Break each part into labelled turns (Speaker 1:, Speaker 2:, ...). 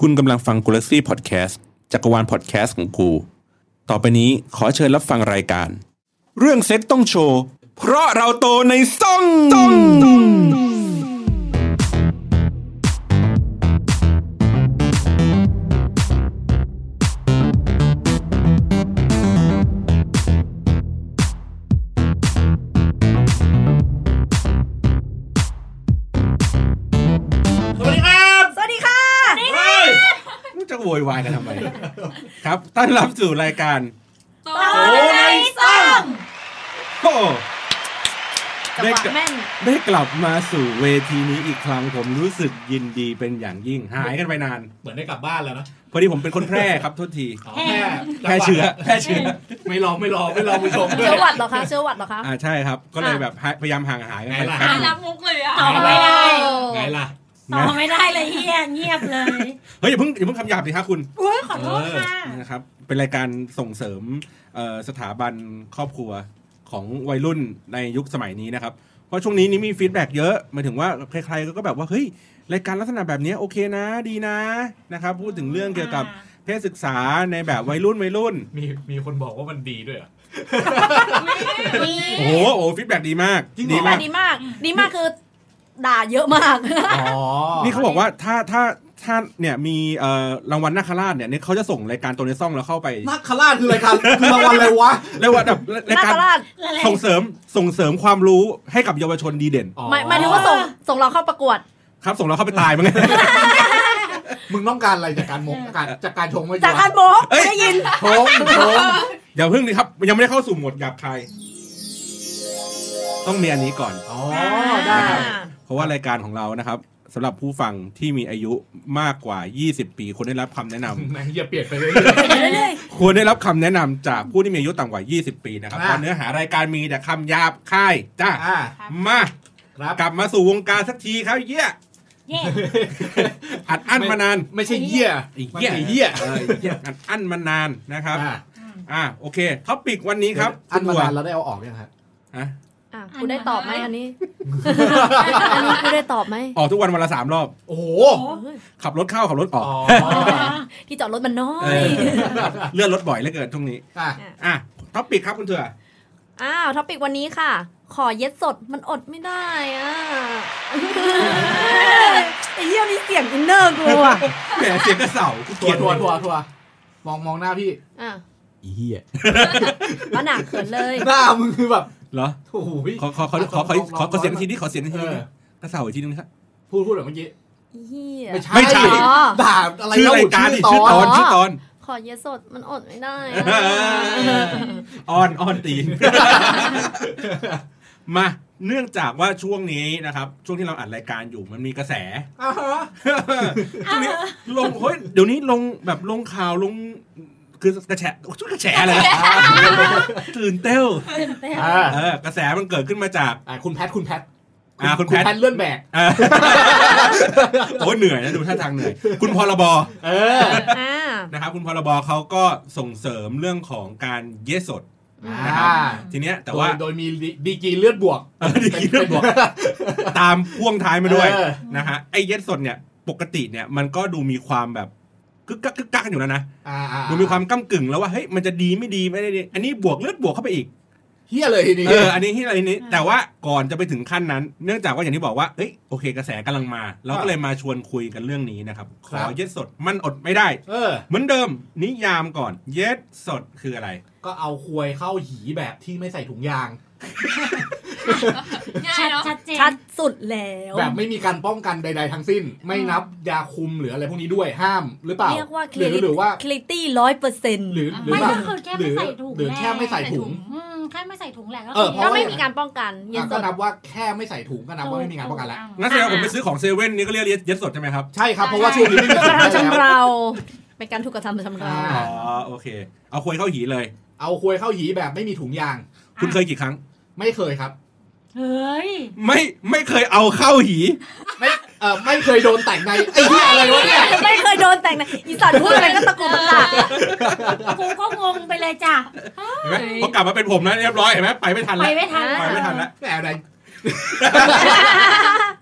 Speaker 1: คุณกำลังฟังกูลักซี่พอดแคสต์จักรวาลพอดแคสต์ของกู ต่อไปนี้ขอเชิญรับฟังรายการ เรื่องเซ็กต้องโชว์ เพราะเราโตในซ่องซ่อง
Speaker 2: สวัสดีครับ
Speaker 3: สวัสดีค่ะ
Speaker 2: เฮ้ย
Speaker 1: จะโวยวายกันทำไม ครับต้อนรับสู่รายการ
Speaker 3: โตในซ่อง
Speaker 1: โอ้
Speaker 3: จังหวะแม่น
Speaker 1: ได้กลับมาสู่เวทีนี้อีกครั้งผมรู้สึกยินดีเป็นอย่างยิ่ง หายกันไปนาน
Speaker 2: เหมือนได้กลับบ้านแล้วนะ
Speaker 1: พอดีผมเป็นคนแพร่ครับโทษที
Speaker 2: อ๋อแค่
Speaker 1: แพร่เชื้อแพร่เชื้อ
Speaker 2: ไม่รอไม่รอไม่รอผู้ชมด้ว
Speaker 3: เชื้
Speaker 2: ย
Speaker 3: อหวัดเหรอคะเชื้อหวัดเหรอคะ
Speaker 1: อ่าใช่ครับ ก็เลยแบบหายพยายามห่างหายกัน
Speaker 2: ไง
Speaker 1: ไป
Speaker 2: ล่ะ
Speaker 1: แป๊บ
Speaker 4: อ่ะ
Speaker 1: นึง
Speaker 4: รับมุกเลยอ่ะ
Speaker 3: ตอบไม่ได้
Speaker 2: ไงล่ะ
Speaker 5: ต่อไม่ได้เลยเฮียเงียบเลย
Speaker 1: เฮ้ยอย่าเพิ่งอย่าเพิ่งคำหยาบสิคะคุณ
Speaker 5: โอ้ยขอโทษค่ะ
Speaker 1: นะครับเป็นรายการส่งเสริมเอ่อสถาบันครอบครัวของวัยรุ่นในยุคสมัยนี้นะครับ เพราะช่วงนี้นี่มีฟีดแบ็กเยอะหมายถึงว่าใครๆก็แบบว่าเฮ้ยรายการลักษณะแบบนี้โอเคนะดีนะนะครับพูดถึงเรื่องเกี่ยวกับเพศศึกษาในแบบวัยรุ่นวัยรุ่น
Speaker 2: มีมีคนบอกว่ามันดีด้วยเหรอ
Speaker 1: โอ้โหโอ้ฟีดแบ็กดีมาก
Speaker 2: จริงเหรอ
Speaker 3: มาม
Speaker 1: ดีาก
Speaker 3: ดีมาก ดีมากคือ ด่าเยอะมาก
Speaker 2: อ๋อ
Speaker 1: นี่เขาบอกว่าถ้าถ้าถ้าเนี่ยมีเอ่อรางวัลนาคราชเนี่ยเนี่ยเขาจะส่งรายการตัวในซ่องแล้วเข้าไป
Speaker 2: นักขล่าคือรายการคือรางวัลอะไรวะ
Speaker 1: เรียกว่าแบบราย
Speaker 3: นา
Speaker 1: การ
Speaker 3: ตราช
Speaker 1: ส่งเสริมส่งเสริมความรู้ให้กับเยาวชนดีเด่น
Speaker 2: อ๋อ
Speaker 3: หมายหมายถึงว่าส่งส่งเราเข้าประกวด
Speaker 1: ครับ ส่งเราเข้าไปตาย มั้ง
Speaker 6: มึงต้องการอะไรจากการมงการจากการชงไม่
Speaker 3: จากอันโบก
Speaker 1: เอ้ย
Speaker 3: ได้ยิน
Speaker 6: ชงชง
Speaker 1: อย่าเพิ่งดิครับ ยังไม่ได้เข้าสู่โหมดหยาบคายต้องมีอันนี้ก่อน
Speaker 2: อ๋อ
Speaker 6: ได้
Speaker 1: เพราะว่ารายการของเรานะครับสำหรับผู้ฟังที่มีอายุมากกว่า 20 ปีควรได้รับคำแนะนำ
Speaker 2: ไหนอย่าเปลี่ยนไปเรื่อย
Speaker 1: ควรได้รับคำแนะนำจากผู้ที่มีอายุต่ำกว่า 20 ปีนะครับเพราะเนื้อหารายการมีแต่คำหยาบคายจ้า
Speaker 6: อ่า
Speaker 1: มา
Speaker 6: ครับ
Speaker 1: กลับมาสู่วงการสักทีครับเยี่ย
Speaker 5: เย่
Speaker 1: อัดอั้นมานาน
Speaker 6: ไม่ใช่เหี้ย
Speaker 1: ไอ้
Speaker 6: มัน
Speaker 1: เหี้ย
Speaker 6: ไอ้เหี้ย
Speaker 1: ออเหี้ยอัดอั้นมานานนะครับ
Speaker 6: อ่า
Speaker 1: อ่ะโอเคท็อปิกวันนี้ครับ
Speaker 6: อัน
Speaker 1: คุณบัวน
Speaker 6: มาานแล้วได้เอาออกยังฮะ
Speaker 1: ฮะ
Speaker 3: อ่ะกูได้ตอบไหมอันนี้ อันนี้กูได้ตอบไหม
Speaker 1: ออกทุกวันวันละสามรอบ
Speaker 6: โอ้โห
Speaker 3: เฮ้ย
Speaker 1: ขับรถเข้าขับรถอ
Speaker 2: ๆ
Speaker 1: อก
Speaker 2: อ๋อ
Speaker 3: ที่จอดรถมันน้อ
Speaker 1: เอย อเลื่อนรถบ่อยเหลือเกินช่วงนี้
Speaker 6: อ่ะ
Speaker 1: อ่ะท็อปิกครับคุณเถื่อ
Speaker 3: อ้าวท็อปิกวันนี้ค่ะ ขอเย็ดสดมันอดไม่ได้อ่ะ
Speaker 5: ไอ้เฮียมีเสียงอินเนอร์กูอ่ะ
Speaker 1: แหมเสียงกระเสากู
Speaker 6: ทั
Speaker 1: เกลี
Speaker 6: วย ร์
Speaker 1: ด
Speaker 6: ทัวร์ทัวร์ทัวร์มองมองหน้าพี่
Speaker 3: อ่ะ
Speaker 6: อีเหี้ย
Speaker 3: บ้าหนักเขินเลย
Speaker 6: หน้ามึงคือแบบ
Speaker 1: เหรอ
Speaker 6: โอ้โหพี่
Speaker 1: ขอขอขอขอขอขอขอเสียงอีกทีนี้ขอเสียงอีกทีนี้กระเสาอีกทีนึงครับ
Speaker 6: พูดพูดแบบเมื่อกี้
Speaker 3: เฮีย
Speaker 6: ไม่ใช่
Speaker 1: ไม่ใช่
Speaker 6: ด่าอะไร
Speaker 1: ชื่อ
Speaker 6: เล่
Speaker 1: รายการดิชื่อตอนชื่อตอน
Speaker 3: ขอเยสดมันอดไม่ได้
Speaker 1: เออออนออนตีน มาเนื่องจากว่าช่วงนี้นะครับ ช่วงที่เราอัดรายการอยู่มันมีกระแส
Speaker 6: อ่าฮะ
Speaker 1: ช่วงนี้ลงเฮ้ยเดี๋ยวนี้ลงแบบลงข่าวลงคือกระแฉโอ้ยช่วงกระแฉเลยนะตื่นเต้น
Speaker 6: อ่า
Speaker 1: เออกระแสมันเกิดขึ้นมาจาก
Speaker 6: อ่าคุณแพทคุณแพท
Speaker 1: อ่าคุณแพท
Speaker 6: แพทเลื่อนแบก
Speaker 1: เอ่อโอ้ยเหนื่อยนะดูท่าทางเหนื่อยคุณพรบ
Speaker 6: เออ
Speaker 3: อ่า
Speaker 1: นะครับ คุณพรบเขาก็ส่งเสริมเรื่องของการเยสด
Speaker 6: อ่า
Speaker 1: ทีเนี้ย แต่
Speaker 6: โดย
Speaker 1: ว่า
Speaker 6: โดยมีดีกรีเลือดบวก
Speaker 1: เออดีกีเรื่องบอกตามพ่วงท้ายมาด้วย
Speaker 6: เออ
Speaker 1: นะฮะไอ้เยสดเนี่ย ปกติเนี่ยมันก็ดูมีความแบบกึกกักกึกกักอยู่แล้วนะ
Speaker 6: อ่าอ่
Speaker 1: ดูมีความก้ากึ่งแล้วว่าเฮ้ยมันจะดีไม่ดีไม่ได้ดีอันนี้บวกเลือดบวกเข้าไปอีก
Speaker 6: เหี้ยเลยทีนี้
Speaker 1: เออ อันนี้ที่อะไรนี้ แต่ว่าก่อนจะไปถึงขั้นนั้น เนื่องจากว่าอย่างที่บอกว่า เอ้ย โอเค กระแสกำลังมา เราก็เลยมาชวนคุยกันเรื่องนี้นะครับ ข
Speaker 6: ครั
Speaker 1: อบ เย็ดสด มันอดไม่ได้
Speaker 6: เออ
Speaker 1: เหมือนเดิม นิยามก่อน เย็ดสดคืออะไร
Speaker 6: ก็เอาควยเข้าหีแบบที่ไม่ใส่ถุงยาง
Speaker 4: ง่า
Speaker 5: ชัด
Speaker 4: ยเนาะ
Speaker 5: ชัดเจน
Speaker 3: ชัดสุดแล้ว
Speaker 6: แบบไม่มีการป้องกันใด ๆ ทั้งสิ้น ไม่นับยาคุมหรืออะไรพวกนี้ด้วยห้ามหรือเปล่า
Speaker 3: เรียกว่าค
Speaker 6: ห
Speaker 3: ลิ
Speaker 6: รือหรือว่า
Speaker 3: คลิตี้ร้อยเปอร์เซ็นต์
Speaker 6: หรือหรือ
Speaker 5: ไม่
Speaker 6: แบบ
Speaker 5: ก็คือแค่ไม่ใส่ถุง
Speaker 6: หรือ
Speaker 5: หละ
Speaker 6: แค่ไม่ใส่ถุง
Speaker 5: อืมแค่ไม่ใส่ถุงแหละก็
Speaker 6: เออเพ
Speaker 3: ก็
Speaker 6: ราะว่า
Speaker 3: ไม่มีการป้องกันเย็น
Speaker 6: อ่ะ
Speaker 3: ส
Speaker 6: ก็
Speaker 3: ด
Speaker 6: นับว่าแค่ไม่ใส่ถุงก็นับว่าไม่มีงานป้องกันแล้ว
Speaker 1: งั้นแสดงว่าผมไปซื้อของเซเว่นนี่ก็เรียกเย็ดสดใช่ไหมครับ
Speaker 6: ใช่ครับเพราะว่าช่วงนี้ไม่มี
Speaker 3: ถูกกระ
Speaker 6: ถุง
Speaker 3: ทำชำ
Speaker 6: แล้ว
Speaker 3: เราเป็นการถูกกระทำชำเรา
Speaker 6: อ่า
Speaker 1: อ๋อ โอเค เอาคุยเข้าหีเลย
Speaker 6: เอาควยเข้าหีแบบไม่มีถุงยาง
Speaker 1: คุณเคยกี่ครั้ง
Speaker 6: ไม่เคยครับ
Speaker 5: เฮ้ย
Speaker 1: ไม่ ไม่เคยเอาเข้าหี
Speaker 6: ไม่เออไม่เคยโดนแต่งในไอ้เหี้ยอะไรวะเนี่ย
Speaker 3: ไม่เคยโดนแต่งนะอีสัตว์พูดอะไรก็ตะกุกตะกัก
Speaker 5: กูก็งงไปเลยจ้ะ
Speaker 1: เห็นไหมพอกลับมาเป็นผมนะเรียบร้อย เห็นไหมไปไม่ทัน
Speaker 5: ไป
Speaker 1: แล้ว
Speaker 5: ไม่ทัน
Speaker 1: ไปไม่ทันแล้ว
Speaker 6: แหมอะไร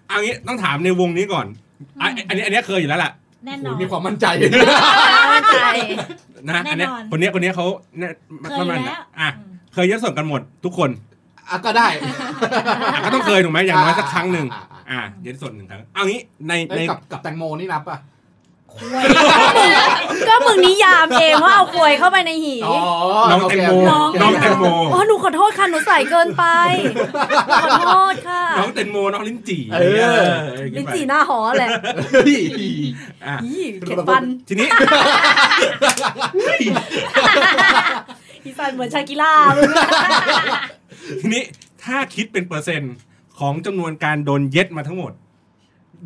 Speaker 1: เอางี้ต้องถามในวงนี้ก่อนอ่ะอันนี้อันนี้เคยอยู่แล้วล่ะ
Speaker 5: แน่นอ
Speaker 6: โอ้
Speaker 5: น
Speaker 6: ยมีความมั่นใจ
Speaker 3: ใช่
Speaker 1: นะอันเนี้ย
Speaker 5: แน่นอน
Speaker 1: คนเนี้ยคนเนี้ยเขาเนี่ย
Speaker 5: เคย
Speaker 1: ประมาณ
Speaker 5: แล้ว
Speaker 1: อ่ะ
Speaker 5: อืม
Speaker 1: เคยยศส่งกันหมดทุกคน
Speaker 6: อ่ะก็ได้
Speaker 1: อ่ะก็ต้องเคยถูกไหมอย่างน้อยสักครั้งหนึ่ง
Speaker 6: อ่าอ่า
Speaker 1: อ่ะยศส่งหนึ่งครั้งเอางี้ใน
Speaker 6: ได้
Speaker 1: ใน
Speaker 6: กับกับแตงโมนี่นับป่ะ
Speaker 5: คุย
Speaker 3: ก็มึงนิยามเองว่าเอาควยเข้าไปในหี
Speaker 6: อ๋อ
Speaker 1: น้องแตงโม
Speaker 6: เค
Speaker 1: น้องแตงโม
Speaker 3: อ๋อหนูขอโทษค่ะหนูใส่เกินไปขอโทษค่ะ
Speaker 1: น้องแตงโมน้องลิ้นจี่
Speaker 6: เออ
Speaker 3: ลิ้นจี่หน้าหอแหละ
Speaker 6: เฮ้ย
Speaker 1: อ่ะ
Speaker 3: อีเข็ดฟัน
Speaker 1: ทีนี้
Speaker 3: อีฟันเหมือนชากิล่า
Speaker 1: ทีนี้ถ้าคิดเป็นเปอร์เซ็นต์ของจำนวนการโดนเย็ดมาทั้งหมด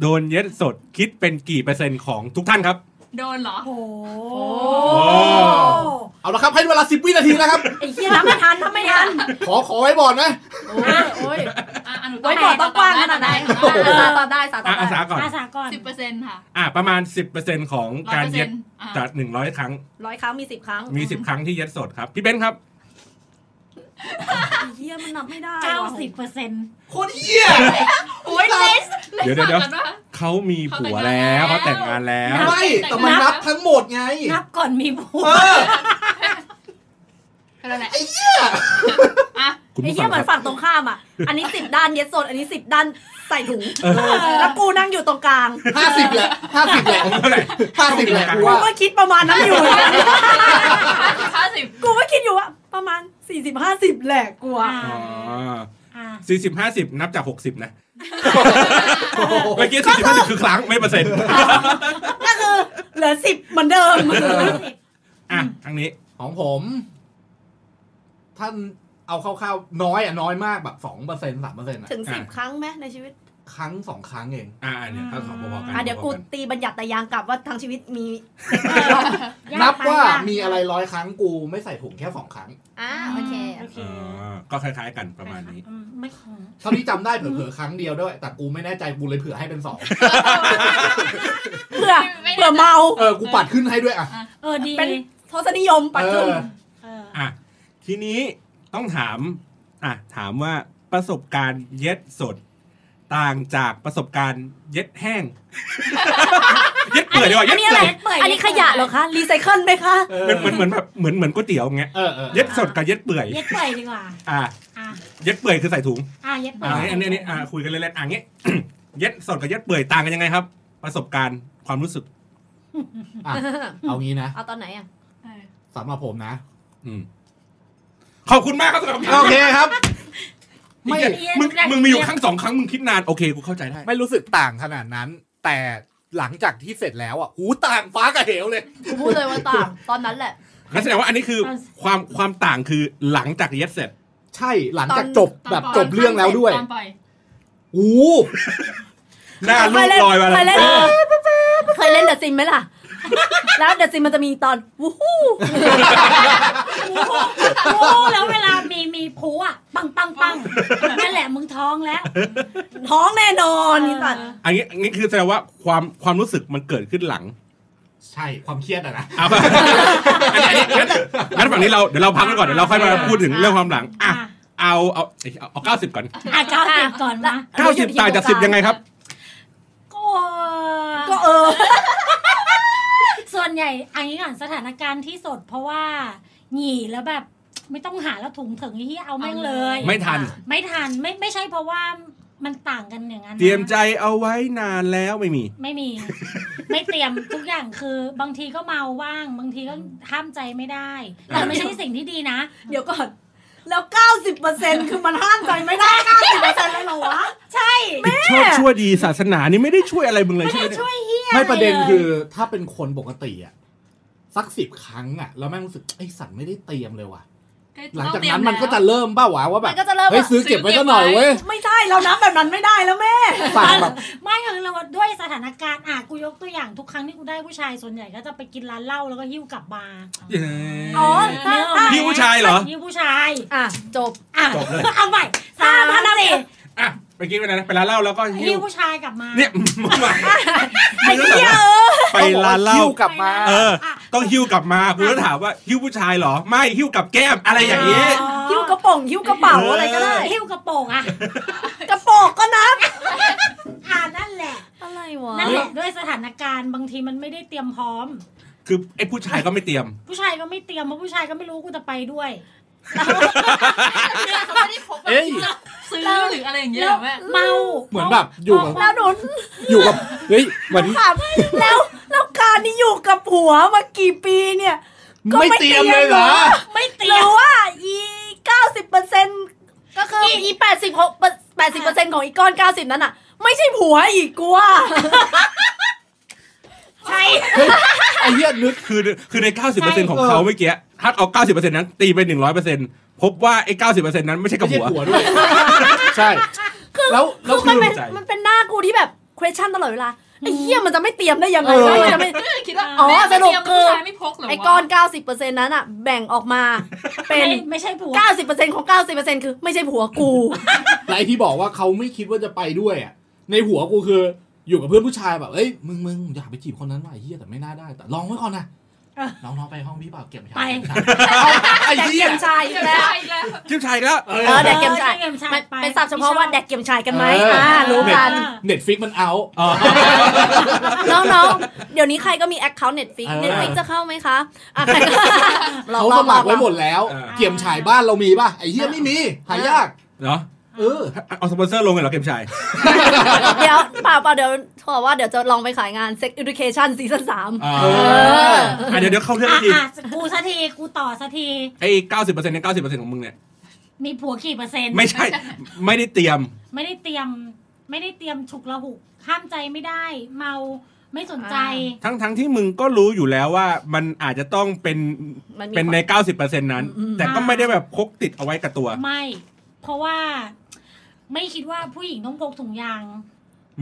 Speaker 1: โดนเย็ดสดคิดเป็นกี่เปอร์เซ็นต์ของทุกท่านครับ
Speaker 4: โดนเหรอ
Speaker 5: โอ้โห
Speaker 3: โอ้
Speaker 6: เอาละครับให้เวลาสิบวินาทีนะครับ
Speaker 3: ไอ้เหี้ยทำไม่ทันทำไม่ทัน
Speaker 6: ขอขอไว้บอร์ดนะ
Speaker 3: โอ้ยโอ้ย
Speaker 4: อ่ะอ่ะหนู
Speaker 3: ไว้ก่อนต้องกว้างขนาดไหนสาตอบได้สาตอ
Speaker 1: อ่ะ
Speaker 3: บ
Speaker 1: อา
Speaker 3: ได้
Speaker 1: สาก่อน
Speaker 5: อาสาก่อน
Speaker 4: สิบเปอร์เซ็นต์ค่ะ
Speaker 1: อ่ะประมาณ 10%ของ
Speaker 4: ร้อย
Speaker 1: การ
Speaker 4: เปอร์
Speaker 1: เย็
Speaker 4: เซ็
Speaker 1: ด
Speaker 4: นต์อ่ะ
Speaker 1: จาก100 ครั้ง
Speaker 3: ร้อยครั้งมีสิบครั้ง
Speaker 1: มี 10 ครั้งที่เย็ดสดครับ พี่เบนซ์ครับ
Speaker 3: ไอ้เหี้ยมันนับไม่ได้
Speaker 5: เก้าสิบเปอร์เซ็นต์
Speaker 6: โคตรเหี้ย
Speaker 4: โอ้ยเลสเลส
Speaker 1: เดี๋ยวเดี๋ยว
Speaker 4: ฝากกันปะ
Speaker 1: เขามีผัวแล้วเขา
Speaker 4: เขาแต่
Speaker 1: แต่งงาง
Speaker 4: งาน นแล้
Speaker 1: แล้ว
Speaker 4: ว
Speaker 6: ไม่แต่มันนับทั้งหมดไง
Speaker 5: นับก่อนมีผัว
Speaker 6: เออ
Speaker 4: ก็แล้วแหละ
Speaker 6: ไอ้เหี้ย
Speaker 4: อ่ะ
Speaker 1: คุณ
Speaker 3: ไอ้
Speaker 1: ผู้ฟั
Speaker 3: เหี้ย
Speaker 1: ง
Speaker 3: เหมื
Speaker 1: ค
Speaker 3: อน
Speaker 1: รับ
Speaker 3: ฝั่งตรงข้ามอ่ะ อันนี้สิบด้านเย็ดสด อันนี้สิบด้านใส่ถุง
Speaker 1: เออ
Speaker 3: แล้วกูนั่งอยู่ตรงกลาง
Speaker 6: ห้าสิบแหละห้าสิบแหละ
Speaker 1: ผมเท่าไหร่
Speaker 6: ห้าสิบแหละกู
Speaker 3: กู
Speaker 6: ว่า
Speaker 3: ก็คิดประมาณนั้นอยู่
Speaker 4: ห้าสิบ
Speaker 3: กูก็คิดอยู่ว่า ประมาณสี่สิบห้าสิบแหละกู
Speaker 5: อ่า
Speaker 3: อะ
Speaker 1: อ๋อ
Speaker 5: อ่า
Speaker 1: สี่สิบห้าสิบนับจากหกสิบนะ
Speaker 6: โอ้โห
Speaker 1: เมื่อกี้สี่สิบห้าสิบคือครั้งไม่เปอร์เซ็นต์
Speaker 3: ก็คือเหลือสิบเหมือนเดิม
Speaker 1: อ่ะทางนี้
Speaker 6: ของผม ท่านเอาคร่าวๆน้อยอ่ะน้อยมากแบบสองเปอร์เซ็นต์สามเปอร์เซ็นต์อ่ะ
Speaker 3: ถึงสิบครั้งไหมในชีวิต
Speaker 6: ครั้งสองครั้งเอง
Speaker 1: อ่ะอันเนี้ยเขาขอพอๆกัน
Speaker 3: อ่ะเดี๋ยวกูตีบัญญัติตายางกลับว่าทั้งชีวิตมี
Speaker 5: ยก
Speaker 6: นับว่า
Speaker 5: ปยก
Speaker 6: มีอะไรร้อยครั้งกูไม่ใส่ถุงแค่สองครั้ง
Speaker 3: อ่าโอเค
Speaker 5: โอเค
Speaker 1: อ่าก็คล้ายๆกันประมาณนี้
Speaker 5: อืมไม่ของ
Speaker 6: เท่าที่จำได้เผลอๆครั้งเดียวด้วย แต่กูไม่แน่ใจกูเลยเผื่อให้เป็นสอง
Speaker 3: เพื่อ
Speaker 4: ไม่ได้
Speaker 3: เพื่อเมา
Speaker 6: เออกูปัดขึ้นให้ด้วยอ่ะ
Speaker 5: เออดี
Speaker 3: เป็นทศนิยมปัจจุ
Speaker 6: เออ
Speaker 3: บั
Speaker 6: น
Speaker 5: เออ
Speaker 1: อ่ะทีนี้ต้องถามอ่ะถามว่าประสบการณ์เย็ดสด ต่างจากประสบการณ์เย็ดแห้ง เย็ดเปื่อยดีกว่า
Speaker 3: อั
Speaker 1: เย็
Speaker 3: น
Speaker 1: ด
Speaker 3: นี้อะไร
Speaker 1: เปื่อย
Speaker 3: อันนี้ขยะเหรอคะ รีไซเคิลไหมคะ
Speaker 6: เอ
Speaker 1: เห
Speaker 6: อ
Speaker 1: มือนเหมือนเหมือนแบบเหมือนเหมือนก๋วยเตี๋ยวอย่างเงี้ย
Speaker 6: เออเออ
Speaker 1: เย็ดสดกับเย็ดเปื่อย
Speaker 5: เย็ดเปื่อยดีกว่า
Speaker 1: อ่ะ
Speaker 5: อ่ะ
Speaker 1: เย็ดเปื่อยคือใส่ถุง
Speaker 5: อ่ะเย็ดเปื่
Speaker 1: อ่ะ
Speaker 5: อย
Speaker 1: อันนี้อันนี้อ่ะคุยกันเล่นๆอ่ะอย่างเงี้ย เย็ดสดกับเย็ดเปื่อยต่างกันยังไงครับ ประสบการณ์ความรู้สึก
Speaker 6: เอางี้นะ
Speaker 3: เอาตอนไหนอ่ะ
Speaker 4: เออ
Speaker 6: สำหรับผมนะ
Speaker 1: อืมขอบคุณมากครับสำหรับคำถาม
Speaker 6: โอเคครับ
Speaker 1: ไม่
Speaker 6: ไม่
Speaker 1: มึงมึงมีอยู่ครั้งสองครั้งมึงคิดนานโอเคกูเข้าใจได้
Speaker 6: ไม่รู้สึกต่างขนาดนั้น แต่หลังจากที่เสร็จแล้วอ่ะหูต่างฟ้ากับเหวเลย
Speaker 3: กูพูดเลยว่าต่าง ตอนนั้นแหละ
Speaker 1: งั้นแสดงว่าอันนี้คือ
Speaker 5: ตอน
Speaker 1: ความความต่างคือหลังจากเย็ดเสร็จ
Speaker 6: ใช่หลังจาก
Speaker 3: ตอน
Speaker 6: จบแบบ
Speaker 4: ตน
Speaker 6: จ
Speaker 4: ปย
Speaker 6: บเรื่องแล้วด้วย
Speaker 4: ตอนปล่อย
Speaker 6: หู
Speaker 1: หน้าลูกลอยมา
Speaker 3: เคย
Speaker 1: แล้
Speaker 3: เล่
Speaker 1: วน
Speaker 3: เคยเล่นเดอะซิมไหมล่ะ แล้วเดอะซิมมันจะมีตอนวู้ฮู้
Speaker 5: โอ้แล้วเวลามีมีผูอ่ะ ปังปังปังนั่นแหละมึงท้องแล้ว
Speaker 3: ท้องแน่นอนนี่สัตว์
Speaker 1: อันนี้อันนี้คือแสดงว่าความความรู้สึกมันเกิดขึ้นหลัง
Speaker 6: ใช่ความเครียดอะนะ
Speaker 1: เอาไป อันนี้อันนี้งั้นงั้นฝั่งนี้เราเดี๋ยวเราพักกันก่อนเดี๋ยวเราค่อยมาพูดถึงเรื่องความหลังอ่ะ
Speaker 5: อ่ะ
Speaker 1: เอาเอาเอาเอาเก้าสิบก่อน
Speaker 5: อ่ะเก้าสิบก่อนมา
Speaker 1: เก้าสิบต่างจากสิบยังไงครับ
Speaker 5: ก็
Speaker 3: ก็เออ
Speaker 5: ส่วนใหญ่อันนี้ก่อนสถานการณ์ที่สดเพราะว่า หนีแล้วแบบไม่ต้องหาแล้วถุงถึงที่เอาแม่งเลย
Speaker 1: ไม่ทัน
Speaker 5: ไม่ทันไม่ไม่ใช่เพราะว่ามันต่างกันอย่างนั้นนะ
Speaker 1: เตรียมใจเอาไว้นานแล้วไม่มี
Speaker 5: ไม่มี ไม่เตรียมทุกอย่างคือบางทีก็เมาว่าง บางทีก็ห้ามใจไม่ได้ แต่ไม่ใช่สิ่งที่ดีนะ
Speaker 3: เดี๋ยวก่อน แล้ว 90%คือมันห้ามใจไม่ได้ 90%เลยเหรอวะ
Speaker 5: ใช่
Speaker 1: ผิดชอบชั่วดีศาสนานี่ไม่ได้ช่วยอะไรมึงเลยใช่ไหมเนี่ย
Speaker 6: ไม่ประเด็นคือถ้าเป็นคนปกติอ่ะสักสิบครั้งอ่ะแล้วแม่งรู้สึกไอ้สัตว์ไม่ได้เตรียมเลยว่ะ หลังจากนั้นมันก็จะเริ่มบ้าวะว่าแบ
Speaker 3: มั
Speaker 6: บ
Speaker 3: นก็จะเริ่ม
Speaker 6: เฮ้ย
Speaker 3: ว่า
Speaker 6: ซื้อเก็บไว้ก็หน่อยเว้ย
Speaker 3: ไม่ใช่เรานับแบบนั้นไม่ได้แล้วแม่
Speaker 6: ฝากแบบ
Speaker 5: ไม่คือเราด้วยสถานการณ์อ่ะกูยกตัวอย่างทุกครั้งที่กูได้ผู้ชายส่วนใหญ่ก็จะไปกินร้านเหล้าแล้วก็หิ้วกลับมา
Speaker 1: เย้
Speaker 3: อ๋อ
Speaker 5: เนื้อไหม
Speaker 1: หิ้วผู้ชายเหรอ
Speaker 5: หิ้วผู้ชาย
Speaker 3: อ่ะจบ
Speaker 5: อ่ะ
Speaker 1: จบเลย
Speaker 5: เอาใหม่สามพันสี่
Speaker 1: อ่ะ ไปกินไปไหนนะไปร้านเหล้าแล้วก็หิ้
Speaker 5: หิ้
Speaker 1: ว
Speaker 5: วผู้ชายกลับมา
Speaker 1: เนี่ยมึงว่ะ
Speaker 3: ไอ้เหี้ยเออ
Speaker 1: ไปร้านเหล้า
Speaker 6: คิ้วกลับมา
Speaker 1: เออ
Speaker 5: ะ
Speaker 1: ต้องหิ้วกลับมาคุณก็ถามว่าหิ้วผู้ชายเหรอ ไม่หิ้วกับแก้มอะไรอย่างนี้
Speaker 3: หิ้วกระป๋องหิ้วกระเป๋าอะไรก็ได้
Speaker 5: หิ้วกระโปรงอ่ะ
Speaker 3: กระป๋องก็นับ
Speaker 5: อ่านั่นแหละ
Speaker 3: อะไรวะ
Speaker 5: นั่นแหละด้วยสถานการณ์บางทีมันไม่ได้เตรียมพร้อม
Speaker 1: คือไอ้ผู้ชายก็ไม่เตรียม
Speaker 5: ผู้ชายก็ไม่เตรียมเพราะผู้ชายก็ไม่รู้กูจะไปด้วย
Speaker 4: เนี่ยเขาไม่ได้พบแบบ
Speaker 6: เอ้ย
Speaker 4: ซื้อหรืออะไรอย่างเงี้ย
Speaker 5: แล้ว
Speaker 4: แม่
Speaker 5: เมา
Speaker 6: เหมือนแบบอยู่กับ
Speaker 3: แล้วหนุน
Speaker 6: อยู่กับเฮ้ยเหมือน
Speaker 3: ขับแล้วแล้วการนี้อยู่กับผัวมากี่ปีเนี่ย ก็ไม่
Speaker 6: ไม่เตรียมเลยเหรอ
Speaker 3: เตรียมเหรอ
Speaker 5: ไม่เต
Speaker 3: ห
Speaker 5: รีย
Speaker 3: รื
Speaker 5: ม
Speaker 3: อว่าอีเก้าสิบเปอร์เซ็นก็คืออีแปดสิบหกแปดสิบเปอร์เซ็นของอีก้อนเก้าสิบนั้นอ่ะ ไม่ใช่ผัวอีกกูว่า
Speaker 5: ใช่
Speaker 6: ไอ้เหี้ยนึก
Speaker 1: คือคือใน 90%ของ
Speaker 6: เออ
Speaker 1: เขาเมื่อกี้ถ้าเอา 90%นั้นตีไป 100%พบว่าไอ้ 90%นั้นไม่ใช่กับ
Speaker 6: ไม่ใช่
Speaker 1: หัว
Speaker 6: หัวด้วย ใช่ แล้วแล้วคื
Speaker 3: คือมัน
Speaker 6: อ
Speaker 3: เป็น
Speaker 1: ใจ
Speaker 3: มันเป็นหน้ากูที่แบบ question ตลอดเวลาไอ้เหี้ยมันจะไม่เตรียมได้ยังไง
Speaker 6: เออ
Speaker 3: วะมันจะไม่
Speaker 4: คิดว่า
Speaker 3: อ๋อสรุปคือ
Speaker 4: แม่ไม่เตรียมผู้ชายไม่พกเหรอวะ
Speaker 3: ไอ้ก้อน 90%นั้นอ่ะ แบ่งออกมาเป็น
Speaker 5: ไม่ไม่ใช่ผัว
Speaker 3: 90%ของ 90%คือไม่ใช่ผัวกู
Speaker 6: แล้วไอ้ที่บอกว่าเขาไม่คิดว่าจะไปด้วยอ่ะ ในหัวกูคืออยู่กับเพื่อนผู้ชายแบบเอ้ยมึงมึงอยากไปจีบคนนั้นว่ะไอ้เหี้ยแต่ไม่น่าได้แต่ลองไว้ก่อนนะ
Speaker 5: เออ
Speaker 6: น้องๆไปห้องพี่เปล่าเก็บ
Speaker 5: ไป
Speaker 6: เอาไอ้
Speaker 3: แดก
Speaker 6: เหี้ย
Speaker 3: เกมชาย
Speaker 4: เต
Speaker 3: อีก
Speaker 4: รียม
Speaker 3: แล้ว
Speaker 4: ได้อีกแล้ว
Speaker 1: ชื่อชายอีกแล้ว
Speaker 6: เอ
Speaker 3: เออแดกเกมชาย
Speaker 5: แดกเกมชาย
Speaker 3: มัน
Speaker 5: ไป
Speaker 3: เป็นศัพท์เฉพาะ
Speaker 5: ไม่
Speaker 3: ว่า
Speaker 5: ชอบ
Speaker 3: แดกเกมชายกันไหม
Speaker 6: เอออ่
Speaker 3: อ่ารู้กัน
Speaker 6: เน็ตฟิกมันเอา
Speaker 1: อ๋อ
Speaker 3: น้องๆ เดี๋ยวนี้ใครก็มี Account Netflix
Speaker 6: เออ
Speaker 3: Netflix จะเข้าไหมคะอ่ะใครก็ ลอง
Speaker 6: เขาส
Speaker 3: ลองล
Speaker 6: มั
Speaker 3: อ
Speaker 6: คร
Speaker 3: ง
Speaker 6: ไว้หมดแล้ว
Speaker 1: เออ
Speaker 6: เกี่ยมฉายบ้านเรามีป่ะไอ้เหี้ยไม่มีหายาก
Speaker 1: เนาะ
Speaker 6: เออ
Speaker 1: เอาสปอนเซอร์ลงเลยเหรอเกมชาย
Speaker 3: เดี๋ยวเปล่าเปล่าเดี๋ยวขอว่าเดี๋ยวจะลองไปขายงาน Sex Education ซีซั่นสาม
Speaker 1: อ่า
Speaker 6: เออ
Speaker 1: อ่ะเดี๋ยวเดี๋ยวเข้าเรื่อง
Speaker 5: อ่ะ
Speaker 1: ที
Speaker 5: อ่ะกูสักทีกูต่อสักที
Speaker 1: ไอ้90%ใน90%ของมึง เนี่ย
Speaker 5: มีผัวกี่เปอร์เซ็นต์
Speaker 1: ไม่ใช่ ไม่ได้เตรียม
Speaker 5: ไม่ได้เตรียม ไม่ได้เตรียมฉุกละหุกห้ามใจไม่ได้ เมาไม่สนใจ
Speaker 1: ทั้งทั้งที่มึงก็รู้อยู่แล้วว่ามันอาจจะต้องเป็น
Speaker 3: มันมี
Speaker 1: เป็นใน
Speaker 3: ความ
Speaker 1: 90%นั้น
Speaker 3: อืม
Speaker 1: แต่ก็ไม่ได้แบบพกติดเอาไว้กับตัว
Speaker 5: ไม่ เพราะว่า ไม่คิดว่าผู้หญิงต้องพกถุงยาง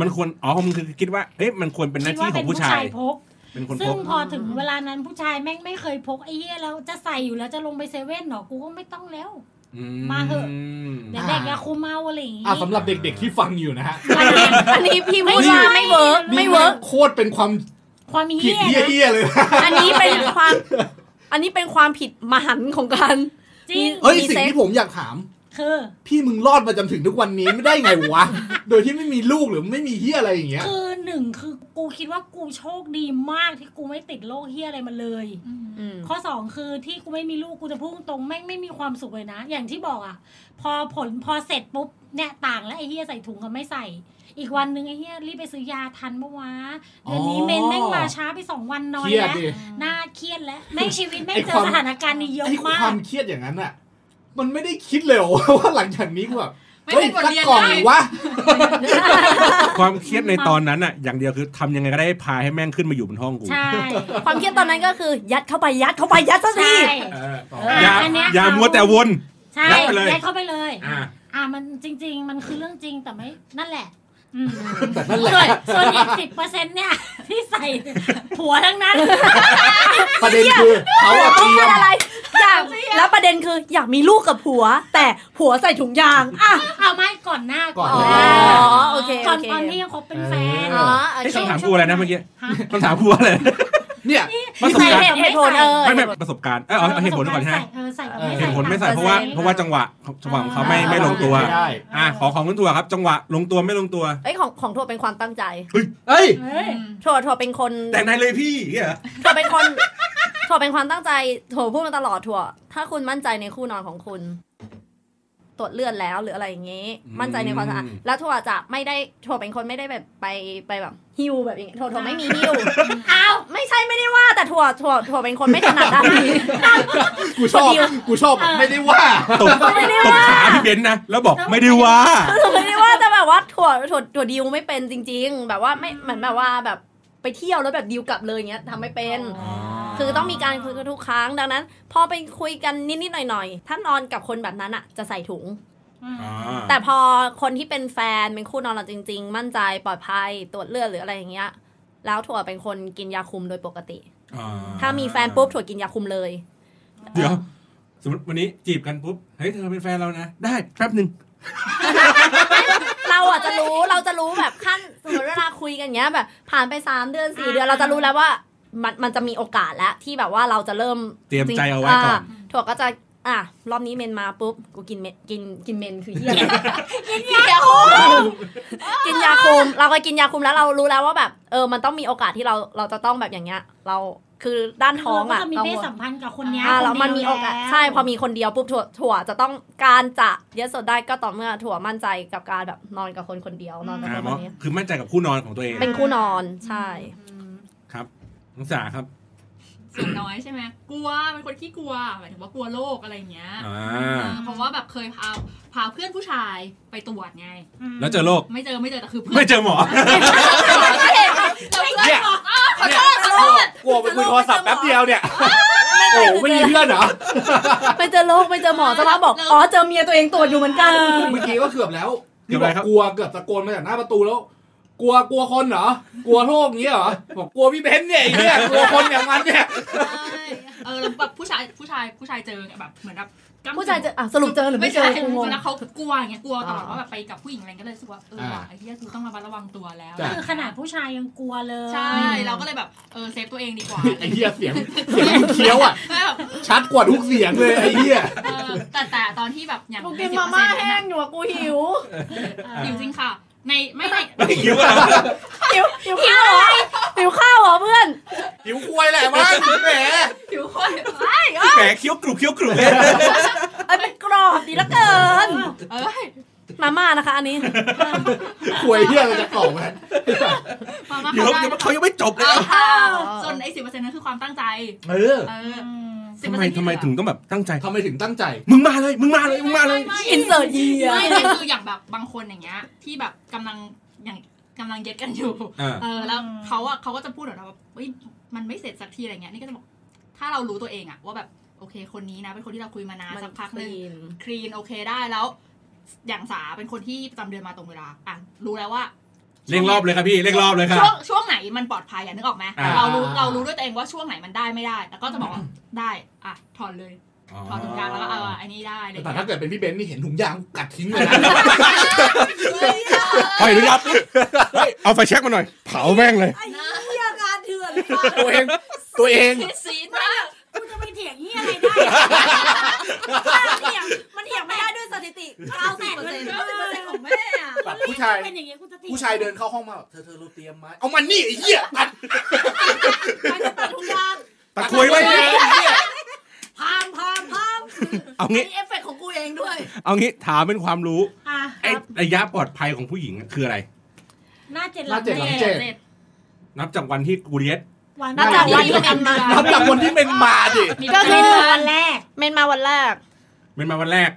Speaker 1: มันควรอ๋อของมึงคือคิดว่าเอ๊ะมันควรเป็นหน้า
Speaker 5: คิด
Speaker 1: ที่
Speaker 5: ว่า
Speaker 1: ขอ
Speaker 5: เป็น
Speaker 1: ง
Speaker 5: ผู้
Speaker 1: ผู้ชา
Speaker 5: ชาย ยพก
Speaker 1: เป็นคน
Speaker 5: ซึ่
Speaker 1: พ
Speaker 5: ง
Speaker 1: ก
Speaker 5: พอถึงเวลานั้นผู้ชายแม่งไม่เคยพกไอ้เหี้ยแล้วจะใส่อยู่แล้วจะลงไปเซเว่นเหรอกูก็ไม่ต้องแล้ว
Speaker 1: อื
Speaker 5: มาเหอะ เดี๋ยวแดกยาคูเมาอะไรอย่างงี้
Speaker 6: อ่ะสำหรับเด็กๆที่ฟังอยู่นะฮะ
Speaker 3: อันนี้พี่พูดว่าไม่เวิร์กไม่เวิร์ก
Speaker 6: นี่แงโคตรเป็นความ
Speaker 5: ความ
Speaker 6: ผิ
Speaker 5: เหี้
Speaker 6: ด
Speaker 5: ย
Speaker 6: เหี้ยเหี้ย
Speaker 5: นะ
Speaker 6: เลยนะ
Speaker 3: อันนี้เป็นความ อันนี้เป็นความผิดมหันต์ของการ
Speaker 5: จริง
Speaker 6: เอ้ย
Speaker 3: มีเซ็ก
Speaker 6: สิ่งที่ผมอยากถาม
Speaker 5: คือ
Speaker 6: พี่มึงรอดมาจนถึงทุกวันนี้ไม่ได้ไงวะ โดยที่ไม่มีลูกหรือไม่มีเฮียอะไรอย่างเงี้ย
Speaker 5: คือหนึ่งคือกูคิดว่ากูโชคดีมากที่กูไม่ติดโรคเฮียอะไรมาเลย ข้อสองคือที่กูไม่มีลูกกูจะพุ่งตรงแม่งไม่มีความสุขเลยนะ อย่างที่บอกอ่ะ พอผลพอเสร็จปุ๊บเนี่ยต่างแล้วไอ้เฮียใส่ถุงกับไม่ใส่ อีกวันหนึงไอ้เฮียรีบไปซื้อยาทันปะวะเดือนนี้
Speaker 6: อ๋อ
Speaker 5: เมนแม่งมาช้าไปสองวันนอน
Speaker 6: เครียด
Speaker 5: แล้ว
Speaker 6: ดิ
Speaker 5: น่าเครียด แล้วแม่งชีวิตแม่ง
Speaker 6: ไอ้
Speaker 5: เจ
Speaker 6: ควา
Speaker 5: อ
Speaker 6: ม
Speaker 5: สถานการณ์นี้เยอะ
Speaker 6: ไอ้
Speaker 5: มา
Speaker 6: ควาก มเครียดอย่างนั้นอะมันไม่ได้คิดเลยเหรอ ว่าหลังจากนี้กูแบบ
Speaker 4: ไม่ได้บท
Speaker 6: สัก
Speaker 4: เรียน
Speaker 6: กล่อง
Speaker 4: ได้
Speaker 6: วะ
Speaker 1: ความเครียดในตอนนั้นอ่ะ อย่างเดียวคือทำยังไงก็ได้พาให้แม่งขึ้นมาอยู่บนห้องกู
Speaker 5: ใช่
Speaker 3: ความเครียดตอนนั้นก็คือ ยัดเข้าไปยัดเข้าไปยัดซะ
Speaker 5: ใช่
Speaker 3: สิ
Speaker 1: เออ
Speaker 5: อ
Speaker 1: อย่า
Speaker 5: อันเนี้ย
Speaker 1: อย่ามัวแต่วน
Speaker 5: ใช่
Speaker 1: ยัดไปเลย
Speaker 5: ยัดเข้าไปเลย
Speaker 1: อ่า
Speaker 5: อ่ามันจริง ๆ มันคือเรื่องจริงแต่ไม่นั่นแหละอืม
Speaker 6: แต่นั่นแหละ
Speaker 5: ส่วนส่วนอีกสิบเปอร์เซ็นต์เนี่ย ที่ใส่ผัวทั้งนั้น
Speaker 6: ประเด็นคือเขาอะเตรียม
Speaker 3: อะไรอยากแล้วประเด็นคืออยากมีลูกกับผัว แต่ผัวใส่ถุงยางอ่ะ
Speaker 5: เอาไม่ก่อนหน้า
Speaker 6: ก่อน
Speaker 3: อ๋อ
Speaker 6: แรก
Speaker 3: โอเค
Speaker 5: ก่อ
Speaker 3: โอ
Speaker 5: น
Speaker 3: เค
Speaker 5: ตอนที่ยังคบเป็นแฟน
Speaker 6: เอ
Speaker 3: อ๋อโอ
Speaker 1: ไอ้
Speaker 3: เค
Speaker 1: คำถามกูอะไรนะเมื่อกี้
Speaker 5: ฮะ
Speaker 1: คำถามกูอะไร
Speaker 6: เนี่ย
Speaker 1: ประสบการณ์
Speaker 3: เหตุผลเออ
Speaker 1: ไม่ไม่ประสบการณ์เออเอาเอาเหตุผลก่อนใช่ไหม
Speaker 5: เออใส่กับไม่ใส่
Speaker 1: เหตุผลไม่ใส่เพราะว่าเพราะว่าจังหวะจังหวะของเขาไม่ไม่ลงตัว
Speaker 6: ไม่ได้
Speaker 1: อ่ะขอของคุณตัวครับ จังหวะลงตัวไม่ลงตัว
Speaker 3: ไอยของของถั่วเป็นความตั้งใจ
Speaker 6: เอ้ย
Speaker 5: เฮ้ย
Speaker 3: ถั่วถั่วเป็นคน
Speaker 1: แต่งนายเลยพี่อย่างเงี้ยเหรอ
Speaker 3: ถั่วเป็นคนถั่วเป็นความตั้งใจถั่วพูดมาตลอดถั่ว ถ้าคุณมั่นใจในคู่นอนของคุณ ตรวจเลือดแล้วหรืออะไรอย่างนี้ มั่นใจในความสะอาดแล้วถั่วจะไม่ได้ถั่วเป็นคนไม่ได้แบบไปไปแบบฮิวแบบอย่างเงี้ยถั่วถั่วไม่มีฮิว
Speaker 5: อ้าว
Speaker 3: ไม่ใช่ไม่ได้ว่าแต่ถั่วถั่วถั่วเป็นคนไม่ถนัด ด้านนี้
Speaker 6: กูชอบกูชอบไม่ได้ว่า
Speaker 1: ตบตบขาพี่เบนซ์นะแล้วบอกไม่ได้ว่า
Speaker 3: ไม่ได้ว่าแต่แบบว่าถั่วถั่วถั่วดิวไม่เป็นจริง ๆ แบบว่าไม่เหมือนแบบว่าแบบไปเที่ยวแล้วแบบดิวกลับเลยอย่างเงี้ยทำไม่เป็น คือต้องมีการคุยกันทุกครั้งดังนั้น พอไปคุยกันนิดๆหน่อยๆถ้านอนกับคนแบบนั้นอ่ะจะใส่ถุง แต่พอคนที่เป็นแฟนเป็นคู่นอนเราจริง ๆ มั่นใจปลอดภัยตรวจเลือดหรืออะไรอย่างเงี้ย แล้วถั่วเป็นคนกินยาคุมโดยปกติ ถ้ามีแฟนปุ๊บถั่วกินยาคุมเลย
Speaker 1: เดี๋ยว สมมติวันนี้จีบกันปุ๊บ เฮ้ย เธอเป็นแฟนเรานะ ได้แป๊บหนึ่ง
Speaker 3: เรา อ่ะจะรู้เราจะรู้แบบขั้นสมมติเวลาคุยกันเงี้ยแบบ ผ่านไปสามเดือนสี่เดือน
Speaker 5: อ่า
Speaker 3: เราจะรู้แล้วว่ามันมันจะมีโอกาสแล้วที่แบบว่าเราจะเริ่ม
Speaker 1: เตรียมใจเอาไว้ก่อน
Speaker 3: ถั่วก็จะอ่ะรอบนี้เมนมาปุ๊บกูกินเมนกินกินเมนคือเฮียอะไรกินยาคุมกินยาคุมเราก็กินยาคุมแล้วเรารู้แล้วว่าแบบเออมันต้องมีโอกาสที่เราเราจะต้องแบบอย่างเงี้ย เราคือด้านท้อง
Speaker 5: เรา
Speaker 3: อ่ะ
Speaker 5: ก็จะมี
Speaker 3: เรา
Speaker 5: เพศสัมพันธ์กับคนเนี้ย
Speaker 3: อ่า
Speaker 5: ค
Speaker 3: แล้วมัน
Speaker 5: เดีย
Speaker 3: มีโอกาส
Speaker 5: แล้ว
Speaker 3: ใช่พอมีคนเดียวปุ๊บถั่วถั่วจะต้องการจะเยสสดได้ก็ต่อเมื่อถั่วมั่นใจกับการแบบนอนกับคนคนเดียวนอนกับ
Speaker 1: อ่าเพ
Speaker 3: คนคน
Speaker 1: ราะ
Speaker 3: นี้
Speaker 1: คือมั่นใจกับคู่นอนของตัวเอง
Speaker 3: เป็นคู่นอนใช่
Speaker 1: ครับน้องสาครับ
Speaker 4: เสียงน้อยใช่ไหมกลัวเป็นคนขี้กลัวหมายถึงว่ากลัวโรคอะไรอย่างเงี้ย
Speaker 1: อ่า
Speaker 4: เออเพราะว่าแบบเคยพาพาเพื่อนผู้ชายไปตรวจไง
Speaker 5: ม
Speaker 1: แล้วเจอโรค
Speaker 4: ไม่เจอไม่เจอแต่คือเพื่
Speaker 1: ไม่
Speaker 4: อน
Speaker 1: เจอหมอ
Speaker 4: แต่เพื่อนบอกอ้าวขอโทษขอโทษ
Speaker 6: กลัวไปคุยโทรศัพท์แป๊บเดียวเนี่ย โอ้ไม่มีเพื่อนเหรอ
Speaker 3: ไปเจอโรคไปเจอหมอสภาพบอกอ๋อเจอเมียตัวเองตรวจอยู่เหมือนกัน
Speaker 6: เมื่อกี้ก็เกือบแล้ว
Speaker 1: เกือบอะไรครับ
Speaker 6: กลัวเกือบตะโกนมาจากหน้าประตูแล้ว กลัวกลัวคนเหรอ กลัวโรคอย่างเงี้ยเหรอบอกกลัวพี่เบนซ์เนี่ยไอ้เนี่ยกลัวคนอย่างมันเนี่ย
Speaker 4: ใช่เออแล้วแบบผู้ชายผู้ชายผู้ชายเจอเนี่ยแบบเหมือนแบบกำ
Speaker 3: ผู้ชายเจออ่ะสรุปเจอหรือไม่เจอ
Speaker 4: ใช่
Speaker 3: กูงง
Speaker 4: แล้วเขากลัวอย่างเงี้ยกลัวตลอดว่าแบบไปกับผู้หญิงอะไรก็เลยรู้สึกว่าเออว่ะไอ้เหี้ยกูต้องระมัดระวังตัวแล้ว
Speaker 6: จ้ะ
Speaker 5: คือขนาดผู้ชายยังกลัวเลย
Speaker 4: ใช่ เราก็เลยแบบเออเซฟตัวเองดีกว่า
Speaker 6: ไอ้เหี้ยเสียงเสียงมันเคี้ยวอ่ะ
Speaker 4: แบบ
Speaker 6: ชัดกว่าทุกเสียงเลยไอ้เหี้ย
Speaker 4: เออแต่แต่ตอนที่แบบอย่าง
Speaker 3: กูกินมาม่าแห้ง
Speaker 4: ง
Speaker 3: อยู่อะกูหิว
Speaker 4: อยู่จริงค่ะ ในไม่ใน
Speaker 1: คิ้วอะ
Speaker 3: หิวหิวข้าวเหรอหิวข้าวเหรอเพื่อน
Speaker 6: หิวควยแหละมันแหม
Speaker 4: ผิวค่อย
Speaker 1: แหมคิ้วกรุบคิ้วกรุบเลย
Speaker 3: ไอ้ยเป็นกรอบดีเหลือเกิน
Speaker 4: เอ้ย
Speaker 3: มาม่านะคะ อันนี้
Speaker 6: ควยเหี้ยเราจะกล่อมไหม
Speaker 4: มาม่า
Speaker 1: เดี๋ยว
Speaker 4: เขาได้
Speaker 1: เดี๋ยวเขายังไม่จบเลย
Speaker 4: เอา
Speaker 1: นะ
Speaker 4: เอาส่วนไอ้สิบเปอร์เซ็นต์นั้นคือความตั้งใจ
Speaker 6: เออ
Speaker 4: เออ
Speaker 1: ทำไมทำไมถึงต้องแบบตั้งใจ
Speaker 6: ทำไมถึงตั้งใจ
Speaker 1: มึงมาเลย มึงมาเลย มึงมาเลย
Speaker 3: อินเสิร์ตเยีย
Speaker 4: ไม่ไม่คืออย่างแบบบางคนอย่างเงี้ย ที่แบบกำลังอย่างกำลังเย็ดกันอยู่
Speaker 1: อ่า
Speaker 4: เออแล้วเขาอ่ะเขาก็จะพูดแบบว่าเฮ้ยมันไม่เสร็จสักทีอะไรเงี้ยนี่ก็จะบอกถ้าเรารู้ตัวเองอ่ะว่าแบบโอเคคนนี้นะเป็นคนที่เราคุยมานานสักพักหนึง คลีนโอเคได้แล้ว อย่างสาเป็นคนที่ประจำเดือนมาตรงเวลาอ่ะรู้แล้วว่า
Speaker 1: เร่งรอบเลยครับพี่ เร่งรอบเลยครับ
Speaker 4: ช่วงช่วงไหนมันปลอดภัยอ่ะนึกออกไหม
Speaker 1: อ่า
Speaker 4: เรารู้เรารู้ด้วยตัวเองว่าช่วงไหนมันได้ไม่ได้ แล้วก็จะบอกว่าได้อ่ะถอนเลย
Speaker 1: อ๋อ
Speaker 4: ถอนถุงยางแล้วก็เอออันนี้ได้อะไร
Speaker 6: แต่
Speaker 4: เงี้ย
Speaker 6: ถ้าเกิดเป็นพี่เบนซ์นี่เห็นถุงยางกัดทิ้งเลยนะ
Speaker 1: ไปหรือยับเอาไฟแช็กมาหน่อย เผาแม่งเลย
Speaker 5: เฮียงานเถื่อน
Speaker 6: ตัวเองตัวเอง
Speaker 4: เฮ้ยซีนมาก
Speaker 5: กูจะไปเถียงเฮียอะไรได้ มันเถียงมันเถียงไม่ได้ด้วยสถิติเก้าสิบเปอร์เซ็นต์ของแม่อะ
Speaker 6: แบบผู้ชาย
Speaker 5: เป็นอย่างเงี้ยกูจะเถียง
Speaker 6: ผู้ชายเดินเข้าห้องมาแบบเธอเธอเราเตรียมมาเอามันนี่ไอ้เหี้ยตัด
Speaker 5: ไปจะตัดทุกอย่าง
Speaker 1: ตะคุยไว้
Speaker 6: ตัดเลยไอ้เหี้ย
Speaker 5: พังพังพัง
Speaker 1: เอางี้
Speaker 3: เอฟเฟกของกูเองด้วย
Speaker 1: เอางี้ ถามเป็นความรู้
Speaker 5: อ่ะ
Speaker 1: ไอ้ระยะปลอดภัยของผู้หญิงอะคืออะไร
Speaker 5: หน้าเจ็ด
Speaker 6: หน้าเจ็ดหลัง
Speaker 5: จ็ด
Speaker 4: เจ็ด
Speaker 1: นับจากวันที่กูเรียน
Speaker 5: หวาน
Speaker 3: นับจากวันที่เป็นมา
Speaker 6: นับจากคนที่เป็นมาดิ
Speaker 4: มี
Speaker 3: ก็
Speaker 4: เจ็ด
Speaker 3: คือ
Speaker 5: วันแรก
Speaker 3: เมนมาวันแรก
Speaker 1: เป็นมาวันแรก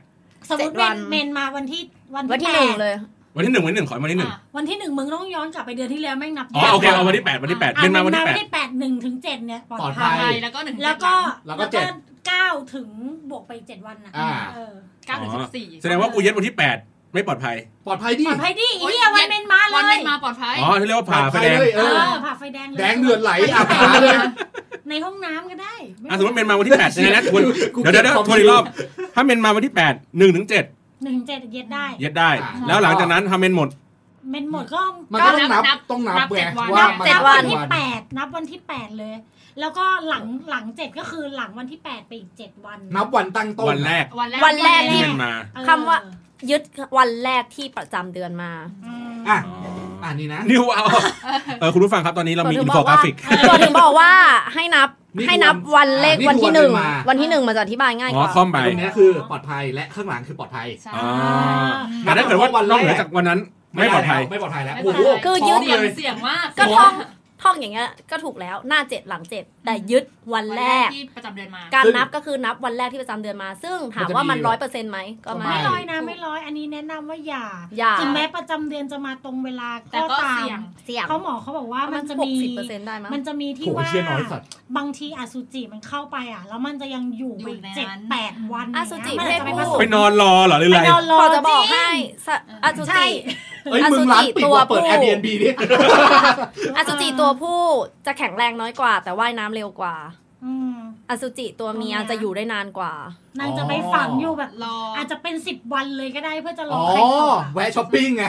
Speaker 5: สมมติ
Speaker 3: เจ็ดวั
Speaker 5: เป็น นเมนมาวันที่วัน
Speaker 3: วันที่
Speaker 5: ที่
Speaker 3: ห
Speaker 5: แป
Speaker 3: นึ่ง
Speaker 5: ด
Speaker 3: เลย
Speaker 1: วันที่หนึ่งวันที่หนึ่งขอวันที่หนึ่ง
Speaker 5: วันที่หนึ่งมึงต้องย้อนกลับไปเดือนที่แล้วแม่งนับ
Speaker 1: อ๋อโอเคเอาวันที่แปดวันที่แปด
Speaker 5: อ่ะ
Speaker 1: เป็นมาวันที่แป
Speaker 5: วั
Speaker 1: ด
Speaker 5: นที่แปดหนึ่งถึงเจ็ดเนี่ยปลอด
Speaker 6: ปลอด
Speaker 5: ภัย
Speaker 6: ภั
Speaker 4: ไท
Speaker 6: ย
Speaker 4: ยแล้วก็หนึ่ง
Speaker 5: แล้วก็
Speaker 6: แล้วก็เจ็ด
Speaker 5: เก้าถึงบวกไปเจ็ดวันน่ะ
Speaker 6: อ่า
Speaker 5: เออ
Speaker 4: เก้าถึงสิบสี่
Speaker 1: แสดงว่ากูเรียนวันที่แปดไม่ปลอดภัย
Speaker 6: ปลอดภัยดิ
Speaker 5: ปลอดภัยดิ
Speaker 4: โอ๊ย
Speaker 5: เฮียวันเมนมาเล
Speaker 4: วันเป็
Speaker 5: ย
Speaker 4: นมาปลอดภัย
Speaker 1: อ๋อที่เรียกว่าผ่าไฟแดง
Speaker 6: ปลอภัยเลย
Speaker 5: เอ
Speaker 6: เออ
Speaker 5: อผ่าไฟแดงเลย
Speaker 6: แดงเดือดไหลอาบขาเลย
Speaker 5: ในห้องน้ำก็ได้
Speaker 1: อ่ะสมมติเป็นมาวันที่แปดใช่ไหมนะทวน
Speaker 6: กู
Speaker 1: เดี๋ยวเดี๋ยวเดี๋ยว
Speaker 6: เก็บความ
Speaker 1: ทวนอี
Speaker 6: รู้
Speaker 1: กรอบ ถ้าเป็นมาวันที่แปดหนึ่งถึงเจ็ด
Speaker 5: หนึ่งถึงเจ็ดเย็ดได้
Speaker 1: เย็ดได้
Speaker 6: อ่า
Speaker 1: แล้วหลังจากนั้นทำเป็นหมด
Speaker 5: เมนหมดก็
Speaker 6: มันก็ต้องนับ
Speaker 4: นับ
Speaker 6: ต้องนับ
Speaker 4: นับ
Speaker 6: แหว
Speaker 4: เจ็ด
Speaker 6: ก
Speaker 4: วัน
Speaker 6: ว่า
Speaker 4: นับ
Speaker 6: มัน
Speaker 3: เจ็ด
Speaker 6: นับ
Speaker 3: วั
Speaker 5: วัน
Speaker 6: น
Speaker 5: ที่แปดนับวันที่แปดเลย แล้วก็หลังหลังเจ็ดก็คือหลังวันที่แปดไปอีกเจ็ดวัน
Speaker 6: นับวันตั้งต้น
Speaker 1: วันแรก
Speaker 4: วันแรก
Speaker 3: วันแรก
Speaker 1: ที่เป็นมา
Speaker 5: เออ
Speaker 3: คำว่า ยึดวันแรกที่ประจำเดือนมา
Speaker 5: อืม
Speaker 6: อ่ะอ่านี่นะ
Speaker 1: นิวเอาเออคุณผู้ฟังครับตอนนี้เรามี
Speaker 3: ถั่ว
Speaker 1: อิ
Speaker 3: ถึง
Speaker 1: น
Speaker 3: บ
Speaker 1: โฟ
Speaker 3: อก
Speaker 1: กรา
Speaker 3: ว่า
Speaker 1: ฟิก
Speaker 3: ถั่วถึงบอกว่าให้นับ
Speaker 6: นี่คือ
Speaker 3: ให้นับวันเลข
Speaker 6: อ่า
Speaker 3: วันที่หนึ่ง
Speaker 6: นี่คือวันเดือนมา
Speaker 3: วันที่หนึ่งมันจะอธิบายง่าย
Speaker 1: อ๋
Speaker 3: ก
Speaker 1: อ
Speaker 3: ว่า
Speaker 1: คล่อมไป
Speaker 6: ตรงเนี้ยคือปลอดภัยและข้างหลังคือปลอดภัย
Speaker 4: ใช่
Speaker 1: อ๋อ
Speaker 6: นั
Speaker 1: แต่
Speaker 6: บ
Speaker 1: ถ้าเกิดว่า
Speaker 6: วัน
Speaker 1: น
Speaker 6: แรก
Speaker 1: อกเหนือจากวันนั้นไม่ปลอดภัย
Speaker 6: แล้วไม่ปลอดภัยแล้ว
Speaker 4: ไม่ปล
Speaker 6: โอ้
Speaker 4: อด
Speaker 6: โห
Speaker 4: ภัย
Speaker 3: คือ
Speaker 6: พ
Speaker 3: ยึ
Speaker 6: ร้อม
Speaker 3: ด
Speaker 4: เสี่ย
Speaker 6: เล
Speaker 4: ง
Speaker 6: ย
Speaker 4: เสี่ยงมาก
Speaker 3: ก็ท่องท่องอย่างเงี้ยก็ถูกแล้วหน้าเจ็ดหลังเจ็ดแต่ยึดวันแรก
Speaker 4: ที่ประจำเดือนมา
Speaker 3: การ
Speaker 6: ซึ่ง
Speaker 3: นับก็คือนับวันแรกที่ประจำเดือนมา ซึ่งถาม
Speaker 6: มันจะ
Speaker 3: ว่ามัน
Speaker 6: มี
Speaker 3: ร้อยเปอร์เซ็นต์ไหมก็
Speaker 6: ป
Speaker 3: ไม่
Speaker 5: ไม่
Speaker 6: ระาณ
Speaker 5: ร้อยนะไม่ร้อยอันนี้แนะนำว่าอย่า
Speaker 3: อย่า
Speaker 5: ถึงแม้ประจำเดือนจะมาตรงเวลา
Speaker 4: แต่ก็
Speaker 5: ก็ตา
Speaker 4: เสี่ยง
Speaker 5: ม
Speaker 3: เสี่ยง
Speaker 5: เขาหมอเขาบอกว่ามันจะ
Speaker 3: หก
Speaker 5: มี
Speaker 3: สิบเปอร์เซ็นต์ได้มั้ง
Speaker 5: มันจะมีที่
Speaker 6: โห
Speaker 5: ว่า
Speaker 6: เชียน้อยสัตว์
Speaker 5: บางทีอสุจิมันเข้าไปอ่ะ แล้วมันจะยังอยู่ไป
Speaker 4: อยู่ในนั้น
Speaker 5: เจ็ดแปดวัน
Speaker 3: อสุจิ
Speaker 5: มันอาจจะ
Speaker 3: ไม่
Speaker 5: ไปผ
Speaker 3: พูด
Speaker 5: สม
Speaker 1: ไปนอนรอเหรอหรือ
Speaker 5: ไป
Speaker 1: อะไร
Speaker 5: นอนรอ
Speaker 3: พอจะบอก
Speaker 5: ริง
Speaker 3: ให้สะอสุ
Speaker 5: ใช่
Speaker 3: จิ
Speaker 6: เอ้ยมึงร้านปิด
Speaker 3: ตัว
Speaker 6: ว่าเปิด
Speaker 3: ผู้
Speaker 6: Airbnb ดิ
Speaker 3: อสุจิตัวผู้จะแข็งแรงน้อยกว่า แต่ว่ายน้ำเร็วกว่า
Speaker 5: อืม
Speaker 3: อสุจิตัวเมีย
Speaker 5: ตัวเมีย
Speaker 3: จะอยู่ได้นานกว่า
Speaker 5: นางจะไปฝังอยู่แบบ
Speaker 4: รออ
Speaker 5: อาจจะเป็นสิบวันเลยก็ได้เพื่อจะร
Speaker 6: อ๋
Speaker 5: อ
Speaker 6: อ
Speaker 5: ใครก่อน
Speaker 6: แวะช้อปปิ้งไง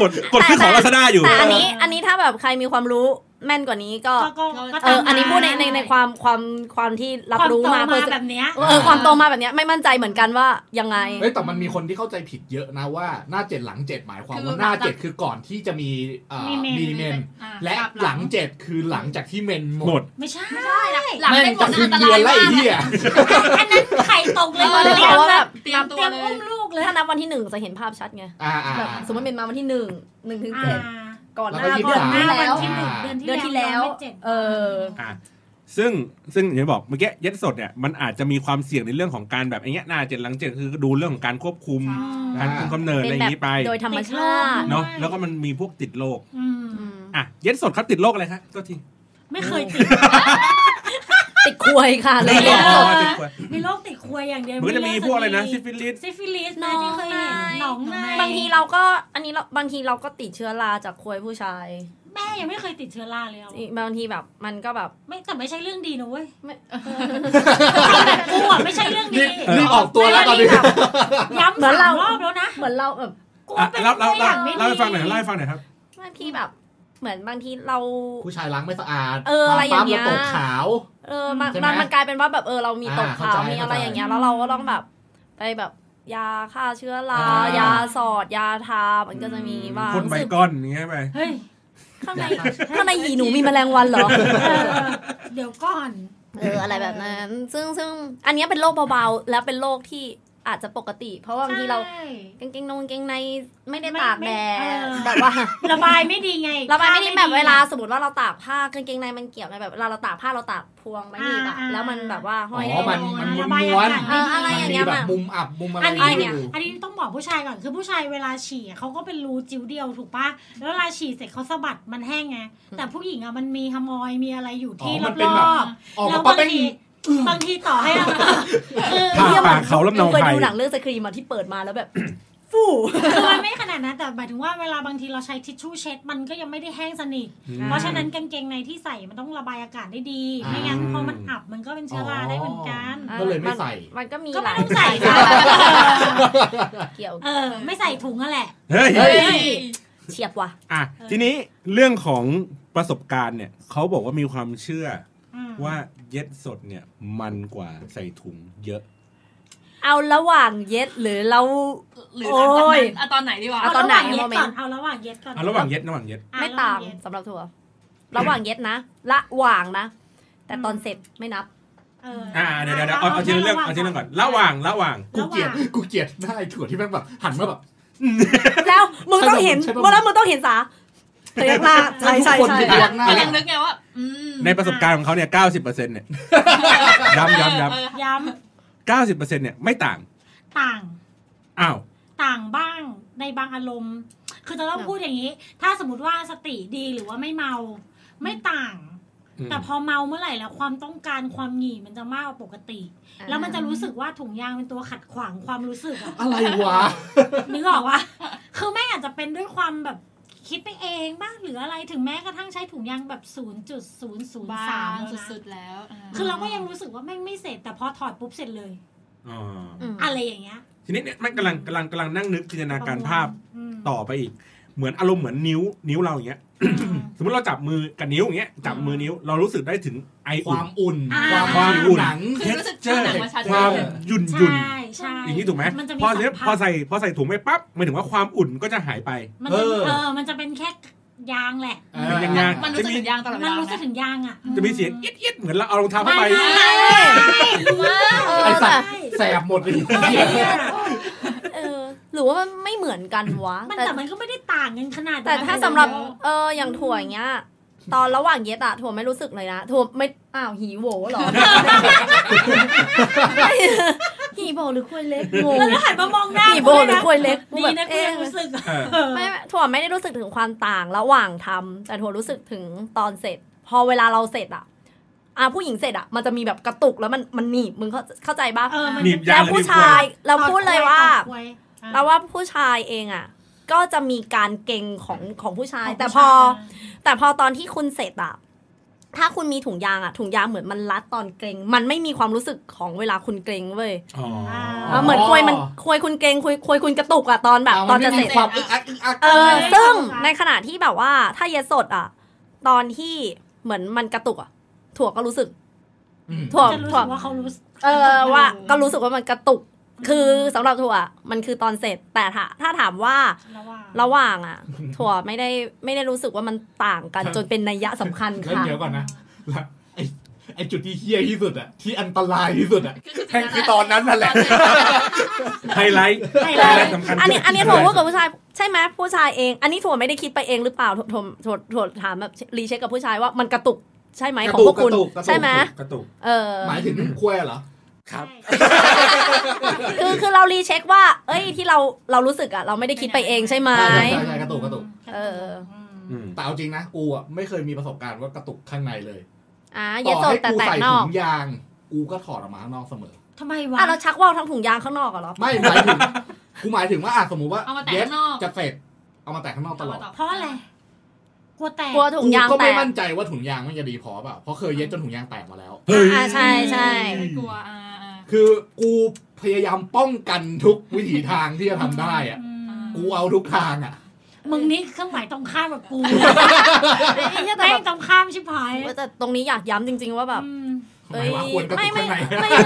Speaker 1: กดกดซื้อของลาซาด้าอยู่
Speaker 3: แต่อันนี้อันนี้ถ้าแบบใครมีความรู้แม่นกว่านี้ก็
Speaker 5: ก็ก็ก็
Speaker 3: เอ
Speaker 5: ตาม
Speaker 3: ออันนี้พูดในในในความความความที่รับรู้
Speaker 5: คว
Speaker 3: มา
Speaker 5: โต
Speaker 3: เพื่อจะ
Speaker 5: แบบเนี้ย
Speaker 3: เออความโตมาแบบเนี้ยไม่มั่นใจเหมือนกันว่ายังไง
Speaker 6: เฮ้ยแต่มันมีคนที่เข้าใจผิดเยอะนะว่าหน้าเจ็ดหลังเจ็ดหมายความว่าหน้าเจ็ดคือก่อนที่จะมีเอ่อ
Speaker 5: มีเมน
Speaker 6: มีเมน
Speaker 4: อ่
Speaker 6: และ
Speaker 4: กบ
Speaker 6: หลังเจ็ดคือหลังจากที่เมนหม
Speaker 1: หม
Speaker 6: ด
Speaker 1: ด
Speaker 5: ไม่ใช่
Speaker 4: หลัง
Speaker 6: แม่ง
Speaker 4: ได้ผ
Speaker 6: จะ
Speaker 4: ล
Speaker 6: คื
Speaker 4: อั
Speaker 6: น
Speaker 4: นต
Speaker 6: เดือ
Speaker 4: ราน ย
Speaker 6: ไล่
Speaker 4: มาก
Speaker 6: เหี้ย
Speaker 5: อันนั้นไข่ตกเลย
Speaker 3: เออ
Speaker 5: เตรียม
Speaker 3: เพราะว่า
Speaker 5: แบ
Speaker 3: แบบ บ
Speaker 4: เตรียมตั
Speaker 5: เต
Speaker 4: ว
Speaker 5: รียม
Speaker 4: เล
Speaker 5: อุ้
Speaker 4: ย
Speaker 5: มลูกเลย
Speaker 3: ถ้านับวันที่หนึ่งจะเห็นภาพชัดไง
Speaker 6: อ่าอ่า
Speaker 3: แบบ
Speaker 6: อ่า
Speaker 3: สมมติเป็นมาวันที่หนึ่งหนึ่งถึง
Speaker 5: อ่า
Speaker 3: เจ็ดก่อนหน้า
Speaker 6: แล้วก็
Speaker 3: ก่อนหน้า
Speaker 5: วั
Speaker 3: แล้ว
Speaker 5: ที่หนึ่ง
Speaker 6: อ่า
Speaker 5: เดื
Speaker 3: เดื
Speaker 5: อ
Speaker 3: อน น
Speaker 5: ที่
Speaker 3: ที่
Speaker 5: แล้
Speaker 3: แล้ว ว
Speaker 5: เจ็ด
Speaker 3: เออ
Speaker 1: อ่ะซึ่งซึ่งอย่างที่บอกเมื่อกี้เย็ดสดเนี่ยมันอาจจะมีความเสี่ยงในเรื่องของการแบบไอ้เงี้ยหน้าเจ็ดหลังเจ็ดคือดูเรื่องของการควบคุม
Speaker 6: ใช่
Speaker 1: การคุมกำเนิด
Speaker 3: เป็
Speaker 1: อะ
Speaker 3: น
Speaker 1: ไรอ
Speaker 3: แบ
Speaker 1: ย่าง
Speaker 3: บ
Speaker 1: นี้ไป
Speaker 3: โดยธรรมชาติ
Speaker 5: ติดโรค
Speaker 1: เนาะแล้วก็มันมีพวกติดโรค
Speaker 5: อืม
Speaker 3: อืม
Speaker 1: อ่ะเย็ดสดครับติดโรคอะไรคะตัวที
Speaker 5: ไม่เคยติด
Speaker 3: ติดควยค่ะเลย
Speaker 1: อ๋
Speaker 3: เนี่
Speaker 1: อติ
Speaker 3: ย
Speaker 1: ดโรค
Speaker 5: มีโรคติดควยอย่างเดียว
Speaker 1: มันก็จะมีพวกอะไรนะซิฟิลิส
Speaker 5: ซิฟิลิสนะที่เคยเห็นห
Speaker 4: ห
Speaker 5: น
Speaker 4: น
Speaker 5: อ
Speaker 4: อง ง
Speaker 5: ใน
Speaker 4: ใน
Speaker 3: บางทีเราก็อันนี้เราบางทีเราก็ติดเชื้อราจากควยผู้ชาย
Speaker 5: แม่ยังไม่เคยติดเชื้อราเลยเอา
Speaker 3: บางทีแบบมันก็แบบ
Speaker 5: ไม่แต่ไม่ใช่เรื่องดีนะเว้ย
Speaker 3: ไม่
Speaker 5: แบบกูอ่ะไม่ใช่เรื่องดี
Speaker 6: รีบรีบออก ตัวแล้วตอนนี้
Speaker 3: ไม่ได้แบบ
Speaker 5: ย้ำ
Speaker 3: เหมือน
Speaker 5: สา
Speaker 3: เรา
Speaker 5: มรอบแล้วนะ
Speaker 3: เหมือนเราแบบ
Speaker 5: กู
Speaker 1: อ่ะ
Speaker 5: เป็น
Speaker 1: เล่าเล่า
Speaker 5: ตัวอ
Speaker 1: เล่า
Speaker 5: ย่างไม่ดี
Speaker 1: เล่าให้ฟังหน่อยเล่าให้ฟังหน่อยครับ
Speaker 3: บางทีแบบ เหมือนบางทีเรา
Speaker 6: ผู้ชายล้างไม่สะอาด
Speaker 3: เอออะไรอย่างเงี้ย
Speaker 6: ปั๊บแล้วตกขาว
Speaker 3: เออมัน
Speaker 6: ใช่ไหม
Speaker 3: มันมันกลายเป็นว่าแบบเออเรามีตก
Speaker 6: อ่า
Speaker 3: ขาว
Speaker 6: เข้าใจ
Speaker 3: มีอะไร
Speaker 6: เข้าใจ
Speaker 3: อย่างเงี้ยแล้วเราก็ต้องแบบ ไปแบบยาฆ่าเชื้อรา
Speaker 6: อ่าย
Speaker 3: ยาสอดยาทา มันก็จะมีบ้าง
Speaker 1: คนใบก้อนอย่างเงี้ยไป
Speaker 5: เฮ้ย
Speaker 3: ข้างในข้างในหีหนูมีแมลงวันเหรอ
Speaker 5: เออเดี๋ยวก่อน
Speaker 3: เอออะไรแบบนั้น ซึ่งซึ่งอันเนี้ยเป็นโรคเบาๆ แล้วเป็นโรคที่อาจจะปกติ เพราะว่าบางทีเรา
Speaker 5: ใช่
Speaker 3: กางเกงนงกางเกงในไม่ได้
Speaker 5: ไม่
Speaker 3: ตากแดด
Speaker 5: ไม่เออ
Speaker 3: แบบว่า
Speaker 5: ระบายไม่ดีไง
Speaker 3: เราไม่ได้แบบเวลา
Speaker 5: ผ้
Speaker 3: สมมติว่าเราตากผ้ากางเกงในมันเกี่ยวไงแบบเวลาเราตากผ้าเราตากพวงไม่มีแบบ
Speaker 5: อ่า
Speaker 3: แล้วมันแบบว่าห้
Speaker 6: อ๋
Speaker 3: อย
Speaker 6: อมันมัน
Speaker 5: ระบาย
Speaker 6: ม้วน
Speaker 5: อากาศ
Speaker 3: เอออะไร
Speaker 6: มัน
Speaker 3: อย่าง
Speaker 6: มี
Speaker 3: เงี้ย
Speaker 6: แบบ
Speaker 3: มัน
Speaker 6: มุมอับมุมอะไร
Speaker 5: อั
Speaker 6: อน ยู่
Speaker 5: นี้
Speaker 6: อยู่
Speaker 5: อันนี้ต้องบอกผู้ชายก่อนคือผู้ชายเวลาฉี่อะเขาก็เป็นรูจิ้วเดียวถูกปะแล้วเวลาฉี่เสร็จเขาสะบัดมันแห้งไงแต่ผู้หญิงอ่ะมันมีฮมอยมีอะไรอยู่ที่รอบ
Speaker 6: ออก
Speaker 5: ๆแล้
Speaker 6: มาว ปั๊บบ
Speaker 5: า
Speaker 6: เป็
Speaker 5: ง
Speaker 6: น
Speaker 5: ทีบางทีต่อให้ เราคือ
Speaker 1: ผ่าปากเขาลำเนา
Speaker 3: เคย
Speaker 1: ไทย
Speaker 3: ดูหนังเรื่องสครีมอะที่เปิดมาแล้วแบบ ฟู่
Speaker 5: คือมันไม่ขนาดนั้นแต่หมายถึงว่าเวลาบางทีเราใช้ทิชชู่เช็ดมันก็ยังไม่ได้แห้งสนิท
Speaker 1: อืม
Speaker 5: เพราะฉะนั้นกางเกงในที่ใส่มันต้องระบายอากาศได้ดี
Speaker 6: อ่า
Speaker 5: ไม่งั้นพอมันอับมันก็เป็นเชื้อราได้เหมือนกัน
Speaker 6: ก็เลยไม่ใส่
Speaker 3: มันก็มี
Speaker 5: ก็
Speaker 3: ห
Speaker 5: ไม่
Speaker 3: ลาย
Speaker 5: ต้องใส่
Speaker 3: หลาย
Speaker 5: ค่ะ
Speaker 3: เกี่ยว
Speaker 5: เออ ไม่ใส่ถุงอะแหละ
Speaker 1: เฮ้ย
Speaker 6: เฮ้ย
Speaker 3: เฉียบว่ะ
Speaker 1: อ่ะทีนี้เรื่องของประสบการณ์เนี่ยเขาบอกว่ามีความเชื่อ
Speaker 5: อืม
Speaker 1: ว่าเย็ดสดเนี่ยมันกว่าใส่ถุงเยอะ
Speaker 3: เอาระหว่างเย็ดหรือเรา
Speaker 4: หรือหลังจาก
Speaker 3: โอ้ย
Speaker 4: นั้นอ่ะตอนไหนดีวะ
Speaker 3: เอาตอนไหน
Speaker 5: เย็ด
Speaker 3: โมเม
Speaker 5: ก่
Speaker 3: น
Speaker 5: อน
Speaker 3: ต์
Speaker 5: เอาระหว่างเย็ดก่อน
Speaker 1: อ่ะระหว่างเย็ดระหว่างเย็ด
Speaker 5: อ่ะ
Speaker 3: ไม่
Speaker 5: ระหว่
Speaker 3: ต่าง
Speaker 5: เย็ด
Speaker 3: สำหรับถั่วระหว่างเย็ดนะระหว่างนะ แต่ตอนเสร็จไม่นับ
Speaker 5: เออ
Speaker 1: อ่าเดี๋ยวเดี๋ยวเดี๋ยวเอาเอาทีละเรื่องเอาทีละเรื่องก่อนระหว่างระหว่าง
Speaker 6: กูเกลียดกูเกลียดหน้าไอ้ถั่วที่แม่งแบบหันมาแบบ
Speaker 3: แล้วมึงต้องเห็น
Speaker 6: ใช่ปะ
Speaker 3: ว่าแล้วมึงต้องเห็นสาพยักหน้าใช่ใช่
Speaker 6: ทุกคน
Speaker 3: ใช่
Speaker 6: ที่ยักหน้า
Speaker 4: มันยังนึกไงว่า อืม
Speaker 1: ในประสบการณ์ของเขาเนี่ยเก้าสิบเปอร์เซ็นต์เนี่ยย้ำย้ำย้
Speaker 4: เออ
Speaker 5: ย้
Speaker 1: ำเก้าสิบเปอร์เซ็นต์เนี่ยไม่ต่าง
Speaker 5: ำต่าง
Speaker 1: อ้าว
Speaker 5: ต่างบ้างในบางอารมณ์ คือจะต้องพูดอย่างนี้ ถ้าสมมติว่าสติดีหรือว่าไม่เมา ไม่ต่าง
Speaker 1: อืม
Speaker 5: แต่พอเมาเมื่อไหร่แล้วความต้องการความหงี่มันจะมากกว่าปกติ แล้วมันจะรู้สึกว่าถุงยางเป็นตัวขัดขวางความรู้สึกอะ
Speaker 6: อะไรวะ
Speaker 5: นึกออกวะคือแม่อาจจะเป็นด้วยความแบบคิดไปเองบ้างหรืออะไรถึงแม้กระทั่งใช้ถุงยางแบบ
Speaker 4: บาง
Speaker 5: 0.003แล้วนะ
Speaker 4: สุดๆแล้ว
Speaker 5: คือเราก็ยังรู้สึกว่าไม่งไม่เสร็จแต่พอถอดปุ๊บเสร็จเลย
Speaker 1: อ๋อ
Speaker 3: อืม
Speaker 5: อะไรอย่างเงี้ย
Speaker 1: ทีนี้เนี่ยมันกำลังกำลังกำลังนั่งนึกจินตนาการภาพ
Speaker 5: อืม
Speaker 1: ต่อไปอีก เหมือนอารมณ์เหมือนนิ้วนิ้วเราอย่างเงี้ย
Speaker 5: ม
Speaker 1: สมมติเราจับมือกับนิ้วอย่างเงี้ยจับมือนิ้วเรารู้สึกได้ถึงไอ
Speaker 6: ค
Speaker 1: อุ่
Speaker 6: วาน มอุ่น
Speaker 5: อ่า
Speaker 1: ความอุ่น
Speaker 6: หนัง
Speaker 4: คือรู้สึกเจอหนังมาชัด
Speaker 1: ค
Speaker 4: เจ
Speaker 1: วาม
Speaker 4: น
Speaker 1: หยุ่นหยุ่น
Speaker 5: ใช่ใช่
Speaker 1: อย่างนี้ถูกไหม
Speaker 5: มันจะมี
Speaker 1: พอเสร็จ
Speaker 5: สัมผัส
Speaker 1: พอใส่พอใส่ถุงไปปั๊บหมายถึงว่าความอุ่นก็จะหายไป
Speaker 5: มันจะ
Speaker 6: เออ
Speaker 5: เออมันจะเป็นแค่ยางแหละ
Speaker 6: เออ
Speaker 1: เป็นยังไง
Speaker 4: มันรู้สึกถึงยางตลอดเว
Speaker 5: มัน
Speaker 4: ลา
Speaker 5: รู้สึก
Speaker 4: นะ
Speaker 5: ถึงยางอ่ะ
Speaker 1: จะมีเสียงเอี๊ยดเอี๊ยดเหมือนเราเอารองเท้าเข้าไป
Speaker 3: เอ
Speaker 6: ไอ้
Speaker 3: อ
Speaker 6: สัตว์
Speaker 3: แต่
Speaker 6: แสบหมดเลย
Speaker 3: เออหรือว่ามันไม่เหมือนกันวะ
Speaker 5: มัน
Speaker 3: แต่
Speaker 5: แต่มันก็ไม่ได้ต่างกันขนาดนั้น
Speaker 3: แต่ถ้าสำหรับเอออย่างถั่วอย่างเงี้ย ตอนระหว่างเย็ดอะถั่วไม่รู้สึกเลยนะถั่วไม่อ้าวหีโหวเหรอ หีโหวหรือควยเล็กงง
Speaker 5: แล้วก็หันมามองหน้า
Speaker 3: กี่โบหรือควยเล็ก
Speaker 5: ดีนะกู
Speaker 3: เอ๊ะ
Speaker 5: ยังรู้สึก
Speaker 1: เออ
Speaker 5: เออ
Speaker 3: ไม่ไม่ถั่วไม่ได้รู้สึกถึงความต่างระหว่างทำแต่ถั่วรู้สึกถึงตอนเสร็จ พอเวลาเราเสร็จอะอ่ะผู้หญิงเสร็จอะมันจะมีแบบกระตุกแล้วมันมันหนีบมึงเข้าเข้าใจปะ
Speaker 5: เออมัน
Speaker 1: หนีบยา
Speaker 3: แล้ว
Speaker 1: งหรือ
Speaker 3: ผู้
Speaker 1: หนีบ
Speaker 3: ชาย
Speaker 1: ก
Speaker 3: เราพูดเลยว่า
Speaker 5: ตอบกล้วยตอบกล้วย
Speaker 3: เราว่าผู้ชายเองอะก็จะมีการเก่งของของผู้ชาย แต่พอ แต่พอตอนที่คุณเสร็จอะ ถ้าคุณมีถุงยางอะถุงยางเหมือนมันรัดตอนเกรง มันไม่มีความรู้สึกของเวลาคุณเกรงเว้ย
Speaker 1: อ๋อ
Speaker 3: เออเหมือนควยมันควยคุณเกรงควยควยคุณกระตุกอะตอนแบบตอนจะเสร็จ
Speaker 6: ความอึกอักอึกอัก
Speaker 3: เออ
Speaker 4: ใช่
Speaker 3: ซึ่ง
Speaker 4: ใช่
Speaker 3: ในขณะที่แบบว่าถ้าเยสสดอ่ะ ตอนที่เหมือนมันกระตุกอ่ะ ถั่วก็รู้สึก
Speaker 6: ม
Speaker 3: ถั่ว
Speaker 5: จะรู้
Speaker 3: ถั่
Speaker 5: สึ
Speaker 3: ว
Speaker 5: กว่าเขารู้สึก
Speaker 3: เออว่า ก็รู้สึกว่ามันกระตุก คือสำหรับถั่วมันคือตอนเสร็จ แต่ถ้าถ้าถามว่า
Speaker 5: ระหว่าง
Speaker 3: ระหว่างอ่ะ ถั่วไม่ได้ไม่ได้รู้สึกว่ามันต่างกันจนเป็นนัยยะสำคัญ
Speaker 6: แล้ว
Speaker 3: ค่ะ
Speaker 6: เดี๋ยวก่อนนะแล้วไอ้ไอจุดที่เฮี้ยที่สุดอะที่อันตรายที่สุดอะแค่งคือตอนนั้นนั่นแหละ
Speaker 1: ไฮไลท์
Speaker 5: ไฮ
Speaker 1: ไฮ
Speaker 5: ไล
Speaker 1: ไล
Speaker 5: ท์
Speaker 1: ท์สำคัญ
Speaker 3: อันนี้อันนี้ถั่วพูดกับผู้ชายใช่ไหมผู้ชายเอง อันนี้ถั่วไม่ได้คิดไปเองหรือเปล่าถั่วถั่วถั่วถั่วถามแบบรีเช็คกับผู้ชายว่ามันกระตุกใช่ไหมของพวกคุณ
Speaker 6: กระตุกกระตุก
Speaker 3: ใช่ไหม
Speaker 1: กระตุก
Speaker 3: เออ
Speaker 6: หมายถึงควยเหรอ
Speaker 1: ครับ
Speaker 3: คือคือเรารีเช็คว่า เอ้ยที่เราเรารู้สึกอะเราไม่ได้คิดไปเองใช่ไหม
Speaker 6: ใช่ใช่ใช่กระตุกกระตุก
Speaker 3: เออ
Speaker 1: อืม
Speaker 6: แต่เอาจริงนะกูอ่ะไม่เคยมีประสบการณ์ว่ากระตุกข้างในเลย
Speaker 3: อ่ะเย
Speaker 6: ต่
Speaker 3: ส
Speaker 6: อ
Speaker 3: โซ
Speaker 6: ให้
Speaker 3: แต่
Speaker 6: กู
Speaker 3: แต่
Speaker 6: ใส่
Speaker 3: นอ
Speaker 6: ถุ
Speaker 3: ก
Speaker 6: งยาง กูก็ถอดออกมาข้างนอกเสมอ
Speaker 5: ทำไมวะ
Speaker 3: อ่ะเราชักว่าวทั้งถุงยางข้างนอกอะเหรอ
Speaker 6: ไม่หมายถึง กูหมายถึงว่าอ่ะสมมุติว่า
Speaker 4: เอามาแตะ
Speaker 6: ย็บ
Speaker 4: ข้างนอก
Speaker 6: จะเสร็จเอามาแตะข้างนอกตลอด
Speaker 5: เพราะอะไรกลัวแตก
Speaker 3: กลัวถุงยาง
Speaker 6: กูก็
Speaker 3: แต
Speaker 6: ไม่
Speaker 3: ก
Speaker 6: มั่นใจว่าถุงยางมันจะดีพอเปล่าเพราะเคยเย็บจนถุงยางแตกมาแล้ว
Speaker 1: เฮ้ย
Speaker 3: อ่ะใช่ใช่
Speaker 4: กลัวอ่าอ่า
Speaker 6: คือกูพยายามป้องกันทุกวิถีทางที่จะทำได้อ่ะ
Speaker 5: อืม
Speaker 6: กูเอาทุกทางอ่ะ
Speaker 5: มึงนี่เครื่องหมายตรงข้ามกับกู
Speaker 3: ไอ้เหี้ยแต่
Speaker 5: แม่ง
Speaker 3: แบบ
Speaker 5: ตรงข้ามชิบหาย
Speaker 3: เออแต่ตรงนี้อยากย้ำจริง ๆ ว่าแบบ
Speaker 5: อืม
Speaker 6: ทำไมวะควรกระตุกข้างใน
Speaker 3: ไม่ไม่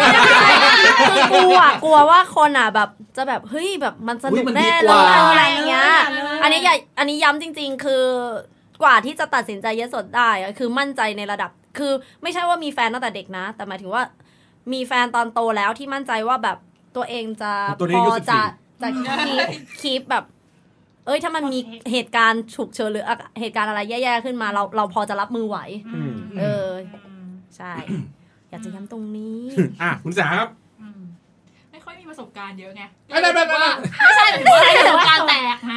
Speaker 3: ไม่คือกลัวกลัวว่าคนอ่ะแบบจะแบบเฮ้ยแบบมันส
Speaker 6: อุ๊
Speaker 3: นุ
Speaker 6: ย
Speaker 3: ก
Speaker 6: มันดี
Speaker 3: แน่
Speaker 6: ก
Speaker 3: เล
Speaker 6: ว่า
Speaker 3: ยอะไรอย่างเงี้ย
Speaker 5: เอออั
Speaker 3: อันนี้อย่าอันนี้ย้ำจริง ๆ คือกว่าที่จะตัดสินใจเยสสดได้อะคือมั่นใจในระดับ คือไม่ใช่ว่ามีแฟนตั้งแต่เด็กนะ แต่หมายถึงว่า มีแฟนตอนโตแล้วที่มั่นใจว่าแบบตัวเองจะ
Speaker 1: ตัวนี้
Speaker 3: พ
Speaker 1: อายุ
Speaker 3: อจะ
Speaker 4: สิ
Speaker 3: จะ
Speaker 4: บ
Speaker 3: คี
Speaker 4: สี่
Speaker 3: ปคีปแบบ เอ้ยถ้ามันมีเหตุการณ์ฉุกเฉินหรือเหตุการณ์อะไรแย่ๆขึ้นมาเราเราพอจะรับมือไหว
Speaker 1: อืม
Speaker 3: เออ ใช่ อยากจะย้ำตรงนี้
Speaker 1: อ่ะคุณสาครับ
Speaker 4: ไม่ค่อยมีประสบการณ์เยอะไง
Speaker 6: ไม่ไม่ไม่ไม่
Speaker 4: ไม่ใช่ไม่ใช่ประสบการณ์แตกไง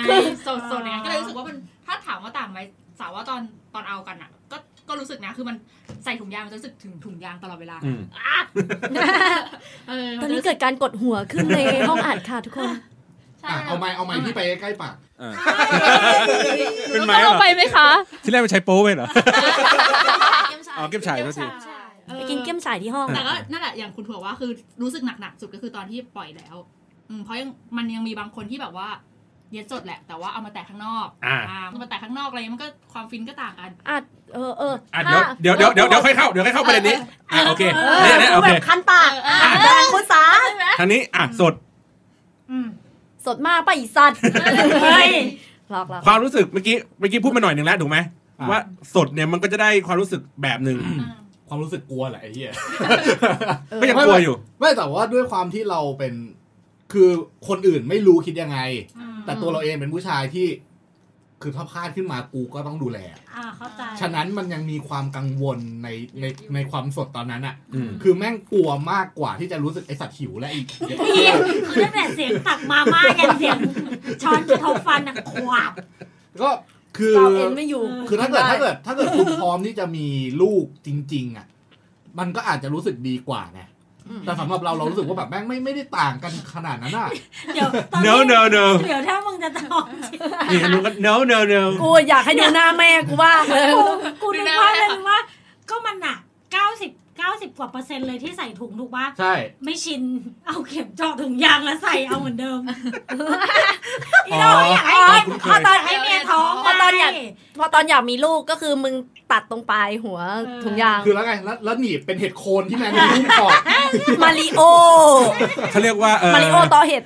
Speaker 4: สดสดอย่างเงี้ยก็เลยรู้สึกว่ามันถ้าถามว่าต่างไหมสาวว่าตอนตอนเอากันอ่ะ ก็ก็รู้สึกนะคือมันใส่ถุงยางมันจะรู้สึกถึงถุงยางตลอดเวลา
Speaker 1: อืม
Speaker 4: อ่ะเออ
Speaker 3: ต
Speaker 4: มั
Speaker 3: อนน
Speaker 4: จะ
Speaker 3: นี้
Speaker 4: รู้สึก
Speaker 3: เกิดการกดหัวขึ้นในห้องอัดค่ะทุกคน
Speaker 4: ใช่
Speaker 6: อ่ะเอาไม้เอาไม้ที่ไปใกล้ๆปาก
Speaker 1: เออ
Speaker 3: ต้องเอาไปไหมคะ
Speaker 1: ที่แรกมันใช้โป้เว้ยเหรอ อ๋อเก็
Speaker 4: เก็
Speaker 1: บฉายโทษที
Speaker 4: ใช่เออ
Speaker 3: ไปกินเกี๊ยมฉายที่ห้อง
Speaker 4: แต่ก็นั่นแหละอย่างคุณถั่วว่าคือรู้สึกหนักๆสุดก็คือตอนที่ปล่อยแล้ว อืมเพราะยังมันยังมีบางคนที่แบบว่าเย็นสดแหละ แต่ว่าเอามาแตะข้างนอก
Speaker 1: อ่า
Speaker 4: มาแตะข้างนอกอะไรเงี้ยมันก็ความฟินก็ต่างกัน
Speaker 3: อ่ะเออเออ
Speaker 1: อ่ะเดี๋ยว
Speaker 3: ถ้า
Speaker 1: เดี๋ยวเดี๋ยวเดี๋ยวเดี๋ยวค่อยเข้าเดี๋ยวค่อยเข้าประเด็นนี้อ่ะโอเค
Speaker 5: เอ
Speaker 3: เออ
Speaker 1: เนี่ยเนี่ยโอ
Speaker 3: แบ
Speaker 1: เค
Speaker 3: บคันปาก
Speaker 4: เออ
Speaker 3: อ่ะเดินคุณสา
Speaker 1: ทางนี้อ่ะสด
Speaker 5: อืม
Speaker 3: สดมากป่ะอีสัตว์
Speaker 5: เฮ้ย
Speaker 3: หลอกหลอก
Speaker 1: ความรู้สึกเมื่อกี้เมื่อกี้พูดมาหน่อยหนึ่งแล้วถูกไหม
Speaker 6: อ่ะ
Speaker 1: ว่าสดเนี่ยมันก็จะได้ความรู้สึกแบบหนึ่ง
Speaker 6: ความรู้สึกกลัวแหละไอ้เหี้ย
Speaker 3: เออ
Speaker 1: ก็ยังกลัวอยู่
Speaker 6: ไม่แต่ว่าด้วยความที่เราเป็นคือคนอื่นไม่รู้คิดยังไง
Speaker 5: อืม
Speaker 6: แต่ตัวเราเองเป็นผู้ชายที่ คือถ้าพลาดขึ้นมากูก็ต้องดูแล
Speaker 5: อ่าเข้าใจ
Speaker 6: ฉะนั้นมันยังมีความกังวลในในในความสดตอนนั้นอะ
Speaker 1: อืม
Speaker 6: คือแม่งกลัวมากกว่าที่จะรู้สึกไอสัตว์หิวและอีก
Speaker 5: พี่คือตั้งแต่เสียงตักมาม่ายัน เสียงช้อนที่เขาฟันอะขวาบ
Speaker 6: ก็คือ
Speaker 3: เจ้าเอ็นไม่อยู่
Speaker 6: คือถ้าเกิดถ้าเกิดถ้าเกิดคุณพร้อมที่จะมีลูกจริง ๆอะมันก็อาจจะรู้สึกดีกว่าไง
Speaker 3: อืม
Speaker 6: แต่สำหรับเราเรารู้สึกว่าแบบแม่งไม่ไม่ได้ต่างกันขนาดนั้นอะ
Speaker 5: เดี๋ยวตอน
Speaker 1: no
Speaker 5: นี้
Speaker 1: no no
Speaker 5: เดี๋ยวถ้ามึงจะตอบ
Speaker 1: นี่อันนู้นก็ no no no
Speaker 3: กูอยากให้ดูหน้าแม่กูบ้างเลย
Speaker 5: กูกูนึกว่าเลยนึกว่า ก็มันอะเก้าสิบเก้าสิบกว่าเปอร์เซ็นต์เลยที่ใส่ถุงถูกปะ
Speaker 6: ใช่
Speaker 5: ไม่ชิน เอาเข็มเจาะถุงยางแล้วใส่เอาเหมือนเดิม อี
Speaker 1: อ๋อ
Speaker 5: โน่อยากให้
Speaker 1: อ๋อ
Speaker 5: เมีย
Speaker 1: คุณเค
Speaker 5: พอย ตอนให้เมียท้อง
Speaker 3: พอตอนอยาก
Speaker 5: ไง
Speaker 3: พอตอนอยากมีลูกก็คือมึงตัดตรงปลายหัว
Speaker 5: เออ
Speaker 3: ถุงยาง
Speaker 6: คือแล้วไงแล้วแล้วหนีบเป็นเห็ดโคนที่แม่ งมีลูกต่อ
Speaker 3: มาริโอ
Speaker 1: เขาเรียกว่าเออ
Speaker 3: มาริโอต่อเห็ด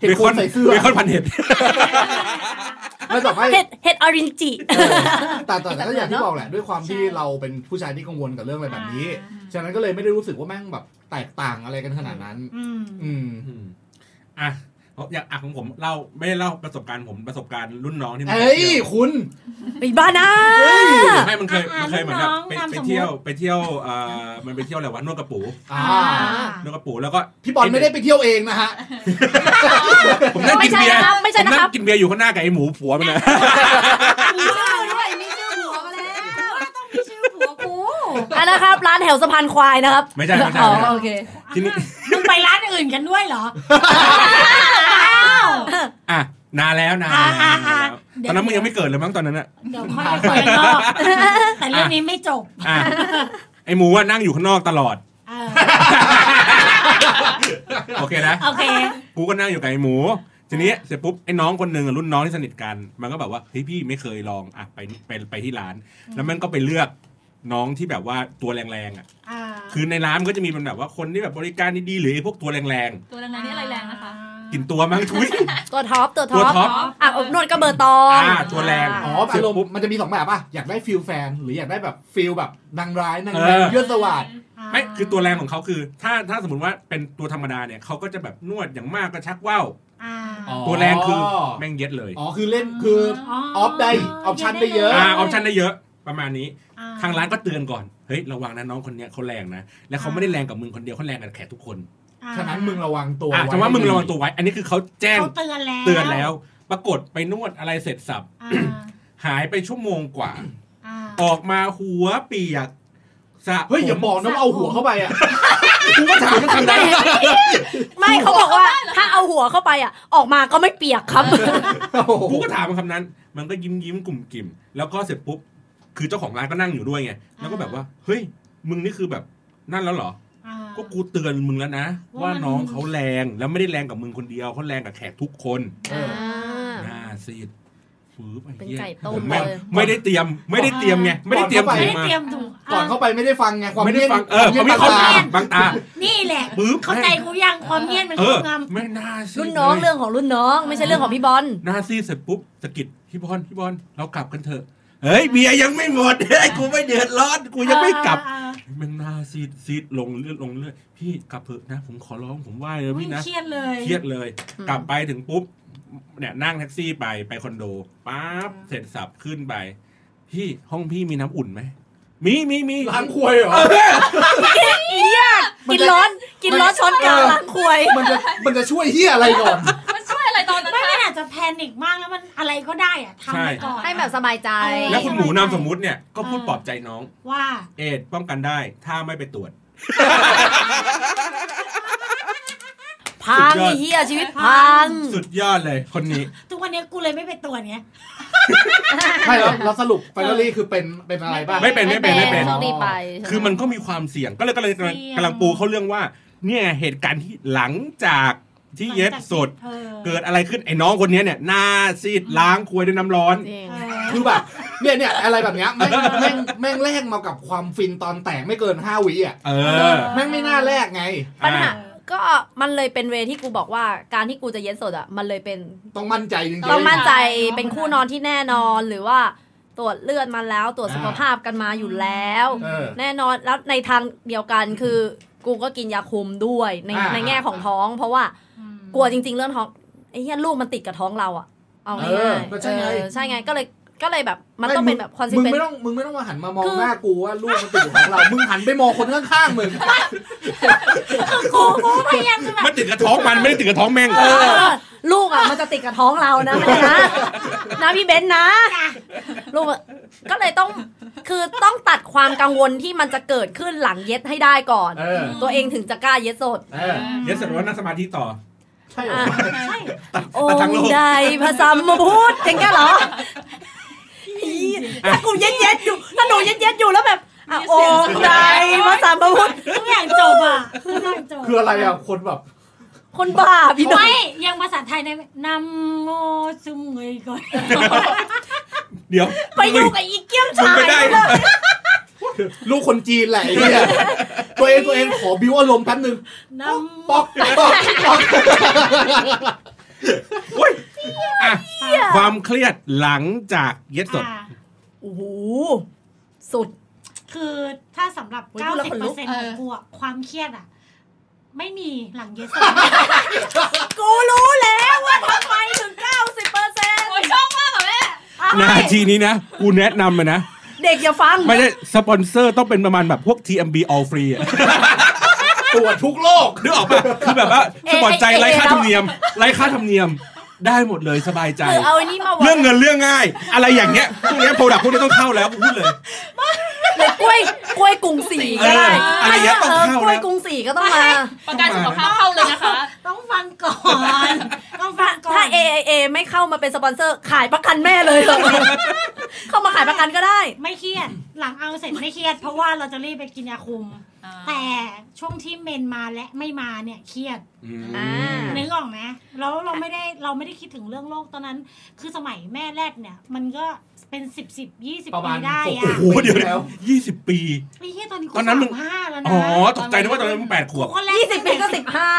Speaker 6: เห็ด
Speaker 1: เบ
Speaker 6: โค
Speaker 1: คอน
Speaker 6: นใส่เสื้อ
Speaker 1: เบคอนพันเห็ด
Speaker 6: ไม่แต่ไม่
Speaker 3: เห็ดเห็ดออรินจิ
Speaker 6: เออแต่แต่แต่ก็อย่างที่บอกแหละ ด้วยความที่เราเป็นผู้ชายที่กังวลกับเรื่องอะไรแบบนี้ ฉะนั้นก็เลยไม่ได้รู้สึกว่าแม่งแบบแตกต่างอะไรกันขนาดนั้น
Speaker 5: อืม
Speaker 6: อืม
Speaker 1: อืมอ่ะผมอยากอ่ะของผมเล่าไม่ได้เล่าประสบการณ์ผมประสบการณ์รุ่นน้องที่มัน
Speaker 6: เอ้ย
Speaker 1: เที่ยว
Speaker 6: คุณ
Speaker 3: ไอ้บ้านะ
Speaker 1: ไม่มันเคยมันเคยเหมือนแบบไปไปเที่ยวไปเที่ยวเอ่อมันไปเที่ยวอะไรวะนวดกระปู
Speaker 6: อ่า
Speaker 1: นวดกระปูแล้วก็
Speaker 6: พี่บอลไม่ได้ไปเที่ยวเองนะฮะ
Speaker 1: ผมนั่ง
Speaker 3: ไม่
Speaker 1: กิน
Speaker 3: ใช่
Speaker 1: เบีย
Speaker 3: นะ
Speaker 1: ร์
Speaker 3: ครับไม่
Speaker 1: ผ
Speaker 3: ใช่
Speaker 1: ม
Speaker 3: นะค
Speaker 1: นั่
Speaker 3: รั
Speaker 1: ง
Speaker 3: บ
Speaker 1: กินเบียร์อยู่ข้างหน้ากับไอ้หมูผัวมันนะ
Speaker 3: มีชื่อด้วยมีชื่อหัวมาแล้ว
Speaker 5: ต้องมีชื่อผัวกู
Speaker 3: อันนะครับร้านแถวสะพานควายนะครับ
Speaker 1: ไม่ใช่ไม่ใช่
Speaker 3: อ๋อ
Speaker 1: ไม่ใช่
Speaker 3: โอเค
Speaker 1: ทีนี้
Speaker 5: มึงไปร้านอื่นกันด้วยเหรอ
Speaker 1: อ่ะ นานแล้วนาน
Speaker 5: อ่า
Speaker 1: แล้
Speaker 5: อ่าน
Speaker 1: วาน
Speaker 5: อ่า
Speaker 1: แล้ว
Speaker 5: เดี๋
Speaker 1: ต
Speaker 5: ยว
Speaker 1: อนนั้นมึงยังไม่เกิดเลยมั้งตอนนั้นอะ
Speaker 5: เดี๋ยวค่อยคุยกันนอกแต่เรื่องนี้ไม่จบ
Speaker 1: อ่ะไอหมูว่านั่งอยู่ข้างนอกตลอด
Speaker 5: เออ
Speaker 1: โอเคนะ
Speaker 5: โอเค
Speaker 1: กูก็นั่งอยู่กับไอ้หมู ทีนี้เสร็จปุ๊บไอ้น้องคนหนึ่งอะรุ่นน้องที่สนิทกัน มันก็แบบว่าเฮ้ยพี่ไม่เคยลองอ่ะไปไปไปที่ร้าน แล้วมันก็ไปเลือกน้องที่แบบว่าตัวแรงๆอ่ะ
Speaker 5: อ่า
Speaker 1: คือในร้านมันก็จะมีเป็นแบบว่าคนที่แบบบริการดีๆหรือไอ้พวกตัวแรง
Speaker 4: ตัวแรงๆนี่อะไรแรงนะคะ
Speaker 1: ๆกินตัวมั้งทุย
Speaker 3: ตัวท็อปตัว
Speaker 1: ตั
Speaker 3: ท็อ
Speaker 1: ว
Speaker 3: ป
Speaker 1: ท็อป
Speaker 3: อ่ะอบนวดก็เบอร์ตอง
Speaker 1: อ่าตัวแรง
Speaker 6: อ๋ออารมณ์มันจะมีสองแบบป่ะ อยากได้ฟิลแฟน หรืออยากได้แบบฟิลแบบนางร้ายนางแม
Speaker 1: เออ
Speaker 6: วยั่วสวัสด
Speaker 1: ไม่คือตัวแรงของเขาคือ ถ้าถ้าสมมติว่าเป็นตัวธรรมดาเนี่ยเขาก็จะแบบนวดอย่างมากก็ชักว่าว
Speaker 5: อ่า
Speaker 1: ตัวแรงคือแม่งเย็ดเลย
Speaker 6: อ๋อคือเล่นคืออ อฟได้ออปชั่นได้เยะ
Speaker 1: อ่าออปชั่นได้เยอะประมาณนี้
Speaker 5: อ่
Speaker 1: ทางร้านก็เตือนก่อน เฮ้ยระวังนะน้องคนเนี้ยเขาแรงนะ แล้วเขาไม่ได้แรงกับมึงคนเดียวเขาแรงกับแขกทุกคน
Speaker 5: อ่า
Speaker 6: ฉะนั้นมึงระวังตัว
Speaker 1: อ่ะ
Speaker 6: ไ
Speaker 1: แต่ว่ามึงระวังตัวไว้ อันนี้คือเขาแจ้ง
Speaker 5: เขาเตือนแล้ว
Speaker 1: เตือนแล้ว ปรากฏไปนวดอะไรเสร็จสับ
Speaker 5: อ่า
Speaker 1: หายไปชั่วโมงกว่า
Speaker 5: อ่า
Speaker 1: ออกมาหัวเปียกสระ
Speaker 6: เฮ้ยอ
Speaker 1: ผ
Speaker 6: ย่า
Speaker 1: ม
Speaker 6: บอกนะว่าเอาหัวเข้าไปอ่ะกูก็ถามกันได้
Speaker 3: ไม่เขาบอกว่าถ้าเอาหัวเข้าไปอ่ะ ออกมาก็ไม่เปียกครับ
Speaker 1: กูก็ถามมันคำนั้น มันก็ยิ้มยิ้มๆกลุ่มกลิ่มแล้วก็เสร็จปุ๊บ คือเจ้าของร้านก็นั่งอยู่ด้วยไง แล้วก็แบบว่า เฮ้ย มึงนี่คือแบบนั่นแล้วเหรอ
Speaker 5: อ่า
Speaker 1: ก็กูเตือนมึงแล้วนะ ว่า
Speaker 5: ว่ามัน
Speaker 1: น้องเขาแรงแล้วไม่ได้แรงกับมึงคนเดียวเขาแรงกับแขกทุกคน
Speaker 3: อ่า
Speaker 1: หน้าซีดฟืบอ้
Speaker 3: เป็น
Speaker 1: หี้ย
Speaker 3: ไก่ต้ม
Speaker 1: ไม่
Speaker 3: เลย
Speaker 1: ไม่ได้เตรียม ไม่ได้เตรียมไง ไม่ได้เตรียม
Speaker 5: ไม่ได้
Speaker 1: มา
Speaker 5: เตรียมถูก
Speaker 6: ก่อนเข้าไปไม่ได้ฟังไงความ
Speaker 1: ไม่ได้
Speaker 6: เงียบ
Speaker 1: ฟังเออความไม่เข้าตาบางตา
Speaker 5: นี่แหละ
Speaker 1: ปึ๊บ
Speaker 5: เข้าใจกูยังความเงียบมัน
Speaker 1: เอ
Speaker 5: คร
Speaker 1: อ
Speaker 5: อบง
Speaker 1: ไม่น่าซีด
Speaker 3: รุ่นน้อง
Speaker 1: ลย
Speaker 3: เรื่องของรุ่นน้อง ไม่ใช่เรื่องของพี่บอล
Speaker 1: หน้าซีดเสร็จปุ๊บสะกิดพี่บอลพี่บอลเรากลับกันเถอะเฮ้ยเบียร์ยังไม่หมด เฮ้ยกูไม่เดือดร้อนกู
Speaker 5: ำ
Speaker 1: ยังไม่กลับ
Speaker 5: อ่า
Speaker 1: แมันหน้าซีดซีดลงเลือดลงเลือดพี่กลับเถอะนะ ผมขอร้องผมไหว้เล
Speaker 5: อ่าย
Speaker 1: พี่นะ
Speaker 5: เครียดเลย
Speaker 1: เครียดเลย
Speaker 3: อืม
Speaker 1: กลับไปถึงปุ๊บเนี่ยนั่งแท็กซี่ไปไปคอนโดป๊าบเสร็จสับขึ้นไป พี่ห้องพี่มีน้ำอุ่นไหมมีมีมี
Speaker 6: ล้างควยเหรอ มันจะ
Speaker 3: กินร้อน กินร้อนช้อนกลางล้างควย
Speaker 6: มันจะมันจะช่วยเฮียอะไรก่อน
Speaker 4: มันช่วยอะไรตอนนั้น
Speaker 5: ไม่
Speaker 4: อะ
Speaker 5: มันอาจจะแพนิคมากแล้วมันอะไรก็ได้อะทำไปก่อน
Speaker 3: ให้แบบสบายใจ
Speaker 5: เออ
Speaker 1: แล้วคุณหมูนามสมมุติเนี่ยก็พูดปลอบใจน้อง
Speaker 5: ว่า
Speaker 1: เอดป้องกันได้ ถ้าไม่ไปตรวจ
Speaker 3: พัง
Speaker 1: สุดยอด
Speaker 3: ไอ้เฮียชีวิตพัง
Speaker 1: สุดยอดเลยคนนี้
Speaker 5: ทุกวันนี้กูเลยไม่ไปตัวจเนี้ย
Speaker 6: ไม่แล้วแล้วสรุปไฟนอลี่คือเป็นเป็นอะไรบ้าง
Speaker 1: ไม่เป็นไม่เป็นไม่เป็น
Speaker 3: โชคดีไปใช่ไห
Speaker 1: คือมันก็มีความเสี่ยงก็เลยก็เลยกำลัง
Speaker 5: เสี่ยง
Speaker 1: กำลังปูเข้าเรื่องว่า เนี่ยเหตุการณ์ที่หลังจากที่เย็บสด
Speaker 5: ออ
Speaker 1: เกิดอะไรขึ้นไอ้น้องคนเนี้ยเนี่ยหน้าซีดล้างควยด้วยน้ำร้อน
Speaker 3: จริง
Speaker 5: เออ
Speaker 6: คือแบบเนี่ยเนี่ยอะไรแบบเนี้ยแม่งแม่งแม่งแลกมากับความฟินตอนแต่งไม่เกินห้าวิอ่ะ
Speaker 1: เออ
Speaker 6: แม่งไม่น่าแลกไง
Speaker 3: ปัญหา
Speaker 1: อ่ะ
Speaker 3: ก็มันเลยเป็นเวที่กูบอกว่าการที่กูจะเย็นสดอ่ะ มันเลยเป็น
Speaker 6: ต้องมั่นใจจริงๆ
Speaker 3: ต้องมั่นใจเป็นคู่นอนที่แน่นอนหรือว่าตรวจเลือดมาแล้วตรวจสุขภาพกันมาอยู่แล้ว
Speaker 6: เออ
Speaker 3: แน่นอนแล้วในทางเดียวกันคือ กูก็กินยาคุมด้วยใน
Speaker 6: อ่า
Speaker 3: ในแง่ของท้อง เพราะว่ากลัวจริง ๆ เรื่องท้องไอ้เหี้ยลูกมันติดกับท้องเราอะเอา
Speaker 6: เอ
Speaker 3: ง
Speaker 6: อ
Speaker 3: ่าย
Speaker 6: ก็
Speaker 3: ๆ
Speaker 6: ใช่ไง
Speaker 3: เออใช่ไงก็เลยก็เลยแบบมันต้องเป็นแบบคอนซิเป
Speaker 6: ไมึง
Speaker 3: น
Speaker 6: ไม่ต้องมึงไม่ต้องมาหันมามอง
Speaker 3: คือ
Speaker 6: หน้ากูว่าลูกมันติดอยู่ของเรา มึงหันไปมองคนข้างๆมึง
Speaker 5: กูกูพยายามจะแบบ
Speaker 1: มันติดกระท้องมันไม่ได้ติดกระท้องแม่ง
Speaker 3: ลูกอะมันจะติดกับท้องเรานะไม่ใช่นะนะพี่เบนซ์นะ
Speaker 5: อ่ะ
Speaker 3: ลูกอะก็เลยต้องคือต้องตัดความกังวลที่มันจะเกิดขึ้นหลังเย็ดให้ได้ก่อน
Speaker 6: เออ
Speaker 3: ตัวเองถึงจะกล้าเย็ดสด
Speaker 6: เออ
Speaker 1: เดี๋ยวเสร็จแล้วนั่งสมาธิต่อ
Speaker 6: ใช่เหรอ
Speaker 5: ใช่
Speaker 3: โอ้
Speaker 1: ตัดทางโลก
Speaker 3: ใดพระสัมมาพูดอย่างเงี้ยเหรออีถ้ากูเย็ดเย็ดๆอยู่ถ้าหนูเย็ดเย็ดๆอยู่แล้วแบบอ่ะโอ้ใดพระสัมมาพูด
Speaker 5: ทุกอย่างจบอ่ะทุกอย่างจบ
Speaker 6: คืออะไรอ่ะ คนแบบ
Speaker 3: คนบ้าพี่น้อ
Speaker 5: ไม่
Speaker 3: ย
Speaker 5: ยังภาษาไทยในนำโมซุมเงยก่อน
Speaker 1: เดี๋ยว
Speaker 3: ไปอยู่กับอีเกี้ยม
Speaker 1: มึง
Speaker 3: ชาย
Speaker 1: ไปได้
Speaker 6: ลูกคนจีนแหละไอ้เนี่ยตัวเองตัวเองขอบิวอารมณ์แป๊บนึง
Speaker 5: น
Speaker 6: ป๊อกป๊อกป๊อก
Speaker 1: ความเครียดหลังจากเย็ด
Speaker 5: ำ
Speaker 1: สด
Speaker 5: อ่ะ
Speaker 3: โอ้โหสุด
Speaker 5: คือถ้าสำหรับ
Speaker 3: อุ๊ยพูดแล้วขนลุก
Speaker 5: 90%ของกูอ่ะความเครียดอ่ะ ไม่มีหลังเยส
Speaker 3: กูรู้แล้วว่าทำไมถึง 90เปอร์เซ็นต์
Speaker 4: โอ้ยชอบมากอะแม่
Speaker 1: นาทีนี้นะ กูแนะนำเลยนะ
Speaker 3: เด็กอย่าฟัง
Speaker 1: ไม่ใช่สปอนเซอร์ต้องเป็นประมาณแบบพวก TMB all free อะ
Speaker 6: ตรวจทุกโรค
Speaker 1: นึกออกปะคือแบบว่าสปอนใจไร้ค่าธรรมเนียมไร้ค่าธรรมเนียมได้หมดเลยสบายใจ
Speaker 3: หรือเอาอันนี้มาวัด
Speaker 1: เรื่องเงินเรื่องง่าย อะไรอย่างเงี้ยพวกเนี้โปรดักพวกนี้ต้องเข้าแล้วกูพูดเลย
Speaker 3: หรือกล้วยกล้วยกรุงศรีก็ได้
Speaker 1: เอออะไรอย่างเงี้ยต้องเข้านะ
Speaker 3: กล้วยกรุงศรีก็ต้องมา
Speaker 4: ประกันสุขภาพเข้าเลยนะคะ
Speaker 5: ต้องฟังก่อนต้อง ต้องฟังก่อน
Speaker 3: ถ้า AIA ไม่เข้ามาเป็นสปอนเซอร์ ขายประกันแม่เลย เหรอ เข้ามาขายประกันก็ได้
Speaker 5: ไม่เครียด หลังเอาเสร็จไม่เครียด เพราะว่าเราจะรีบไปกินยาคุม
Speaker 4: อ่า
Speaker 5: แต่ช่วงที่เมนมาและไม่มาเนี่ยเครียด
Speaker 1: อืม
Speaker 3: อ่า
Speaker 5: นึกออกไหมแล้วเราไม่ได้เราไม่ได้คิดถึงเรื่องโลกตอนนั้น คือสมัยแม่แรกเนี่ย มันก็เป็นสิบสิบยี่สิบ
Speaker 2: ประมาณ
Speaker 5: ปีได้
Speaker 1: โอ้
Speaker 5: อ่ะ
Speaker 1: โหเดี๋ยว
Speaker 6: แล้ว
Speaker 1: ยี่สิบปี
Speaker 5: ไอ้เหี้ยตอนนี้กู
Speaker 1: ตอนนั้นมึง
Speaker 5: สามห้าแล้วนะ
Speaker 1: อ๋อ ตกใจนึกว่าตอนนั้นมึงแปดขวบ
Speaker 5: กูแลก
Speaker 3: ยี่สิบปีก็สิบห้า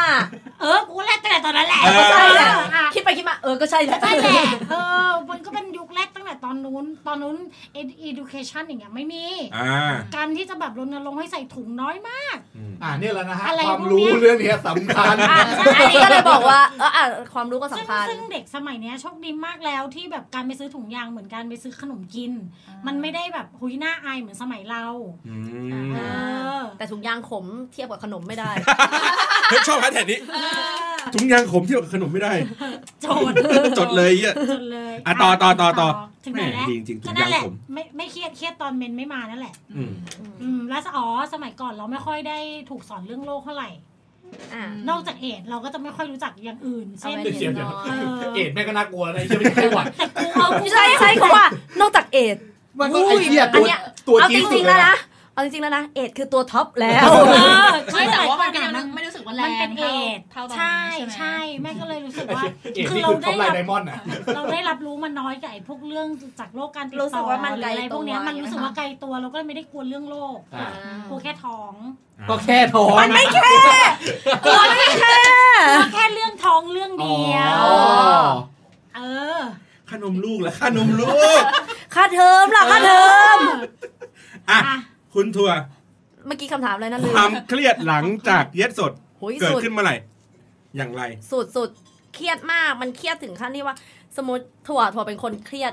Speaker 5: เออกูแลกตั้งแต่ตอนนั้นแหละ
Speaker 1: เออ
Speaker 5: ใช่แหละอ่ะ
Speaker 3: คิดไปคิดมา เออ ก็ใช่แหละ
Speaker 5: ใช่แหละเออ มันก็เป็นยุคแรกตั้งแต่ตอนนู้น ตอนนู้น ed- education อย่างเงี้ยไม่มี
Speaker 1: อ่า
Speaker 5: การที่จะแบบรณรงค์ให้ใส่ถุงน้อยมาก
Speaker 1: อืม
Speaker 6: อ่าเนี่ยแหละนะฮะ
Speaker 5: อะไร
Speaker 6: ความ
Speaker 5: พวก
Speaker 6: รู้
Speaker 5: เนี้ย
Speaker 6: เรื่องเนี้ยสำคัญ
Speaker 5: อ่ะใช่
Speaker 3: อันนี้ก็เลยบอกว่าเอออ่ะความรู้ก็
Speaker 5: ซึ่ง
Speaker 3: สำคัญ
Speaker 5: ซึ่งเด็กสมัยเนี้ยโชคดีมากแล้วที่แบบการไปซื้อถุงยางเหมือนการไปซื้อขนมกิน มันไม่ได้แบบหุยหน้าอายเหมือนสมัยเรา
Speaker 1: อืม
Speaker 5: เออ
Speaker 3: แต่ถุงยางขมเทียบกับขนมไม่ได้
Speaker 1: เฮ้ยชอบแฮชแท็กนี้ถุงยางขมเที่ยวกับขนมไม่ได้
Speaker 5: โจทย์
Speaker 1: จดเลยเหี้ย
Speaker 5: จดเลย
Speaker 1: อ่ะต่อต่อต่อต่อ
Speaker 5: ถึงไหนแล้ว
Speaker 1: แม่จริงจริงๆถุ
Speaker 5: ก็
Speaker 1: ง
Speaker 5: นั่
Speaker 1: ยาน ง
Speaker 5: แหละ
Speaker 1: ขม
Speaker 5: ไม่ไม่เครียดเครียดตอนเมนไม่มานั่นแหละ
Speaker 1: อืม
Speaker 5: อืมแล้วอ๋อสมัยก่อนเราไม่ค่อยได้ถูกสอนเรื่องโลกเท่าไหร่
Speaker 3: อ่ะ
Speaker 5: นอกจากเอดส์เราก็จะไม่ค่อยรู้จักอย่างอื่นเช่น
Speaker 3: เอาไว้
Speaker 6: เดี๋ยวเดี๋ยวเดี๋ยว
Speaker 3: เอ
Speaker 6: เอ็ดแม่งก็น่ากลัวนะไอ้เหี้ยไม่ใช่ไข้หวัด
Speaker 5: แต่กูเอากู
Speaker 3: ใช่ใช่เขาว่านอกจากเอด
Speaker 6: มันก็ไอ้เหี้ย
Speaker 3: อั
Speaker 6: ตั
Speaker 3: น
Speaker 6: ว
Speaker 3: เนี้ย
Speaker 6: ตัว
Speaker 3: เอา
Speaker 6: จ
Speaker 3: จ
Speaker 6: ริงสุ
Speaker 3: ริ
Speaker 6: ด
Speaker 3: งๆ
Speaker 6: เลยว
Speaker 3: แล้
Speaker 6: นะ
Speaker 3: นะ เอาจริงๆแล้วนะ เอดคือตัวท็อปแล้ว
Speaker 5: เออ
Speaker 4: ไม่แต่ว่ามันก็
Speaker 5: เอ
Speaker 4: ยัง
Speaker 5: ด
Speaker 4: ไม่รู้สึกว่าแร
Speaker 5: มั
Speaker 4: ง
Speaker 5: นเป็นเอด
Speaker 4: เท่า
Speaker 5: ส์
Speaker 4: ตอน
Speaker 5: ใช่
Speaker 4: นี้ไหม
Speaker 5: ใช่แม่ก็เลยรู้สึกว่า
Speaker 6: เอ็ด
Speaker 5: คือ
Speaker 6: นี่
Speaker 5: เรา
Speaker 6: คือ
Speaker 5: ได้
Speaker 6: ท็อปไลน์
Speaker 5: รั
Speaker 6: ได
Speaker 5: บ
Speaker 6: มอนด์อ่ะ
Speaker 5: เราได้รับรู้มันน้อยกับไอ้พวกเรื่องจากโลกการติด
Speaker 3: รู้สึ
Speaker 5: ต่
Speaker 3: ก
Speaker 5: อ
Speaker 3: ว่ามัน
Speaker 5: หรืออะไร
Speaker 3: ไกล
Speaker 5: พ
Speaker 3: ตัว
Speaker 5: วกเนี้ยมันรู้สึก
Speaker 3: ไงคะ
Speaker 5: ว่าไกลตัวเราก็เลยไม่ได้กลัวเรื่องโลก
Speaker 6: อ่ะ
Speaker 5: กลัวแค่ท้อง
Speaker 6: ก็แค่ท้อง
Speaker 3: ไม่แค่กลัวไม่แค่
Speaker 5: กลัวแค่เรื่องท้องเรื่องเดียว
Speaker 6: อ๋อ
Speaker 5: เออ
Speaker 1: ขนมลูกเหรอขนมลูก
Speaker 3: ค่าเทอมล่ะค่าเทอม
Speaker 1: อ่ะ
Speaker 5: อ่ะ
Speaker 1: คุณทัวร์
Speaker 3: เมื่อกี้คำถามอะไรนะลื
Speaker 1: ค
Speaker 3: ม
Speaker 1: วามเครียดหลังจากเย็ดสด
Speaker 3: โหย
Speaker 1: เกิด
Speaker 3: สุด
Speaker 1: ขึ้นเมื่อไหร่ อย่างไร
Speaker 3: สุดสุดเครียดมากมันเครียดถึงขั้นที่ว่า สมมติถั่วถั่วเป็นคนเครียด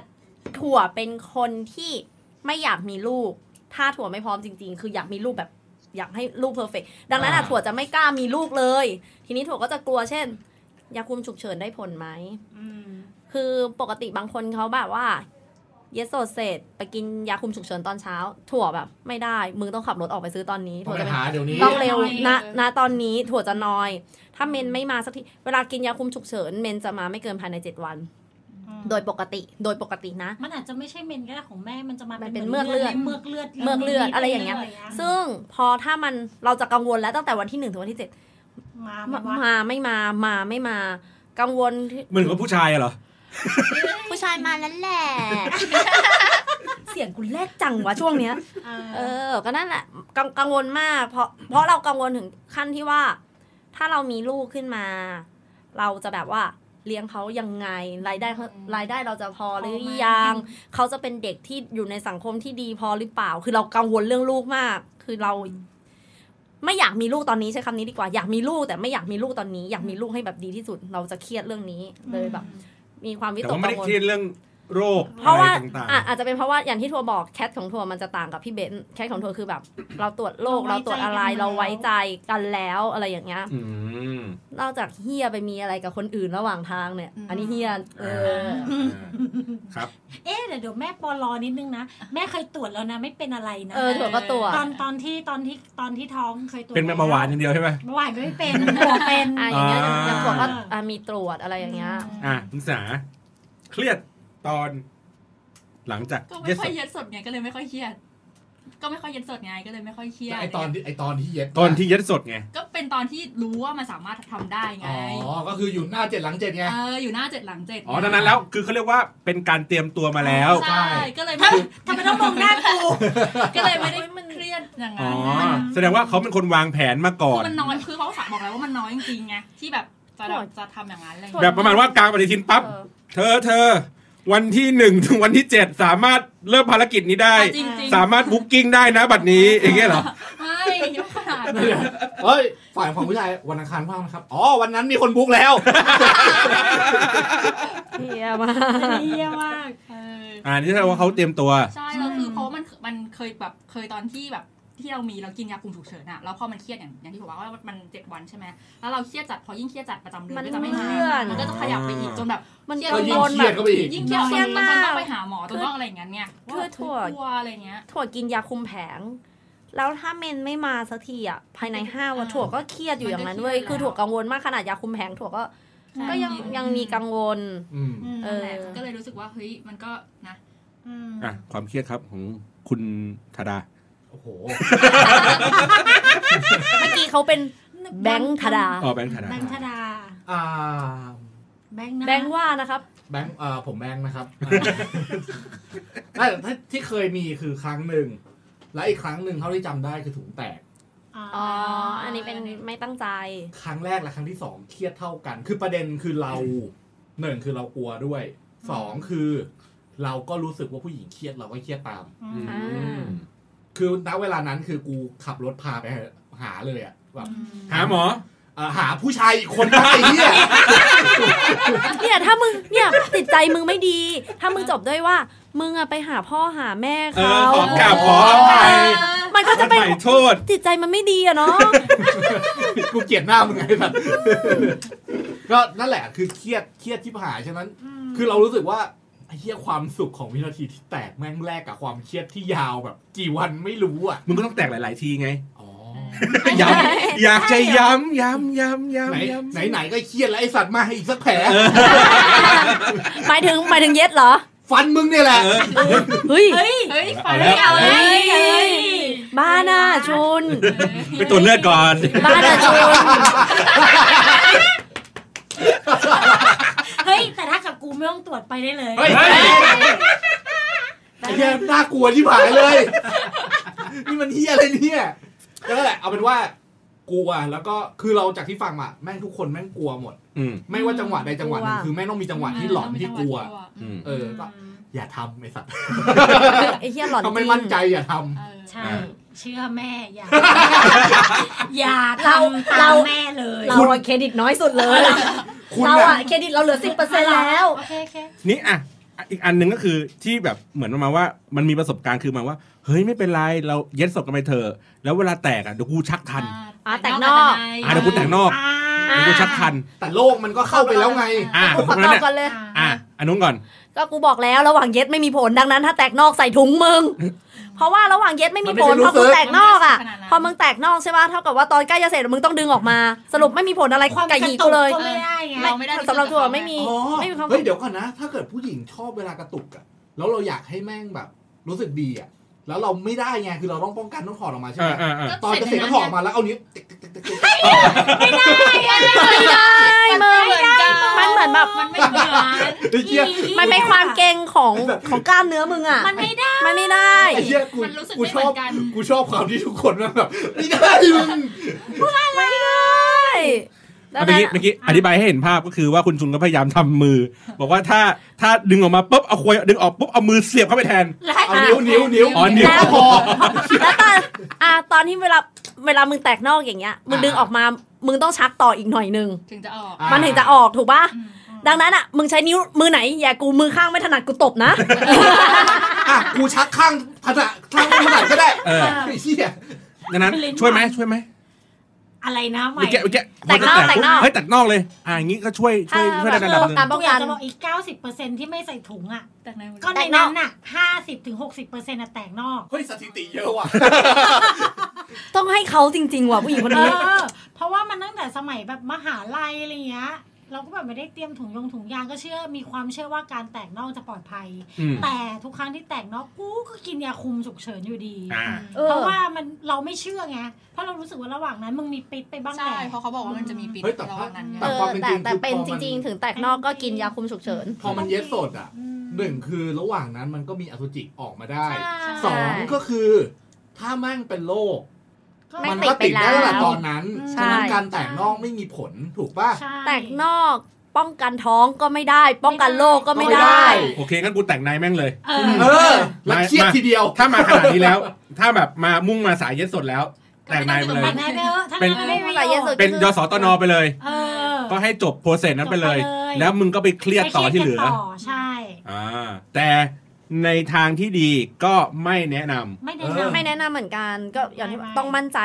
Speaker 3: ถั่วเป็นคนที่ไม่อยากมีลูก ถ้าถั่วไม่พร้อมจริง ๆ คืออยากมีลูกแบบอยากให้ลูกเพอร์เฟกดังนั้นอะ
Speaker 6: อ่า
Speaker 3: ถั่วจะไม่กล้ามีลูกเลย ทีนี้ถั่วก็จะกลัวเช่น ยาคุมฉุกเฉินได้ผลไหม
Speaker 5: อืม
Speaker 3: คือปกติบางคนเขาแบบว่า เยสโซเสร็จไปกินยาคุมฉุกเฉินตอนเช้า ถั่วแบบ ไม่ได้มึงต้องขับรถออกไปซื้อตอนนี้
Speaker 6: ต้อ
Speaker 3: ถั่
Speaker 6: งไป
Speaker 3: วจะเป็น
Speaker 6: หาเดี๋ยวนี้
Speaker 3: ต้องเร็ว
Speaker 4: หน่อย
Speaker 3: ณณตอนนี้ถั่วจะนอย ถ้าเมนไม่มาสักที เวลากินยาคุมฉุกเฉิน เมนจะมาไม่เกินภายใน 7 วัน โดยปกติ โดยปกตินะ
Speaker 5: มันอาจจะไม่ใช่เมนก็ได้ของแม่มันจะมา
Speaker 3: มัน
Speaker 5: เป็
Speaker 3: เป็นน
Speaker 5: ห
Speaker 3: เมือกเลือด
Speaker 5: เมือกเลือด
Speaker 3: เมือกเลือดอะไรอย่างเงี้ย ซึ่งพอถ้ามันเราจะกังวลแล้วตั้งแต่วันที่1ถึงวันที่ 7
Speaker 5: มา
Speaker 3: มา
Speaker 5: วัด
Speaker 3: มาไม่มามาไม่มา กังวลที่
Speaker 1: เหมือนกับผู้ชายอะเหรอ
Speaker 3: ผู้ชายมาแล้วแหละ เสียงกูแรกจังวะช่วงเนี้ย เออ ก็นั่นแหละกังกังวลมาก เพราะเพราะเรากังวลถึงขั้นที่ว่า ถ้าเรามีลูกขึ้นมา เราจะแบบว่าเลี้ยงเขายังไงรายได้เขารายได้เราจะพอหรือยังเขาจะเป็นเด็กที่อยู่ในสังคมที่ดีพอหรือเปล่า คือเรากังวลเรื่องลูกมาก คือเรา ไม่อยากมีลูกตอนนี้ใช้คำนี้ดีกว่าอยากมีลูกแต่ไม่อยากมีลูกตอนนี้ อยากมีลูกให้แบบดีที่สุด เราจะเครียดเรื่องนี้เลยแบบ มีความวิ
Speaker 1: แต่
Speaker 3: ตก
Speaker 1: ว่าไม่
Speaker 3: กั
Speaker 1: ได้
Speaker 3: งวล
Speaker 1: เครียดเรื่องโรค
Speaker 3: เพราะว่า
Speaker 1: อไต่าง
Speaker 3: อ่ะอาจจะเป็นเพราะว่าอย่างที่ทัวร์บอกแคทของทัวร์มันจะต่างกับพี่เบนซ์แคทของทัวร์คือแบบ เราตรวจโรค
Speaker 5: เราไว้
Speaker 3: เราตรวจอะไร
Speaker 5: ใจกันแล้ว
Speaker 3: เราไว้ใจกันแล้วอะไรอย่างเงี้ย
Speaker 1: ๆอืม
Speaker 3: นอกจากเฮียไปมีอะไรกับคนอื่นระหว่างทางเนี่ย
Speaker 4: อืม
Speaker 3: อันนี้เฮียเออ
Speaker 1: ครับ
Speaker 5: เอ๊ะเดี๋ยวเดี๋ยวแม่ปอลอนิดนึงนะ แม่เคยตรวจแล้วนะไม่เป็นอะไรนะ
Speaker 3: เออทัวร์ก็ตรวจ
Speaker 5: ตอนตอนที่ตอนที่ตอนที่ท้องเคยตรวจ
Speaker 1: เป็นเบาหวานอย่างเดียวใช่ไหม
Speaker 5: เบาหวานก็ไม่เป็นหัวเป็น
Speaker 3: อ่ะอย่างเงี้ย
Speaker 1: อ่า
Speaker 3: อย่างทัวร์ก็อ่ะมีตรวจอะไรอย่างเงี้ย
Speaker 1: อ่ะคุณสาเครียดตอน หลังจาก
Speaker 4: ก็
Speaker 1: เย็
Speaker 4: ไม่
Speaker 1: ดสด
Speaker 4: ค่อยเย็ดสดไงก็เลยไม่ค่อยเครียด ก็ไม่ค่อยเย็ดสดไงก็เลยไม่ค่อยเครียด
Speaker 6: ไอตอนที่ไอตอนที่เย็บ
Speaker 1: ตอนที่เย็ดสดไง
Speaker 4: ก็เป็นตอนที่รู้ว่ามันสามารถทำได้ไง
Speaker 6: อ๋อ ก็คืออยู่หน้าเจ็ดหลังเจ็ดไง
Speaker 4: เอออยู่หน้าเจ็ดหลังเจ็ด
Speaker 1: อ๋อดังนั้นแล้วคือเขาเรียกว่าเป็นการเตรียมตัวมาแล้ว
Speaker 4: ใช่ก็เลยไม่
Speaker 5: ถ้าทำไมต้องมองหน้ากู
Speaker 4: ก็เลยไม่ได้เครียดอย่าง
Speaker 1: อ๋
Speaker 4: นั้
Speaker 1: อ
Speaker 4: น
Speaker 1: แสดงว่าเขาเป็นคนวางแผนมาก่อ
Speaker 4: คื
Speaker 1: น
Speaker 4: อมันน้อยคือเขาสาบอกแล้วว่ามันน้อยจริงๆไงที่แบบจะแบบจะทำอย่างนั้นอะไรอย่าง
Speaker 1: แบ
Speaker 4: เงี้ย
Speaker 1: บประมาณว่ากลางปฏิทินปั๊บ เธอเธอ วันที่หนึ่งถึงวันที่เจ็ดสามารถเริ่มภารกิจนี้ได้
Speaker 4: แต่จริงๆ
Speaker 1: สามารถบุ๊กกิ้งได้นะบัดนี้อย่างเงี้ยเหรอ
Speaker 4: ไม่ยกขนาดนั้น
Speaker 6: เฮ้ย ฝ่ายของผู้ชายวันอังคารว่างนะครับ อ๋อ วันนั้นมีคนบุ๊กแล้ว
Speaker 3: เฮียมาก
Speaker 5: เยี่ยมมาก
Speaker 4: เออ
Speaker 1: อ่านี่แสดงว่าเขาเตรียมตัว
Speaker 4: ใช่แล้วคือเพราะว่ามันมันเคยแบบเคยตอนที่แบบที่เรามีเรากินยาคุมฉุกเฉินอะแล้วพอมันเครียดอย่างอย่างที่ผมบอกว่ามันเจ็ดวันใช่ไหมแล้วเราเครียดจัดพอยิ่งเครียดจัดประจำเดือนก็จะไม่
Speaker 3: มั
Speaker 4: มา
Speaker 3: นเลื่อน
Speaker 4: มันก็จะขยับไปอีกจนแบบ
Speaker 3: มัน
Speaker 4: เครียด
Speaker 6: ก็
Speaker 3: กั
Speaker 6: ยิ่ง
Speaker 3: วล
Speaker 6: เค
Speaker 3: แบ
Speaker 6: รียด
Speaker 3: บ
Speaker 6: เข้าไปอีก
Speaker 4: ยิ่งเครียดจน
Speaker 3: มัน
Speaker 4: จ
Speaker 3: เลื่อนมา
Speaker 4: น
Speaker 3: ก
Speaker 4: ต้องไปหาหมอจนต้องอะไรอย่างเงี้ยเนี่ย
Speaker 3: คือถั่ว
Speaker 4: กลัวอะไรเงี้ย
Speaker 3: ถั่วกินยาคุมแผง แล้วถ้าเมนไม่มาสักทีอ่ะภายในห้าวันถั่วก็เครียดอยู่อย่างนั้นเว้ยคือถั่วกังวลมากขนาดยาคุมแผงถั่วก็
Speaker 4: ใช่
Speaker 3: ก็ยังยังมีกังวล
Speaker 1: อืม
Speaker 4: อืมนั่นแหละ
Speaker 3: เออ
Speaker 4: ก็เลยรู้สึกว่าเฮ้ยมันก็นะ
Speaker 5: อืม
Speaker 1: อ่ะความเครียดครับของคุณธดา
Speaker 2: โอ้โห
Speaker 3: เมื่อกี้เขาเป็นแบงค์ธดา
Speaker 1: อ๋อแบงค์ธดา
Speaker 5: แบงค์ธดา
Speaker 6: อ่า
Speaker 5: แบงค์นะ
Speaker 3: แบงค์ว่านะครับ
Speaker 6: แบงค์เอ่อผมแบงค์ นะครับอ่าไม่แต่ที่เคยมีคือครั้งหนึ่ง และอีกครั้งหนึ่งเท่าที่จำได้คือถุงแตก
Speaker 5: อ๋อ
Speaker 3: อ๋อ อันนี้เป็นไม่ตั้งใจ
Speaker 6: ครั้งแรกและครั้งที่สองเครียดเท่ากัน คือประเด็นคือเราหนึ่งคือเรากลัวด้วยสองคือ เราก็รู้สึกว่าผู้หญิงเครียดเราก็เครียดตาม
Speaker 1: อืม
Speaker 3: อ่า
Speaker 6: คือณเวลานั้นคือกูขับรถพาไปหาเลยอะแบบ
Speaker 1: หาหมอ
Speaker 6: เอ่อหาผู้ชายอีกคนนะไอ้เหี้ย
Speaker 3: เนี่ยถ้ามึงเนี่ยติดใจมึงไม่ดี ถ้ามึงจบด้วยว่า มึงอะไปหาพ่อหาแม่
Speaker 1: เออ
Speaker 3: เขา
Speaker 1: ขอกราบขออภัย
Speaker 3: มันก็
Speaker 1: ข
Speaker 3: จะ
Speaker 1: อ
Speaker 3: เป็น
Speaker 1: ใหม่โทษ
Speaker 3: จิตใจมันไม่ดีอะเนาะ
Speaker 6: กูเกลียดหน้ามึงไงแบบ ก็นั่นแหละคือเครียดเครียดที่หายฉะนั้น คือเรารู้สึกว่าไอ้เหี้ยความสุขของวินาทีที่แตกแม่งแลกกับความเครียดที่ยาวแบบ กี่วันไม่รู้อ่ะ
Speaker 1: มึงก็ต้องแตกหลาย ๆ ทีไง
Speaker 6: อ๋อ
Speaker 1: ย้ำอยากจะย้ำย้ำย้ำย้ำ
Speaker 6: ไหน
Speaker 1: ย้ำ
Speaker 6: ไหนไหนก็เครียดแล้วไอ้สัตว์มาให้อีกสักแผล
Speaker 3: หมายถึงหมายถึงเย็ดเหรอ
Speaker 6: ฟันมึงเนี่ยแหละ
Speaker 1: เออ
Speaker 3: เฮ้ย
Speaker 5: เฮ้ย
Speaker 4: เฮ้ย
Speaker 1: เอา
Speaker 4: ฟัน
Speaker 1: แล้ว
Speaker 4: ไม่เอาเล
Speaker 3: เฮ้
Speaker 4: ย
Speaker 3: ยเฮ้ยบ้าน่ะชุน
Speaker 1: ไปตรวจ เลือดก่อน
Speaker 3: บ้าน่ะชุน
Speaker 5: เฮ้ย แต่ถ้ากับกูไม่ต้องตรวจไปได้เลย
Speaker 6: เฮ้ย ไอ้เหี้ยน่ากลัวที่หายเลย นี่มันเหี้ยอะไรเนี่ยก็นั่นแหละเอาเป็นว่ากลัวแล้วก็คือเราจากที่ฟังมาแม่งทุกคนแม่งกลัวหมด
Speaker 1: อืม
Speaker 6: ไม่ว่าจังหวะใดจังหวะหนึงคือแม่งต้องมีจังหวะที่หลอนที่กลัว
Speaker 1: อืม
Speaker 6: เออก็อย่าทำไอ้สัตว์
Speaker 3: ไอ้เหี้ยหลอนจ
Speaker 6: ถ้าไม่
Speaker 3: ริง
Speaker 6: มั่นใจอย่าท
Speaker 5: ใช่ เชื่อแม่อย่า อย่าทำตามแม่เลย
Speaker 3: เราอะเครดิตน้อยสุดเลย
Speaker 6: ำคุณ
Speaker 3: เรา
Speaker 6: น่ะ
Speaker 3: อะเครดิตเราเหลือสิบเปอร์เซ็นต์แล้ว
Speaker 5: โอเคโอเค
Speaker 1: นี่อ่ะอ่ะ อีกอันหนึ่งก็คือที่แบบเหมือนประมาณว่ามันมีประสบการณ์คือมาว่า เฮ้ยไม่เป็นไร เราเย็ดศพกันไปเถอะแล้วเวลาแตกอ่ะเดี๋ยวกูชักทัน
Speaker 3: อ่ะแต่งนอก
Speaker 1: อ่ะเดี๋ยวกูแต่งนอก
Speaker 5: อ่า
Speaker 1: เดี๋ยวกูชักทัน
Speaker 6: แต่โลกมันก็เข้าไปแล้วไง
Speaker 1: อ่ะ
Speaker 3: กู
Speaker 1: เพ
Speaker 3: ขอ
Speaker 1: ราะฉะ
Speaker 3: ต
Speaker 1: นั้
Speaker 3: อน บ
Speaker 1: เนี่ย
Speaker 3: ก่อนเลย
Speaker 1: อ่ะอันนู้นก่อน
Speaker 3: ก็กูบอกแล้วระหว่างเย็ดไม่มีผลดังนั้น ถ้าแตกนอกใส่ถุงมึง เพราะว่าระหว่างเย็ดไม่มีผล
Speaker 6: มันไม่ได้รู้
Speaker 3: พอ
Speaker 6: สึ
Speaker 3: กู
Speaker 6: ก
Speaker 3: แตกนอกอ่ะ
Speaker 4: มันไม่ได้รู้สึกขนาดนั้น
Speaker 3: พอมึงแตกนอกใช่ป่ะเท่ากับว่าตอนใกล้จะเสร็จมึงต้องดึงออกมา สรุปไม่มีผลอะไร
Speaker 5: ความก
Speaker 3: ไก่
Speaker 5: ระ
Speaker 3: หยี
Speaker 5: ตุ
Speaker 3: กู
Speaker 5: ก
Speaker 3: เลย
Speaker 5: ก็ไม่ได้ไง
Speaker 4: เราไม่ได้รู้สึก
Speaker 3: สำหรับถั่วไม่มี
Speaker 6: อ๋อ
Speaker 3: ไม่มีความ
Speaker 6: เฮ้ยเดี๋ยวก่อนนะ ถ้าเกิดผู้หญิงชอบเวลากระตุกอะแล้วเราอยากให้แม่งแบบ รู้สึกดีอะแล้วเราไม่ได้ไงคือเราต้องป้องกันต้องถอดออกมาใช่ไหม
Speaker 1: อ่าอ่าอ่า
Speaker 6: ตอนจะเสร็จก็ถอดออกมาแล้วเอานิ้วติ๊กติ๊กติ๊กติ๊กติ๊ก
Speaker 3: ไม่ได้มึง มันเหมือนแบบ
Speaker 4: มันไม่เหมือน
Speaker 6: ไอ้เหี้ย
Speaker 3: มันเป็นความเก่งของของกล้ามเนื้อมึงอ่ะ
Speaker 5: มันไม่ได้
Speaker 3: มันไม่ได้
Speaker 6: ไอ้เหี้ยกู
Speaker 4: มันรู้สึก
Speaker 6: กู
Speaker 4: ไม่
Speaker 6: ช
Speaker 4: เหมื
Speaker 6: อ
Speaker 4: อบ นกัน
Speaker 6: กูชอบความที่ทุกคนมันแบบไม่ได้มึง
Speaker 3: ไม่ได้แล้ว
Speaker 1: เมื่อ
Speaker 3: นะ
Speaker 1: กี้เมื่อกี้อธิบายให้เห็นภาพก็คือว่าคุณชุนก็พยายามทำมือ บอกว่าถ้าถ้าดึงออกมาปุ๊บเอาควยดึงออกปุ๊บเอามือเสียบเข้าไปแทน
Speaker 6: เอานิ้วนิ้วนิ้ว
Speaker 1: อ๋อนิ้ว
Speaker 6: ก็พอ
Speaker 3: แล้วตอนอ่ะตอนที่เวลาเวลามึงแตกนอกอย่างเงี้ยมึงดึงออกมามึงต้องชักต่ออีกหน่อยนึง
Speaker 4: ถึงจะออก
Speaker 6: อ่ะ
Speaker 3: มันถึงจะออกถูกป่ะ
Speaker 4: อืม
Speaker 3: ดังนั้นอ่ะ มึงใช้นิ้วมือไหน อย่ากูมือข้างไม่ถนัดกูตบนะ
Speaker 6: อ่ะกูชักข้างถนัดข้างถนัดก็ได้
Speaker 1: เออ
Speaker 6: ไเหี้ย
Speaker 1: ดังนั้น
Speaker 5: เป็นลิ้น
Speaker 1: ช่วยไหมช่วยไหม
Speaker 5: อะไรนะใหม่
Speaker 1: เมื่อกี้เมื่อกี้
Speaker 3: แตกนอกแตกนอก
Speaker 1: เฮ้ยแตกนอกเลยอ่าอย่างงี้ก็ช่วยช่วยช่วยได้ระดับหนึง
Speaker 3: การ
Speaker 5: กู
Speaker 3: ป้อง
Speaker 5: อยา
Speaker 3: กั
Speaker 5: ก
Speaker 3: น
Speaker 5: จะบอกอีก 90%ที่ไม่ใส่ถุงอ่ะ
Speaker 4: แต่ในมัน
Speaker 5: ก็ในนั้นน่ะ 50-60%อ่ะแตกนอก
Speaker 6: เฮ้ยสถิติเยอะว่ะ
Speaker 3: ต้องให้เขาจริง ๆ ว่ะผู้หญิงคน
Speaker 5: เอ
Speaker 3: นี้
Speaker 5: อ เพราะว่ามันตั้งแต่สมัยแบบมหาลัยอะไรเงี้ย เราก็แบบไม่ได้เตรียมถุงยงถุงยางก็เชื่อ มีความเชื่อว่าการแตกนอกจะปลอดภัย
Speaker 1: อืม
Speaker 5: แต่ทุกครั้งที่แตกนอกกูก็กินยาคุมฉุกเฉินอยู่ดี
Speaker 1: อ่า
Speaker 3: เอ
Speaker 5: เพ
Speaker 3: อ
Speaker 5: ราะว่ามันเราไม่เชื่อไง เพราะเรารู้สึกว่าระหว่างนั้นมึงมีปิดไปบ้างแห
Speaker 4: ใช่
Speaker 5: ละ
Speaker 4: เพราะเขาบอกว่ามันจะมีปิด
Speaker 6: เฮ้ยแต่
Speaker 4: ระหว่างนั้นไง
Speaker 6: แต่ ความเป็น
Speaker 3: แต่
Speaker 6: จริง
Speaker 3: แต่เป็น
Speaker 6: คือพอมั
Speaker 3: จ
Speaker 6: น
Speaker 3: ริง ๆ ถึงแตกนอกก็กินยาคุมฉุกเฉิน
Speaker 6: พอมันเย็ดสดอ่ะ
Speaker 5: อืม
Speaker 6: หนึ่งคือระหว่างนั้นมันก็มีอสุจิออกมาได้
Speaker 3: ใช่
Speaker 6: สองก็คือ ถ้าแม่งเป็นโรค
Speaker 3: แม่ง
Speaker 6: มัน
Speaker 3: ติ
Speaker 6: ก็
Speaker 3: ดไป
Speaker 6: ติดได้ตั้งแต่
Speaker 3: แล้ว
Speaker 6: ตอนนั้น
Speaker 5: ใช่
Speaker 6: ฉะนั้นการแตกนอกไม่มีผลถูกป่ะ
Speaker 5: ใช่
Speaker 3: แตกนอกป้องกันท้องก็ไม่ได้ ป้องกันโรคก็ไม่ได้
Speaker 1: โอเคงั้นกูแตกในายแม่งเลย
Speaker 5: เออ
Speaker 6: เออแล้วเครียดทีเดียว
Speaker 1: ถ้ามาขนาดนี้แล้ว ถ้าแบบมามุ่งมาสายเย็ดสดแล้ว แตกในายไปเลย
Speaker 5: แตกนายไปเถอะถ้า
Speaker 1: เป็น
Speaker 5: นายไม่มี
Speaker 3: ใส่เยอะสุด
Speaker 1: เป็นยศตนไปเลย
Speaker 5: เออ
Speaker 1: ก็ให้จบโปรเซสนั้นไปเลย
Speaker 5: จบไปเลย
Speaker 1: แล้วมึงก็ไปเครียดต่อที่เหลือ
Speaker 5: ไปครียดกันต่อใช่
Speaker 1: อ่า แต่ในทางที่ดีก็ไม่แนะนำ
Speaker 5: ไม่แนะนำ
Speaker 3: ไม่แนะนำเหมือนกันก็อย่างที่
Speaker 5: ไม่ไม่
Speaker 3: ต้องมั่นใจ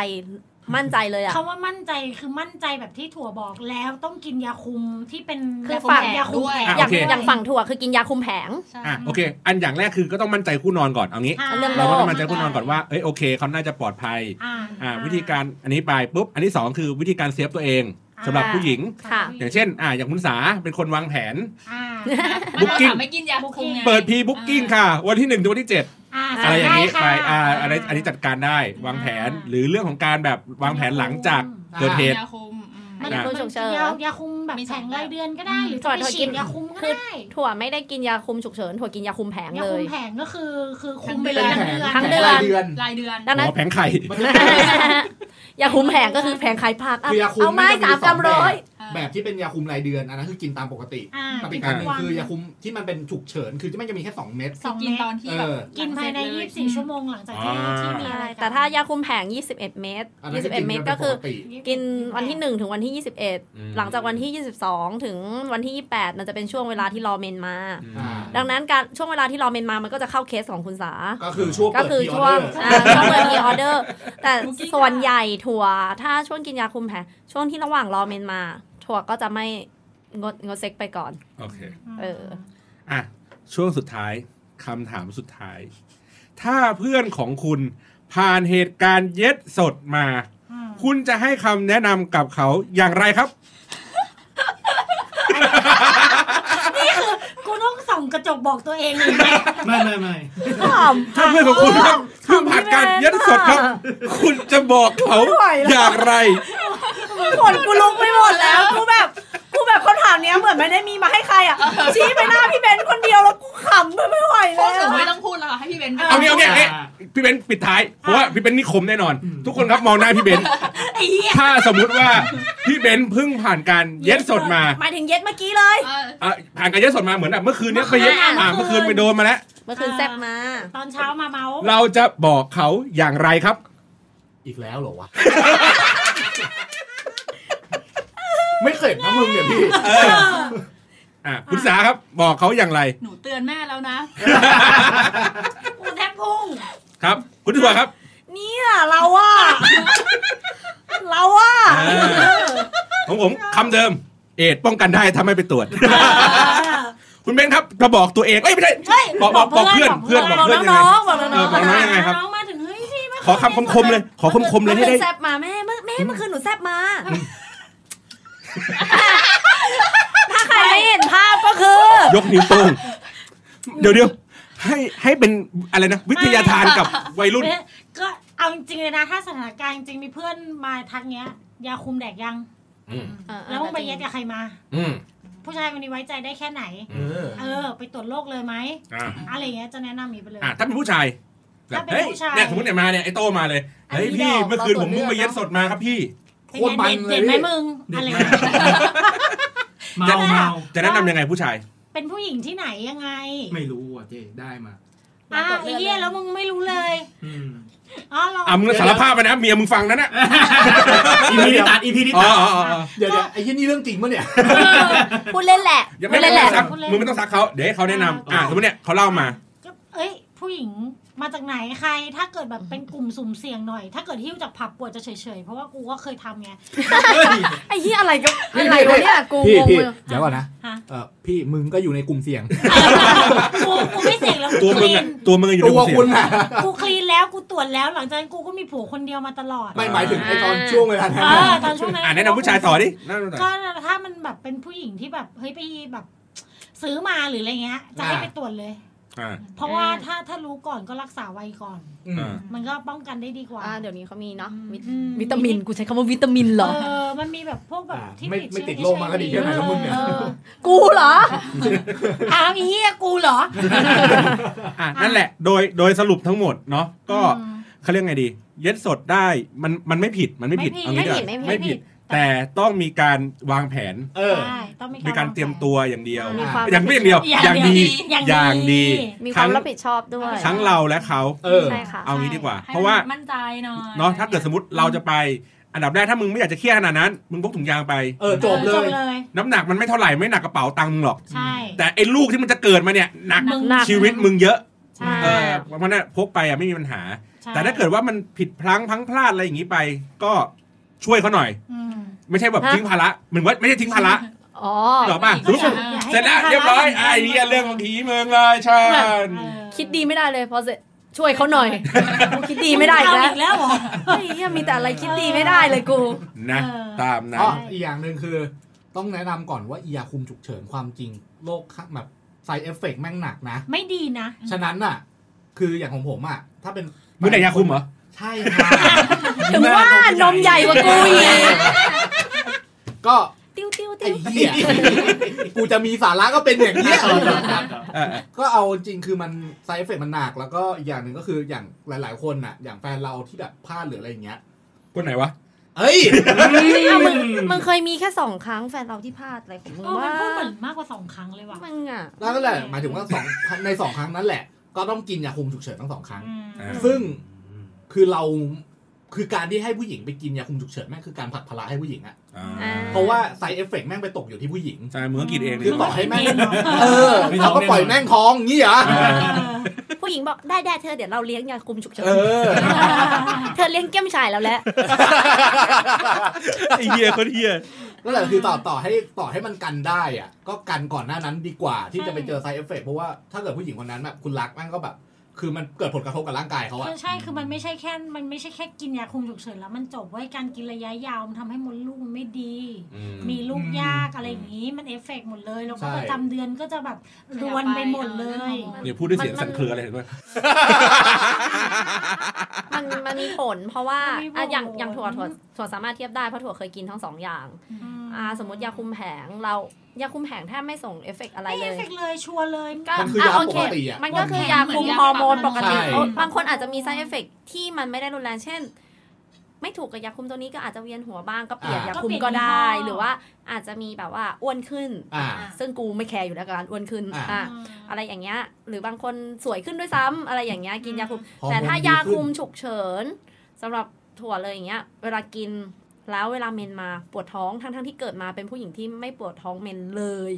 Speaker 3: มั่นใจเลยอ่ะ
Speaker 5: คำว่ามั่นใจคือมั่นใจแบบที่ถั่วบอกแล้วต้องกินยาคุมที่เป็น
Speaker 3: คือ
Speaker 5: ยาคุม
Speaker 4: แต
Speaker 5: แผน
Speaker 4: ก
Speaker 5: ยาคุม
Speaker 4: ด้วย
Speaker 1: อ่ะ
Speaker 3: อย่าง
Speaker 1: โอเค
Speaker 3: อย่างฝั่งถั่วคือกินยาคุมแผง
Speaker 4: ใช่
Speaker 1: อ่ะโอเค อันอย่างแรกคือก็ต้องมั่นใจคู่นอนก่อนเอางี้
Speaker 5: ใช่
Speaker 3: เรื่องโร
Speaker 1: เรา
Speaker 3: ค
Speaker 1: ก็ต้องมั่นใจคู่นอนก่อนว่า เอ้ยโอเคเขาน่าจะปลอดภัย
Speaker 5: อ่า
Speaker 1: อ่า วิธีการอันนี้ไปปุ๊บ อันที่สองคือวิธีการเซฟตัวเอง สำหรับผู้หญิง
Speaker 3: ค่ะ
Speaker 1: อย่างเช่น อ่าอย่างคุณสาเป็นคนวางแผน
Speaker 5: อ่า
Speaker 4: มันเรา
Speaker 1: Booking
Speaker 4: ถามไม่กินยาคุมไง
Speaker 1: เปิดพีบุ๊กกิ้งค่ะ วันที่หนึ่งถึงวันที่เจ็ด
Speaker 5: อ่า
Speaker 1: อะ
Speaker 5: สั่
Speaker 1: ไรอย่างนี้
Speaker 5: ด้ค่ะ
Speaker 1: ไปอ่าอันนี้อันนี้จัดการได้วางแผน
Speaker 5: อ่า
Speaker 1: หรือเรื่องของการแบบวางแผนหลังจากเกิดเหตุ
Speaker 4: ยาคุมอืม
Speaker 5: มัน
Speaker 1: อ่ะ
Speaker 5: มั
Speaker 3: ฉุกเฉิน
Speaker 5: ยายาคุมแบบ
Speaker 4: มี
Speaker 5: แผ
Speaker 4: สอง
Speaker 5: ง
Speaker 4: แบบ
Speaker 5: รายเดือนก็ได้ หรือ
Speaker 3: ถ
Speaker 5: จะ
Speaker 3: อด
Speaker 5: ไป
Speaker 3: ถอด
Speaker 5: ฉี
Speaker 3: กิ
Speaker 5: ด
Speaker 3: น
Speaker 5: ยาคุมก็ได้
Speaker 3: ถั่วไม่ได้กินยาคุมฉุกเฉินถั่วกินยาคุมแผง
Speaker 5: ยา
Speaker 3: เล
Speaker 5: คุ
Speaker 3: ย
Speaker 5: มแผงก็คือคือคุม
Speaker 4: คุม
Speaker 5: ไป
Speaker 4: ไป
Speaker 5: เล
Speaker 4: เลย ย
Speaker 5: ทั้งเดือน
Speaker 3: ทั้ง
Speaker 6: ราย
Speaker 3: เดือน
Speaker 6: เดือน
Speaker 4: รายเดือน
Speaker 3: ดัง
Speaker 1: หม
Speaker 3: นั้น
Speaker 1: อแผงไข่
Speaker 6: มันจะเป็น
Speaker 3: ยาคุมแผงก็คือแผงขายผักอ่ะ
Speaker 6: คือยาคุม
Speaker 3: เอาไม้
Speaker 6: มันจะมีสอ
Speaker 3: สาม
Speaker 6: ง
Speaker 3: กำร้อย
Speaker 6: แบบ แบบที่เป็นยาคุมรายเดือนอันนั้นคือกินตามปกติ
Speaker 5: อ่า
Speaker 6: กับอี
Speaker 5: กิ
Speaker 6: ก
Speaker 5: น
Speaker 6: อันห
Speaker 5: ทุ
Speaker 6: นึ
Speaker 5: ก
Speaker 6: ง
Speaker 5: วัน
Speaker 6: คือ ยาคุมที่มันเป็นฉุกเฉินคือจะไม่จะมีแค่สองเม็ด
Speaker 5: สอง
Speaker 4: กิ
Speaker 5: เม็
Speaker 4: น
Speaker 5: ด
Speaker 4: ตอนที่
Speaker 6: เอ
Speaker 4: แบบ
Speaker 6: อ
Speaker 5: กินภายใน
Speaker 4: หลังเสร็จเล
Speaker 5: 24 ชั่วโมงหลังจากที่
Speaker 1: อ่า
Speaker 5: ที่มีอะไรกัน
Speaker 3: แต่ถ้ายาคุมแผง 21 เม็ด
Speaker 6: อันนั้นคือกิ
Speaker 3: 21
Speaker 6: น
Speaker 3: เม็ด
Speaker 6: กั
Speaker 3: ก็
Speaker 6: น
Speaker 3: คื
Speaker 6: ป
Speaker 3: อ
Speaker 6: กติ
Speaker 3: กินวันที่ 1 ถึงวันที่ 21 หลังจากวันที่ 22 ถึงวันที่ 28 มันจะเป็นช่วงเวลาที่รอเมนมา
Speaker 6: อ่า
Speaker 3: ดังนั้นการช่วงเวลาที่รอเมนมามันก็จะเข้าเคสของคุณสา
Speaker 6: ก็คือช่วง
Speaker 3: ก็
Speaker 6: เปิดพ
Speaker 3: คือ
Speaker 6: รีอ
Speaker 3: ช่ว
Speaker 6: อง เดอร์
Speaker 3: อ่าช่วงเปิดพรีออเดอร์ แต่ส่วนใหญ่ถั่วถ้าช่วงกินยาคุมแผงช่วงที่ระหว่างรอเมนมา ถั่วก็จะไม่งดงดเซ็กไปก่อน
Speaker 1: โอเค
Speaker 3: เออ
Speaker 1: อ่ะ ช่วงสุดท้ายคำถามสุดท้าย ถ้าเพื่อนของคุณผ่านเหตุการณ์เย็ดสดมา
Speaker 5: อืม
Speaker 1: คุณจะให้คำแนะนำกับเขาอย่างไรครับ
Speaker 5: กูต้องส่องกระจกบอกตัวเองเลยไหม
Speaker 7: ไม่ไม่ไม่
Speaker 1: ถ้าเพื่อนของคุณครับเพิ่งผ่านการเย็ดสดครับ คุณจะบอกเขาอย่างไร
Speaker 3: ขนกูลุกไปหมดแล้ว กูแบบ กูแบบคำถามเนี้ยเหมือนไม่ได้มีมาให้ใคร อ่ะ ชี้ไปหน้าพี่เบนซ์คนเดียวแล้วกูขำด้วยไม่ไหว
Speaker 4: พว
Speaker 3: แล้
Speaker 4: กหนู
Speaker 3: ว
Speaker 4: ไม่ต้องพูดแล้วค่ะให้พี่เบนซ์
Speaker 1: เอาเงี้ยเอาเงี้ยเอาเงี้ยพี่เบนซ์ปิดท้ายเพราะว่าพี่เบนซ์นี่คมแน่นอน ทุกคนครับมองหน้าพี่เบนซ์
Speaker 5: ไอ้เหี้ย
Speaker 1: ถ้าสมมุติว่าพี่เบนซ์เพิ่งผ่านการเย็ดสดมา
Speaker 3: หมายถึงเย็ดเมื่อกี้เลย
Speaker 4: เออ
Speaker 1: อ่ะผ่านการเย็ดสดมาเหมือนแบบเมื่อคืนเนี้ยไปเย็ดอ่ะเมื่อคืนไปโดนมาแล้ว
Speaker 3: เมื่อคืนแซบมา
Speaker 5: ตอนเช้ามาเมาส์
Speaker 1: เราจะบอกเขาอย่างไรครับ
Speaker 6: อีกแล้วเหรอวะ ไม่เคยนะมึงเนี่ยพี่
Speaker 1: อ่ะคุณสาครับบอกเขาอย่างไร
Speaker 4: หนูเตือนแม่แล้วนะ
Speaker 5: กูแทบพุ่ง
Speaker 1: ครับ คุณถั่วครับ
Speaker 3: เนี่ยเราอ่ะ เราอ่ะ
Speaker 1: เออ ของผมคำเดิม เอดส์ป้องกันได้ถ้าไม่ไปตรวจ คุณเบนครับกระบอกตัวเองเอ้ยไม่ใช่บอกบอกบอกเพื่อนเพื่อนบอกเพื่อนยังไง
Speaker 3: น้องบอกน้อง
Speaker 1: เออบอกน้องยังไงครับ
Speaker 5: น้องมาถึงเฮ้ยพี่มา
Speaker 1: ขอคำคมๆเลย ขอคมๆเลยให้
Speaker 3: เมื่อคื
Speaker 1: ได้
Speaker 3: นแซบมาแม่เมื่อแม่เมื่อคืนหนูแซบมา ถ้าใครไม่เห็นภาพก็คือ
Speaker 1: ยกนิ้วโป้งเดี๋ยวเดี๋ยวให้ให้เป็นอะไรนะ วิทยาทานกับวัยรุ่น
Speaker 5: เนี่ยก็เอาจริงๆเลยนะถ้าสถานการณ์จริงมีเพื่อนมาทักเนี้ย ยาคุมแดกยัง
Speaker 1: อืม
Speaker 5: แล้วมึงไปเย็ดกับใครมา
Speaker 1: อืม
Speaker 5: ผู้ชายคนนี้ไว้ใจได้แค่ไหน
Speaker 6: เออ
Speaker 5: เออ ไปตรวจโรคเลยไหม
Speaker 1: อ่า
Speaker 5: อะไรอย่างเงี้ยจะแนะนำหมีไปเลย
Speaker 1: อ่ะถ้าเป็นผู้ชายแบบเฮ้ย
Speaker 5: ถ้าเป็นผู้ชาย
Speaker 1: เนี่ยสมมติเนี่ยมาเนี่ยไอ้โตมาเลยเฮ้ย
Speaker 3: อันนี้
Speaker 1: พี่
Speaker 3: ดอก
Speaker 1: เมื่อคืนผม
Speaker 3: เราตรวจ
Speaker 1: เพิ่งไป
Speaker 3: เลือด
Speaker 1: เย็ดสดมาครับพี่
Speaker 5: เป็นไง
Speaker 6: โคตรมัน
Speaker 5: เด็ดเด็ดไหม
Speaker 6: เลย
Speaker 5: มึง
Speaker 7: เด็
Speaker 5: อะ
Speaker 7: ด
Speaker 5: ไร
Speaker 7: มาก
Speaker 5: เงี้ย
Speaker 7: เมาเมา
Speaker 1: จะแนะนำยังไงผู้ชาย
Speaker 5: เป็นผู้หญิงที่ไหนยังไง
Speaker 7: ไม่รู้อ่ะเจได้มา
Speaker 5: อ่ะไอ้เหี้ยแล้วมึงไม่รู้เลย
Speaker 7: อืม
Speaker 5: อ๋อเรา
Speaker 1: อ่ะมึงสารภาพไปนะเมียมึงฟังนะน่ะ
Speaker 7: อีพีที่ตัดอีพีที่
Speaker 1: อ๋อ
Speaker 7: ตัด
Speaker 1: อ๋ออ๋อ
Speaker 6: เดี๋ยวเดี๋ยวไอ้ยี่นี่เรื่องจริงปะเนี่ย
Speaker 3: พูดเล่นแหละ
Speaker 1: อย่าไม่
Speaker 3: เล่นแห
Speaker 1: ต้อง
Speaker 3: ละ
Speaker 1: ซักมึงไม่ต้องซักเขาเดี๋ยวให้เขาแนะนำอ่ะสมมติเนี่ยเขาเล่ามา
Speaker 5: ก็เอ้ย ผู้หญิงมาจากไหนใคร ถ้าเกิดแบบเป็นกลุ่มสุ่มเสี่ยงหน่อย ถ้าเกิดหิ้วจากผับปวดจะเฉยๆเพราะว่ากูก็เคยทำไง
Speaker 3: ไอ้ที่อะไรก็
Speaker 6: พี่
Speaker 3: อะไรวะเนี่ยกู
Speaker 6: พี่
Speaker 3: งง
Speaker 6: พี่
Speaker 3: เลย
Speaker 6: เดี๋ยวก่อนนะ
Speaker 5: ฮะ
Speaker 6: เออพี่มึงก็อยู่ในกลุ่มเสี่ยง
Speaker 5: กูกูไม่เสี่ยงแล้ว
Speaker 1: ตั
Speaker 5: กู
Speaker 1: ว
Speaker 5: ค
Speaker 1: มึง
Speaker 5: ลี
Speaker 1: อะ
Speaker 5: น
Speaker 1: ตัวมึงอะอยู่ใน
Speaker 6: ตัว
Speaker 1: เสีย
Speaker 6: คุณ
Speaker 1: ง
Speaker 6: นะ
Speaker 5: กูคลีนแล้วกูตรวจแล้วหลังจากนั้นกูก็มีผัวคนเดียวมาตลอด
Speaker 6: ไม่หมายถึงไอ้ตอนช่วงเวลานั้น
Speaker 5: เอ
Speaker 6: นะ
Speaker 5: อตอนช่วงนั้น
Speaker 1: อ่ะแนะนำผู้ชายต่อดิแนะนำต่อ
Speaker 5: ก็ถ้ามันแบบเป็นผู้หญิงที่แบบเฮ้ยไปแบบซื้อมาหรืออะไรเงี้ย จะให้ไปตรวจเลย
Speaker 1: อ่า
Speaker 5: เพราะว่าถ้าถ้ารู้ก่อนก็รักษาไว้ก่อน
Speaker 6: อืม
Speaker 1: อ่า
Speaker 5: มันก็ป้องกันได้ดีกว่า
Speaker 3: อ่าเดี๋ยวนี้เขามีเนาะวิต
Speaker 5: อืม
Speaker 3: วิตามินกูใช้คำว่าวิตามินเหรอ
Speaker 5: เออมันมีแบบพวกแบบ
Speaker 6: อ่า
Speaker 5: ที่
Speaker 6: ไม่ไม่
Speaker 5: เชื้อ
Speaker 6: ติดโรคมาก็ดี
Speaker 5: HIV
Speaker 6: แค่ไหนแล้วมึงเนี่ย
Speaker 5: เออ
Speaker 3: กูเหรอ
Speaker 5: อ้าวอีเหี้ยกูเหรอ
Speaker 1: อ่ะนั่นแหละ โดยโดยสรุปทั้งหมดเนาะก็เขาเรียกไงดี เย็ดสดได้มันมันไม่ผิดมันไม่ผิด
Speaker 5: ไม่ผิด
Speaker 1: เอางี้เถอะ
Speaker 3: ไม่ผิดไม่ผิด
Speaker 1: ไม่ผิด แต่ต้องมีการวางแผน
Speaker 6: เออ
Speaker 5: ใช่ต้องมี
Speaker 1: มีการเตรียมตัวอย่างเดียว
Speaker 3: มีความ
Speaker 1: อย่างไม่อย่างเดียว อย่างดี
Speaker 5: อย่าง
Speaker 1: อย่า
Speaker 5: ดีาง
Speaker 1: ดี
Speaker 3: มีควา
Speaker 1: ทั้
Speaker 3: ม
Speaker 1: ง
Speaker 3: รับผิดชอบด้วย
Speaker 1: ทั้งเราและเขา
Speaker 6: เออ
Speaker 3: ใช่ค่ะ
Speaker 1: เอางี้ดีกว่า
Speaker 4: ให้
Speaker 1: เพราะว่า
Speaker 4: มั่นใจหน่อย
Speaker 1: เนาะถ้าเกิดสมมติเราจะไป อันดับแรกถ้ามึงไม่อยากจะเครียดขนาดนั้น มึงพกถุงยางไป
Speaker 6: เออจบเล
Speaker 5: จบ
Speaker 6: ย
Speaker 5: เลย
Speaker 1: น้ำหนักมันไม่เท่าไหร่ไม่หนักกระเป๋าตังค์มึงหรอก
Speaker 5: ใช่
Speaker 1: แต่ไอ้ลูกที่มันจะเกิดมาเนี่ยหนัก
Speaker 3: มึงหนัก
Speaker 1: ชีวิตมึงเยอะ
Speaker 5: ใช่
Speaker 1: เออเพราะฉะนั้นนะพกไปอ่ะไม่มีปัญหา
Speaker 5: ใช่
Speaker 1: แต่ถ้าเกิดว่ามันผิดพลั้งพลังพลาดอะไรอย่างนี้ไป ก็ช่วยเขาหน่อย
Speaker 5: อืม
Speaker 1: ไม่ใช่แบบ
Speaker 3: ฮะ
Speaker 1: ทิ้งภาระเหมือนว่าไม่ใช่ทิ้งภาระ
Speaker 3: อ๋อ
Speaker 1: หรอป่ะ
Speaker 5: ก็อย่าอย่าให้
Speaker 1: เสร็จแล้ว
Speaker 5: ป็นภาะ
Speaker 1: เรียบร้อยไอ้เหี้ยเรื่องของผีเมืองเลยใช่
Speaker 5: เออ
Speaker 3: คิดดีไม่ได้เลยพอเสร็จ ช่วยเขาหน่อย กูคิดดีไม่ได้อีก
Speaker 5: ง
Speaker 3: แล้ว
Speaker 5: ทำอีกแล้วเหรอ
Speaker 3: เฮ้ยเหี้ยมีแต่อะไรคิดดีไม่ได้เลยกู
Speaker 1: นะ
Speaker 5: เออ
Speaker 1: ตามนะ
Speaker 6: อ๋ออีกอย่างหนึ่งคือ ต้องแนะนำก่อนว่า อียาคุมฉุกเฉินความจริงโรคข้างแบบไซเอฟเฟกแม่งหนักนะ
Speaker 5: ไม่ดีนะ
Speaker 6: ฉะนั้นน่ะ คืออย่างของผมอ่ะ ถ้าเป็น
Speaker 1: มึงไหนยาคุมเหรอ
Speaker 6: ใช่ ค่ะ
Speaker 3: ถึงว่านมใหญ่กว่ากูอีก
Speaker 6: ก็
Speaker 3: ติ้วติ้ว
Speaker 6: ไอ้
Speaker 3: ติ้ว
Speaker 6: เหี้ยกูจะมีสาระก็เป็นอย่างเนี้ย
Speaker 1: เออ
Speaker 6: ก็เอาจริงคือมันไซเอฟเฟกมันหนัก แล้วก็อีกอย่างหนึ่งก็คืออย่างหลายๆคนน่ะ อย่างแฟนเราที่แบบพลาดหรืออะไรอย่างเงี้ย
Speaker 1: คนไหนวะ
Speaker 6: เอ้ย
Speaker 3: อ้าวมึงมึงเคยมีแค่สองครั้งแฟนเราที่พลาดอะไรของมึง
Speaker 5: เออมั
Speaker 3: ว่า
Speaker 5: นพูดเหมือนมากกว่าสองครั้งเลยว่ะ
Speaker 3: มึงอ่ะ
Speaker 6: แล้วก็แหละหมายถึงว่าสองในสองครั้งนั้นแหละ ก็ต้องกินยาคุมฉุกเฉินทั้งสองครั้ง
Speaker 5: อืม
Speaker 1: อ่า
Speaker 6: ซึ่งคือเราคือการที่ให้ผู้หญิงไปกินยาคุมฉุกเฉินแม่งคือการผลักภาระให้ผู้หญิงอะ
Speaker 1: อ่า
Speaker 3: อ่า
Speaker 6: เพราะว่าไซเอฟเฟกแม่งไปตกอยู่ที่ผู้หญิง
Speaker 1: ใช่มึงก็กินเอง
Speaker 6: คื
Speaker 1: เนี่
Speaker 6: อต่อย ให้แม่งเออเราก็ ปล่อยแม่งท้องงี้เหรอ
Speaker 5: เออ
Speaker 3: ผู้หญิงบอกได้ได้เธอเดี๋ยวเราเลี้ยงยาคุมฉุกเฉิน
Speaker 6: เออ
Speaker 3: เธอเลี้ยงเก้ยมฉายแล้วแหละ
Speaker 1: ไอ้เหี้ยคนเหี้ย
Speaker 6: นั่นแหละคือต่อต่อให้ต่อให้มันกันได้อะก็กันก่อนหน้านั้นดีกว่าที่จะไปเจอไซเอฟเฟกเพราะว่าถ้าเกิดผู้หญิงคนนั้นแบบคุณรักแม่งก็แบบ คือมันเกิดผลกระทบกับร่างกายเขาอะ
Speaker 5: คือใช่ คือมันไม่ใช่แค่ มันไม่ใช่แค่กินยาคุมฉุกเฉินแล้วมันจบไว้ยการกินระยะยาวมันทำให้มดลูกมันไม่ดี มีลูกยากอะไรอย่างนี้ มันเอฟเฟกต์หมดเลย แล้วก็ประจำเดือนก็จะแบบรวนไปหมดเลย
Speaker 1: เนี่ยพูดด้วยเสียงสั่นเครืออะไรเห็นปะ
Speaker 3: มันมันมีผลเพราะว่า
Speaker 5: มันมีผล
Speaker 3: อ่ะอย่างอย่างถั่วถั่วถั่วสามารถเทียบได้เพราะถั่วเคยกินทั้งสองอย่างอ่าสมมติยาคุมแผงเรายาคุมแผงแทบไม่ส่งเอฟเฟกต์อะไร
Speaker 5: ไม่
Speaker 3: เล
Speaker 5: เอย ฟเฟกต์เลยชัวร์เลย
Speaker 3: ก็
Speaker 6: มันคือยา
Speaker 3: ะโอ
Speaker 6: ป
Speaker 3: เค
Speaker 6: กติอะ
Speaker 3: มันก็คือยาคุมฮอร์โมนปกติโอ้บางคนอาจจะมี side effect ที่มันไม่ได้รุนแรงเช่น ไม่ถูกกับยาคุมตัวนี้ก็อาจจะเวียนหัวบ้างก็เปลี่ยน
Speaker 6: อ่าย
Speaker 3: ยาคุม
Speaker 5: ก็
Speaker 3: ก็
Speaker 5: เปลี่ยน
Speaker 3: ได้
Speaker 5: ยี่ห้อ
Speaker 3: หรือว่าอาจจะมีแบบว่าอ้วนขึ้น
Speaker 6: อ่า
Speaker 3: ซึ่งกูไม่แคร์อยู่แล้วกับการอ้วนขึ้น
Speaker 6: อ่า
Speaker 3: อ่ะอะไรอย่างเงี้ยหรือบางคนสวยขึ้นด้วยซ้ำอะไรอย่างเงี้ยกินยาคุม แต่ถ้ายาคุมฉุกเฉินสำหรับถั่วเลยอย่างเงี้ย เวลากินแล้วเวลาเมนมาปวดท้องทั้งๆที่เกิดมาเป็นผู้หญิงที่ไม่ปวดท้องเมนเลย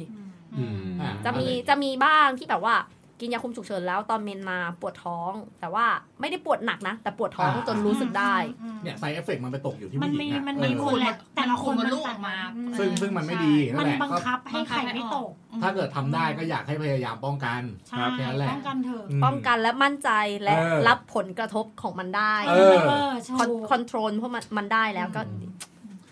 Speaker 1: อืม
Speaker 6: อ่า
Speaker 3: จะมี
Speaker 6: อะไร
Speaker 3: จะมีบ้างที่แบบว่ากินยาคุมฉุกเฉินแล้วตอนเมนมาปวดท้อง แต่ว่าไม่ได้ปวดหนักนะ แต่ปวดท้องจนรู้สึกได้
Speaker 6: เนี่ยไซเอฟเฟกมันไปตกอยู่ที่
Speaker 5: มัน
Speaker 6: ผู้หญิ
Speaker 5: มี
Speaker 6: งอะ
Speaker 5: มัน
Speaker 6: เอ
Speaker 5: มี
Speaker 6: อ
Speaker 5: คนแหละแต่ละคน
Speaker 4: มัน
Speaker 5: มัน
Speaker 4: ลูก
Speaker 5: ต่า
Speaker 4: ออกมา
Speaker 5: น
Speaker 6: ซึ่งซึ่งมันไม่ดีนั่
Speaker 5: มั
Speaker 6: น
Speaker 5: น
Speaker 6: แหละ
Speaker 5: บังคับให้ไข่ไม่ตก
Speaker 6: ถ้าเกิดทำได้ก็อยากให้พยายามป้องกัน
Speaker 5: ใช่
Speaker 6: แค่นั้นแหละ
Speaker 5: ป้องกันเถอะ
Speaker 6: ม
Speaker 3: ป้องกันและมั่นใจและ
Speaker 6: เออ
Speaker 3: รับผลกระทบของมันได้
Speaker 6: เออ
Speaker 5: ถูก
Speaker 3: คอนโทรลพวกมันมันได้แล้วก็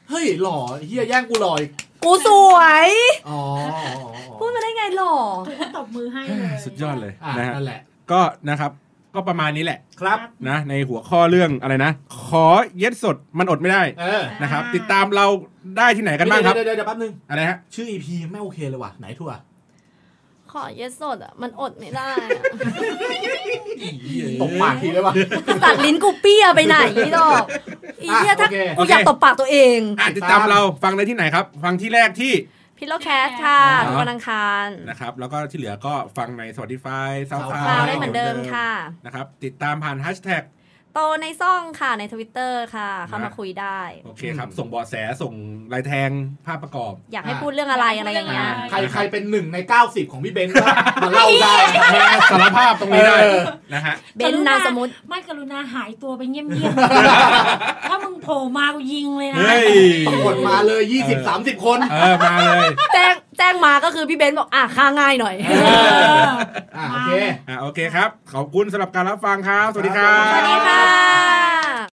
Speaker 6: เฮ้ยหล่อเฮียแย่งกูหล่ออีก
Speaker 3: กูสวย
Speaker 6: อ๋ออ๋อ
Speaker 3: พูดมาได้ไงหรอ
Speaker 5: ถูกก็ตบมือให้เลย
Speaker 1: สุดยอดเลย
Speaker 6: อ่ะ
Speaker 1: นะฮะ
Speaker 6: นั่นแหละ
Speaker 1: ก็นะครับ ก็ประมาณนี้แหละ
Speaker 6: ครับ
Speaker 1: นะในหัวข้อเรื่องอะไรนะ ขอเย็ดสดมันอดไม่ได้
Speaker 6: เออ
Speaker 1: นะครับ
Speaker 5: อ่า
Speaker 1: ติดตามเราได้ที่ไหนกันบ้างครับ
Speaker 6: เดี๋ยวเดี๋ยวเดี๋ยวแป๊บนึง
Speaker 1: อะไรฮะ
Speaker 6: ชื่อ EP ไม่โอเคเลยว่ะ ไหนทั่ว
Speaker 3: ขอเยสสดอ่ะมันอดไม่ได้อะ
Speaker 6: ตบปากทีได้ป่ะ
Speaker 3: ตัดลิ้นกูเปี้ยไปไหนดอกอีเหี้ย
Speaker 6: อ่ะ
Speaker 3: ถ้า
Speaker 6: โอเค
Speaker 3: กูอยากตบปากตัวเอง
Speaker 1: อ่ะติดตามเราฟังได้ที่ไหนครับ ฟังที่แรกที่
Speaker 3: พิโลแคสค่ะ
Speaker 1: อ่า
Speaker 3: ทุกวันอังคาร
Speaker 1: นะครับแล้วก็ที่เหลือก็ฟังใน Spotify ซาวค
Speaker 3: คลา
Speaker 1: ลาวว
Speaker 3: ได้เหมือนเดิมค่ะ
Speaker 1: นะครับติดตามผ่านแฮชแท็ก
Speaker 3: โตในซ่องค่ะในทวิตเตอร์ค่ะ เข้ามา
Speaker 1: นะ
Speaker 3: คุยได้
Speaker 1: โอเคครับ ส่งเบาะแสส่งลายแทงภาพประกอบ
Speaker 3: อยากให้พูดเรื่องอะไรอะไรอย่างเงี้ย
Speaker 6: ใครใครเป็นหนึ่งใน 90 ของพี่เบนซ์ก็มาเล่าได้
Speaker 1: มาสารภาพตรงนี้ได้
Speaker 6: เออ
Speaker 1: นะฮะ
Speaker 3: เบนซ์นามสมมุติ
Speaker 5: ไม่กรุณาหายตัวไปเงียบ ๆ ถ้ามึงโผล่มากูยิงเลยนะ
Speaker 1: เฮ้ย
Speaker 6: ปรากฏมาเลย 20 30 คน
Speaker 1: เออ มาเลย
Speaker 3: แจ้งแจ้งมาก็คือพี่เบนซ์บอกอ่ะค่าง่ายหน่อย
Speaker 5: เออ
Speaker 6: อ่ะโอเค
Speaker 1: อ่ะโอเคครับ ขอบคุณสำหรับการรับฟังครับ สวัสดีครั
Speaker 6: ส
Speaker 1: บ
Speaker 6: วัสดี
Speaker 3: สวัสดีค่ะ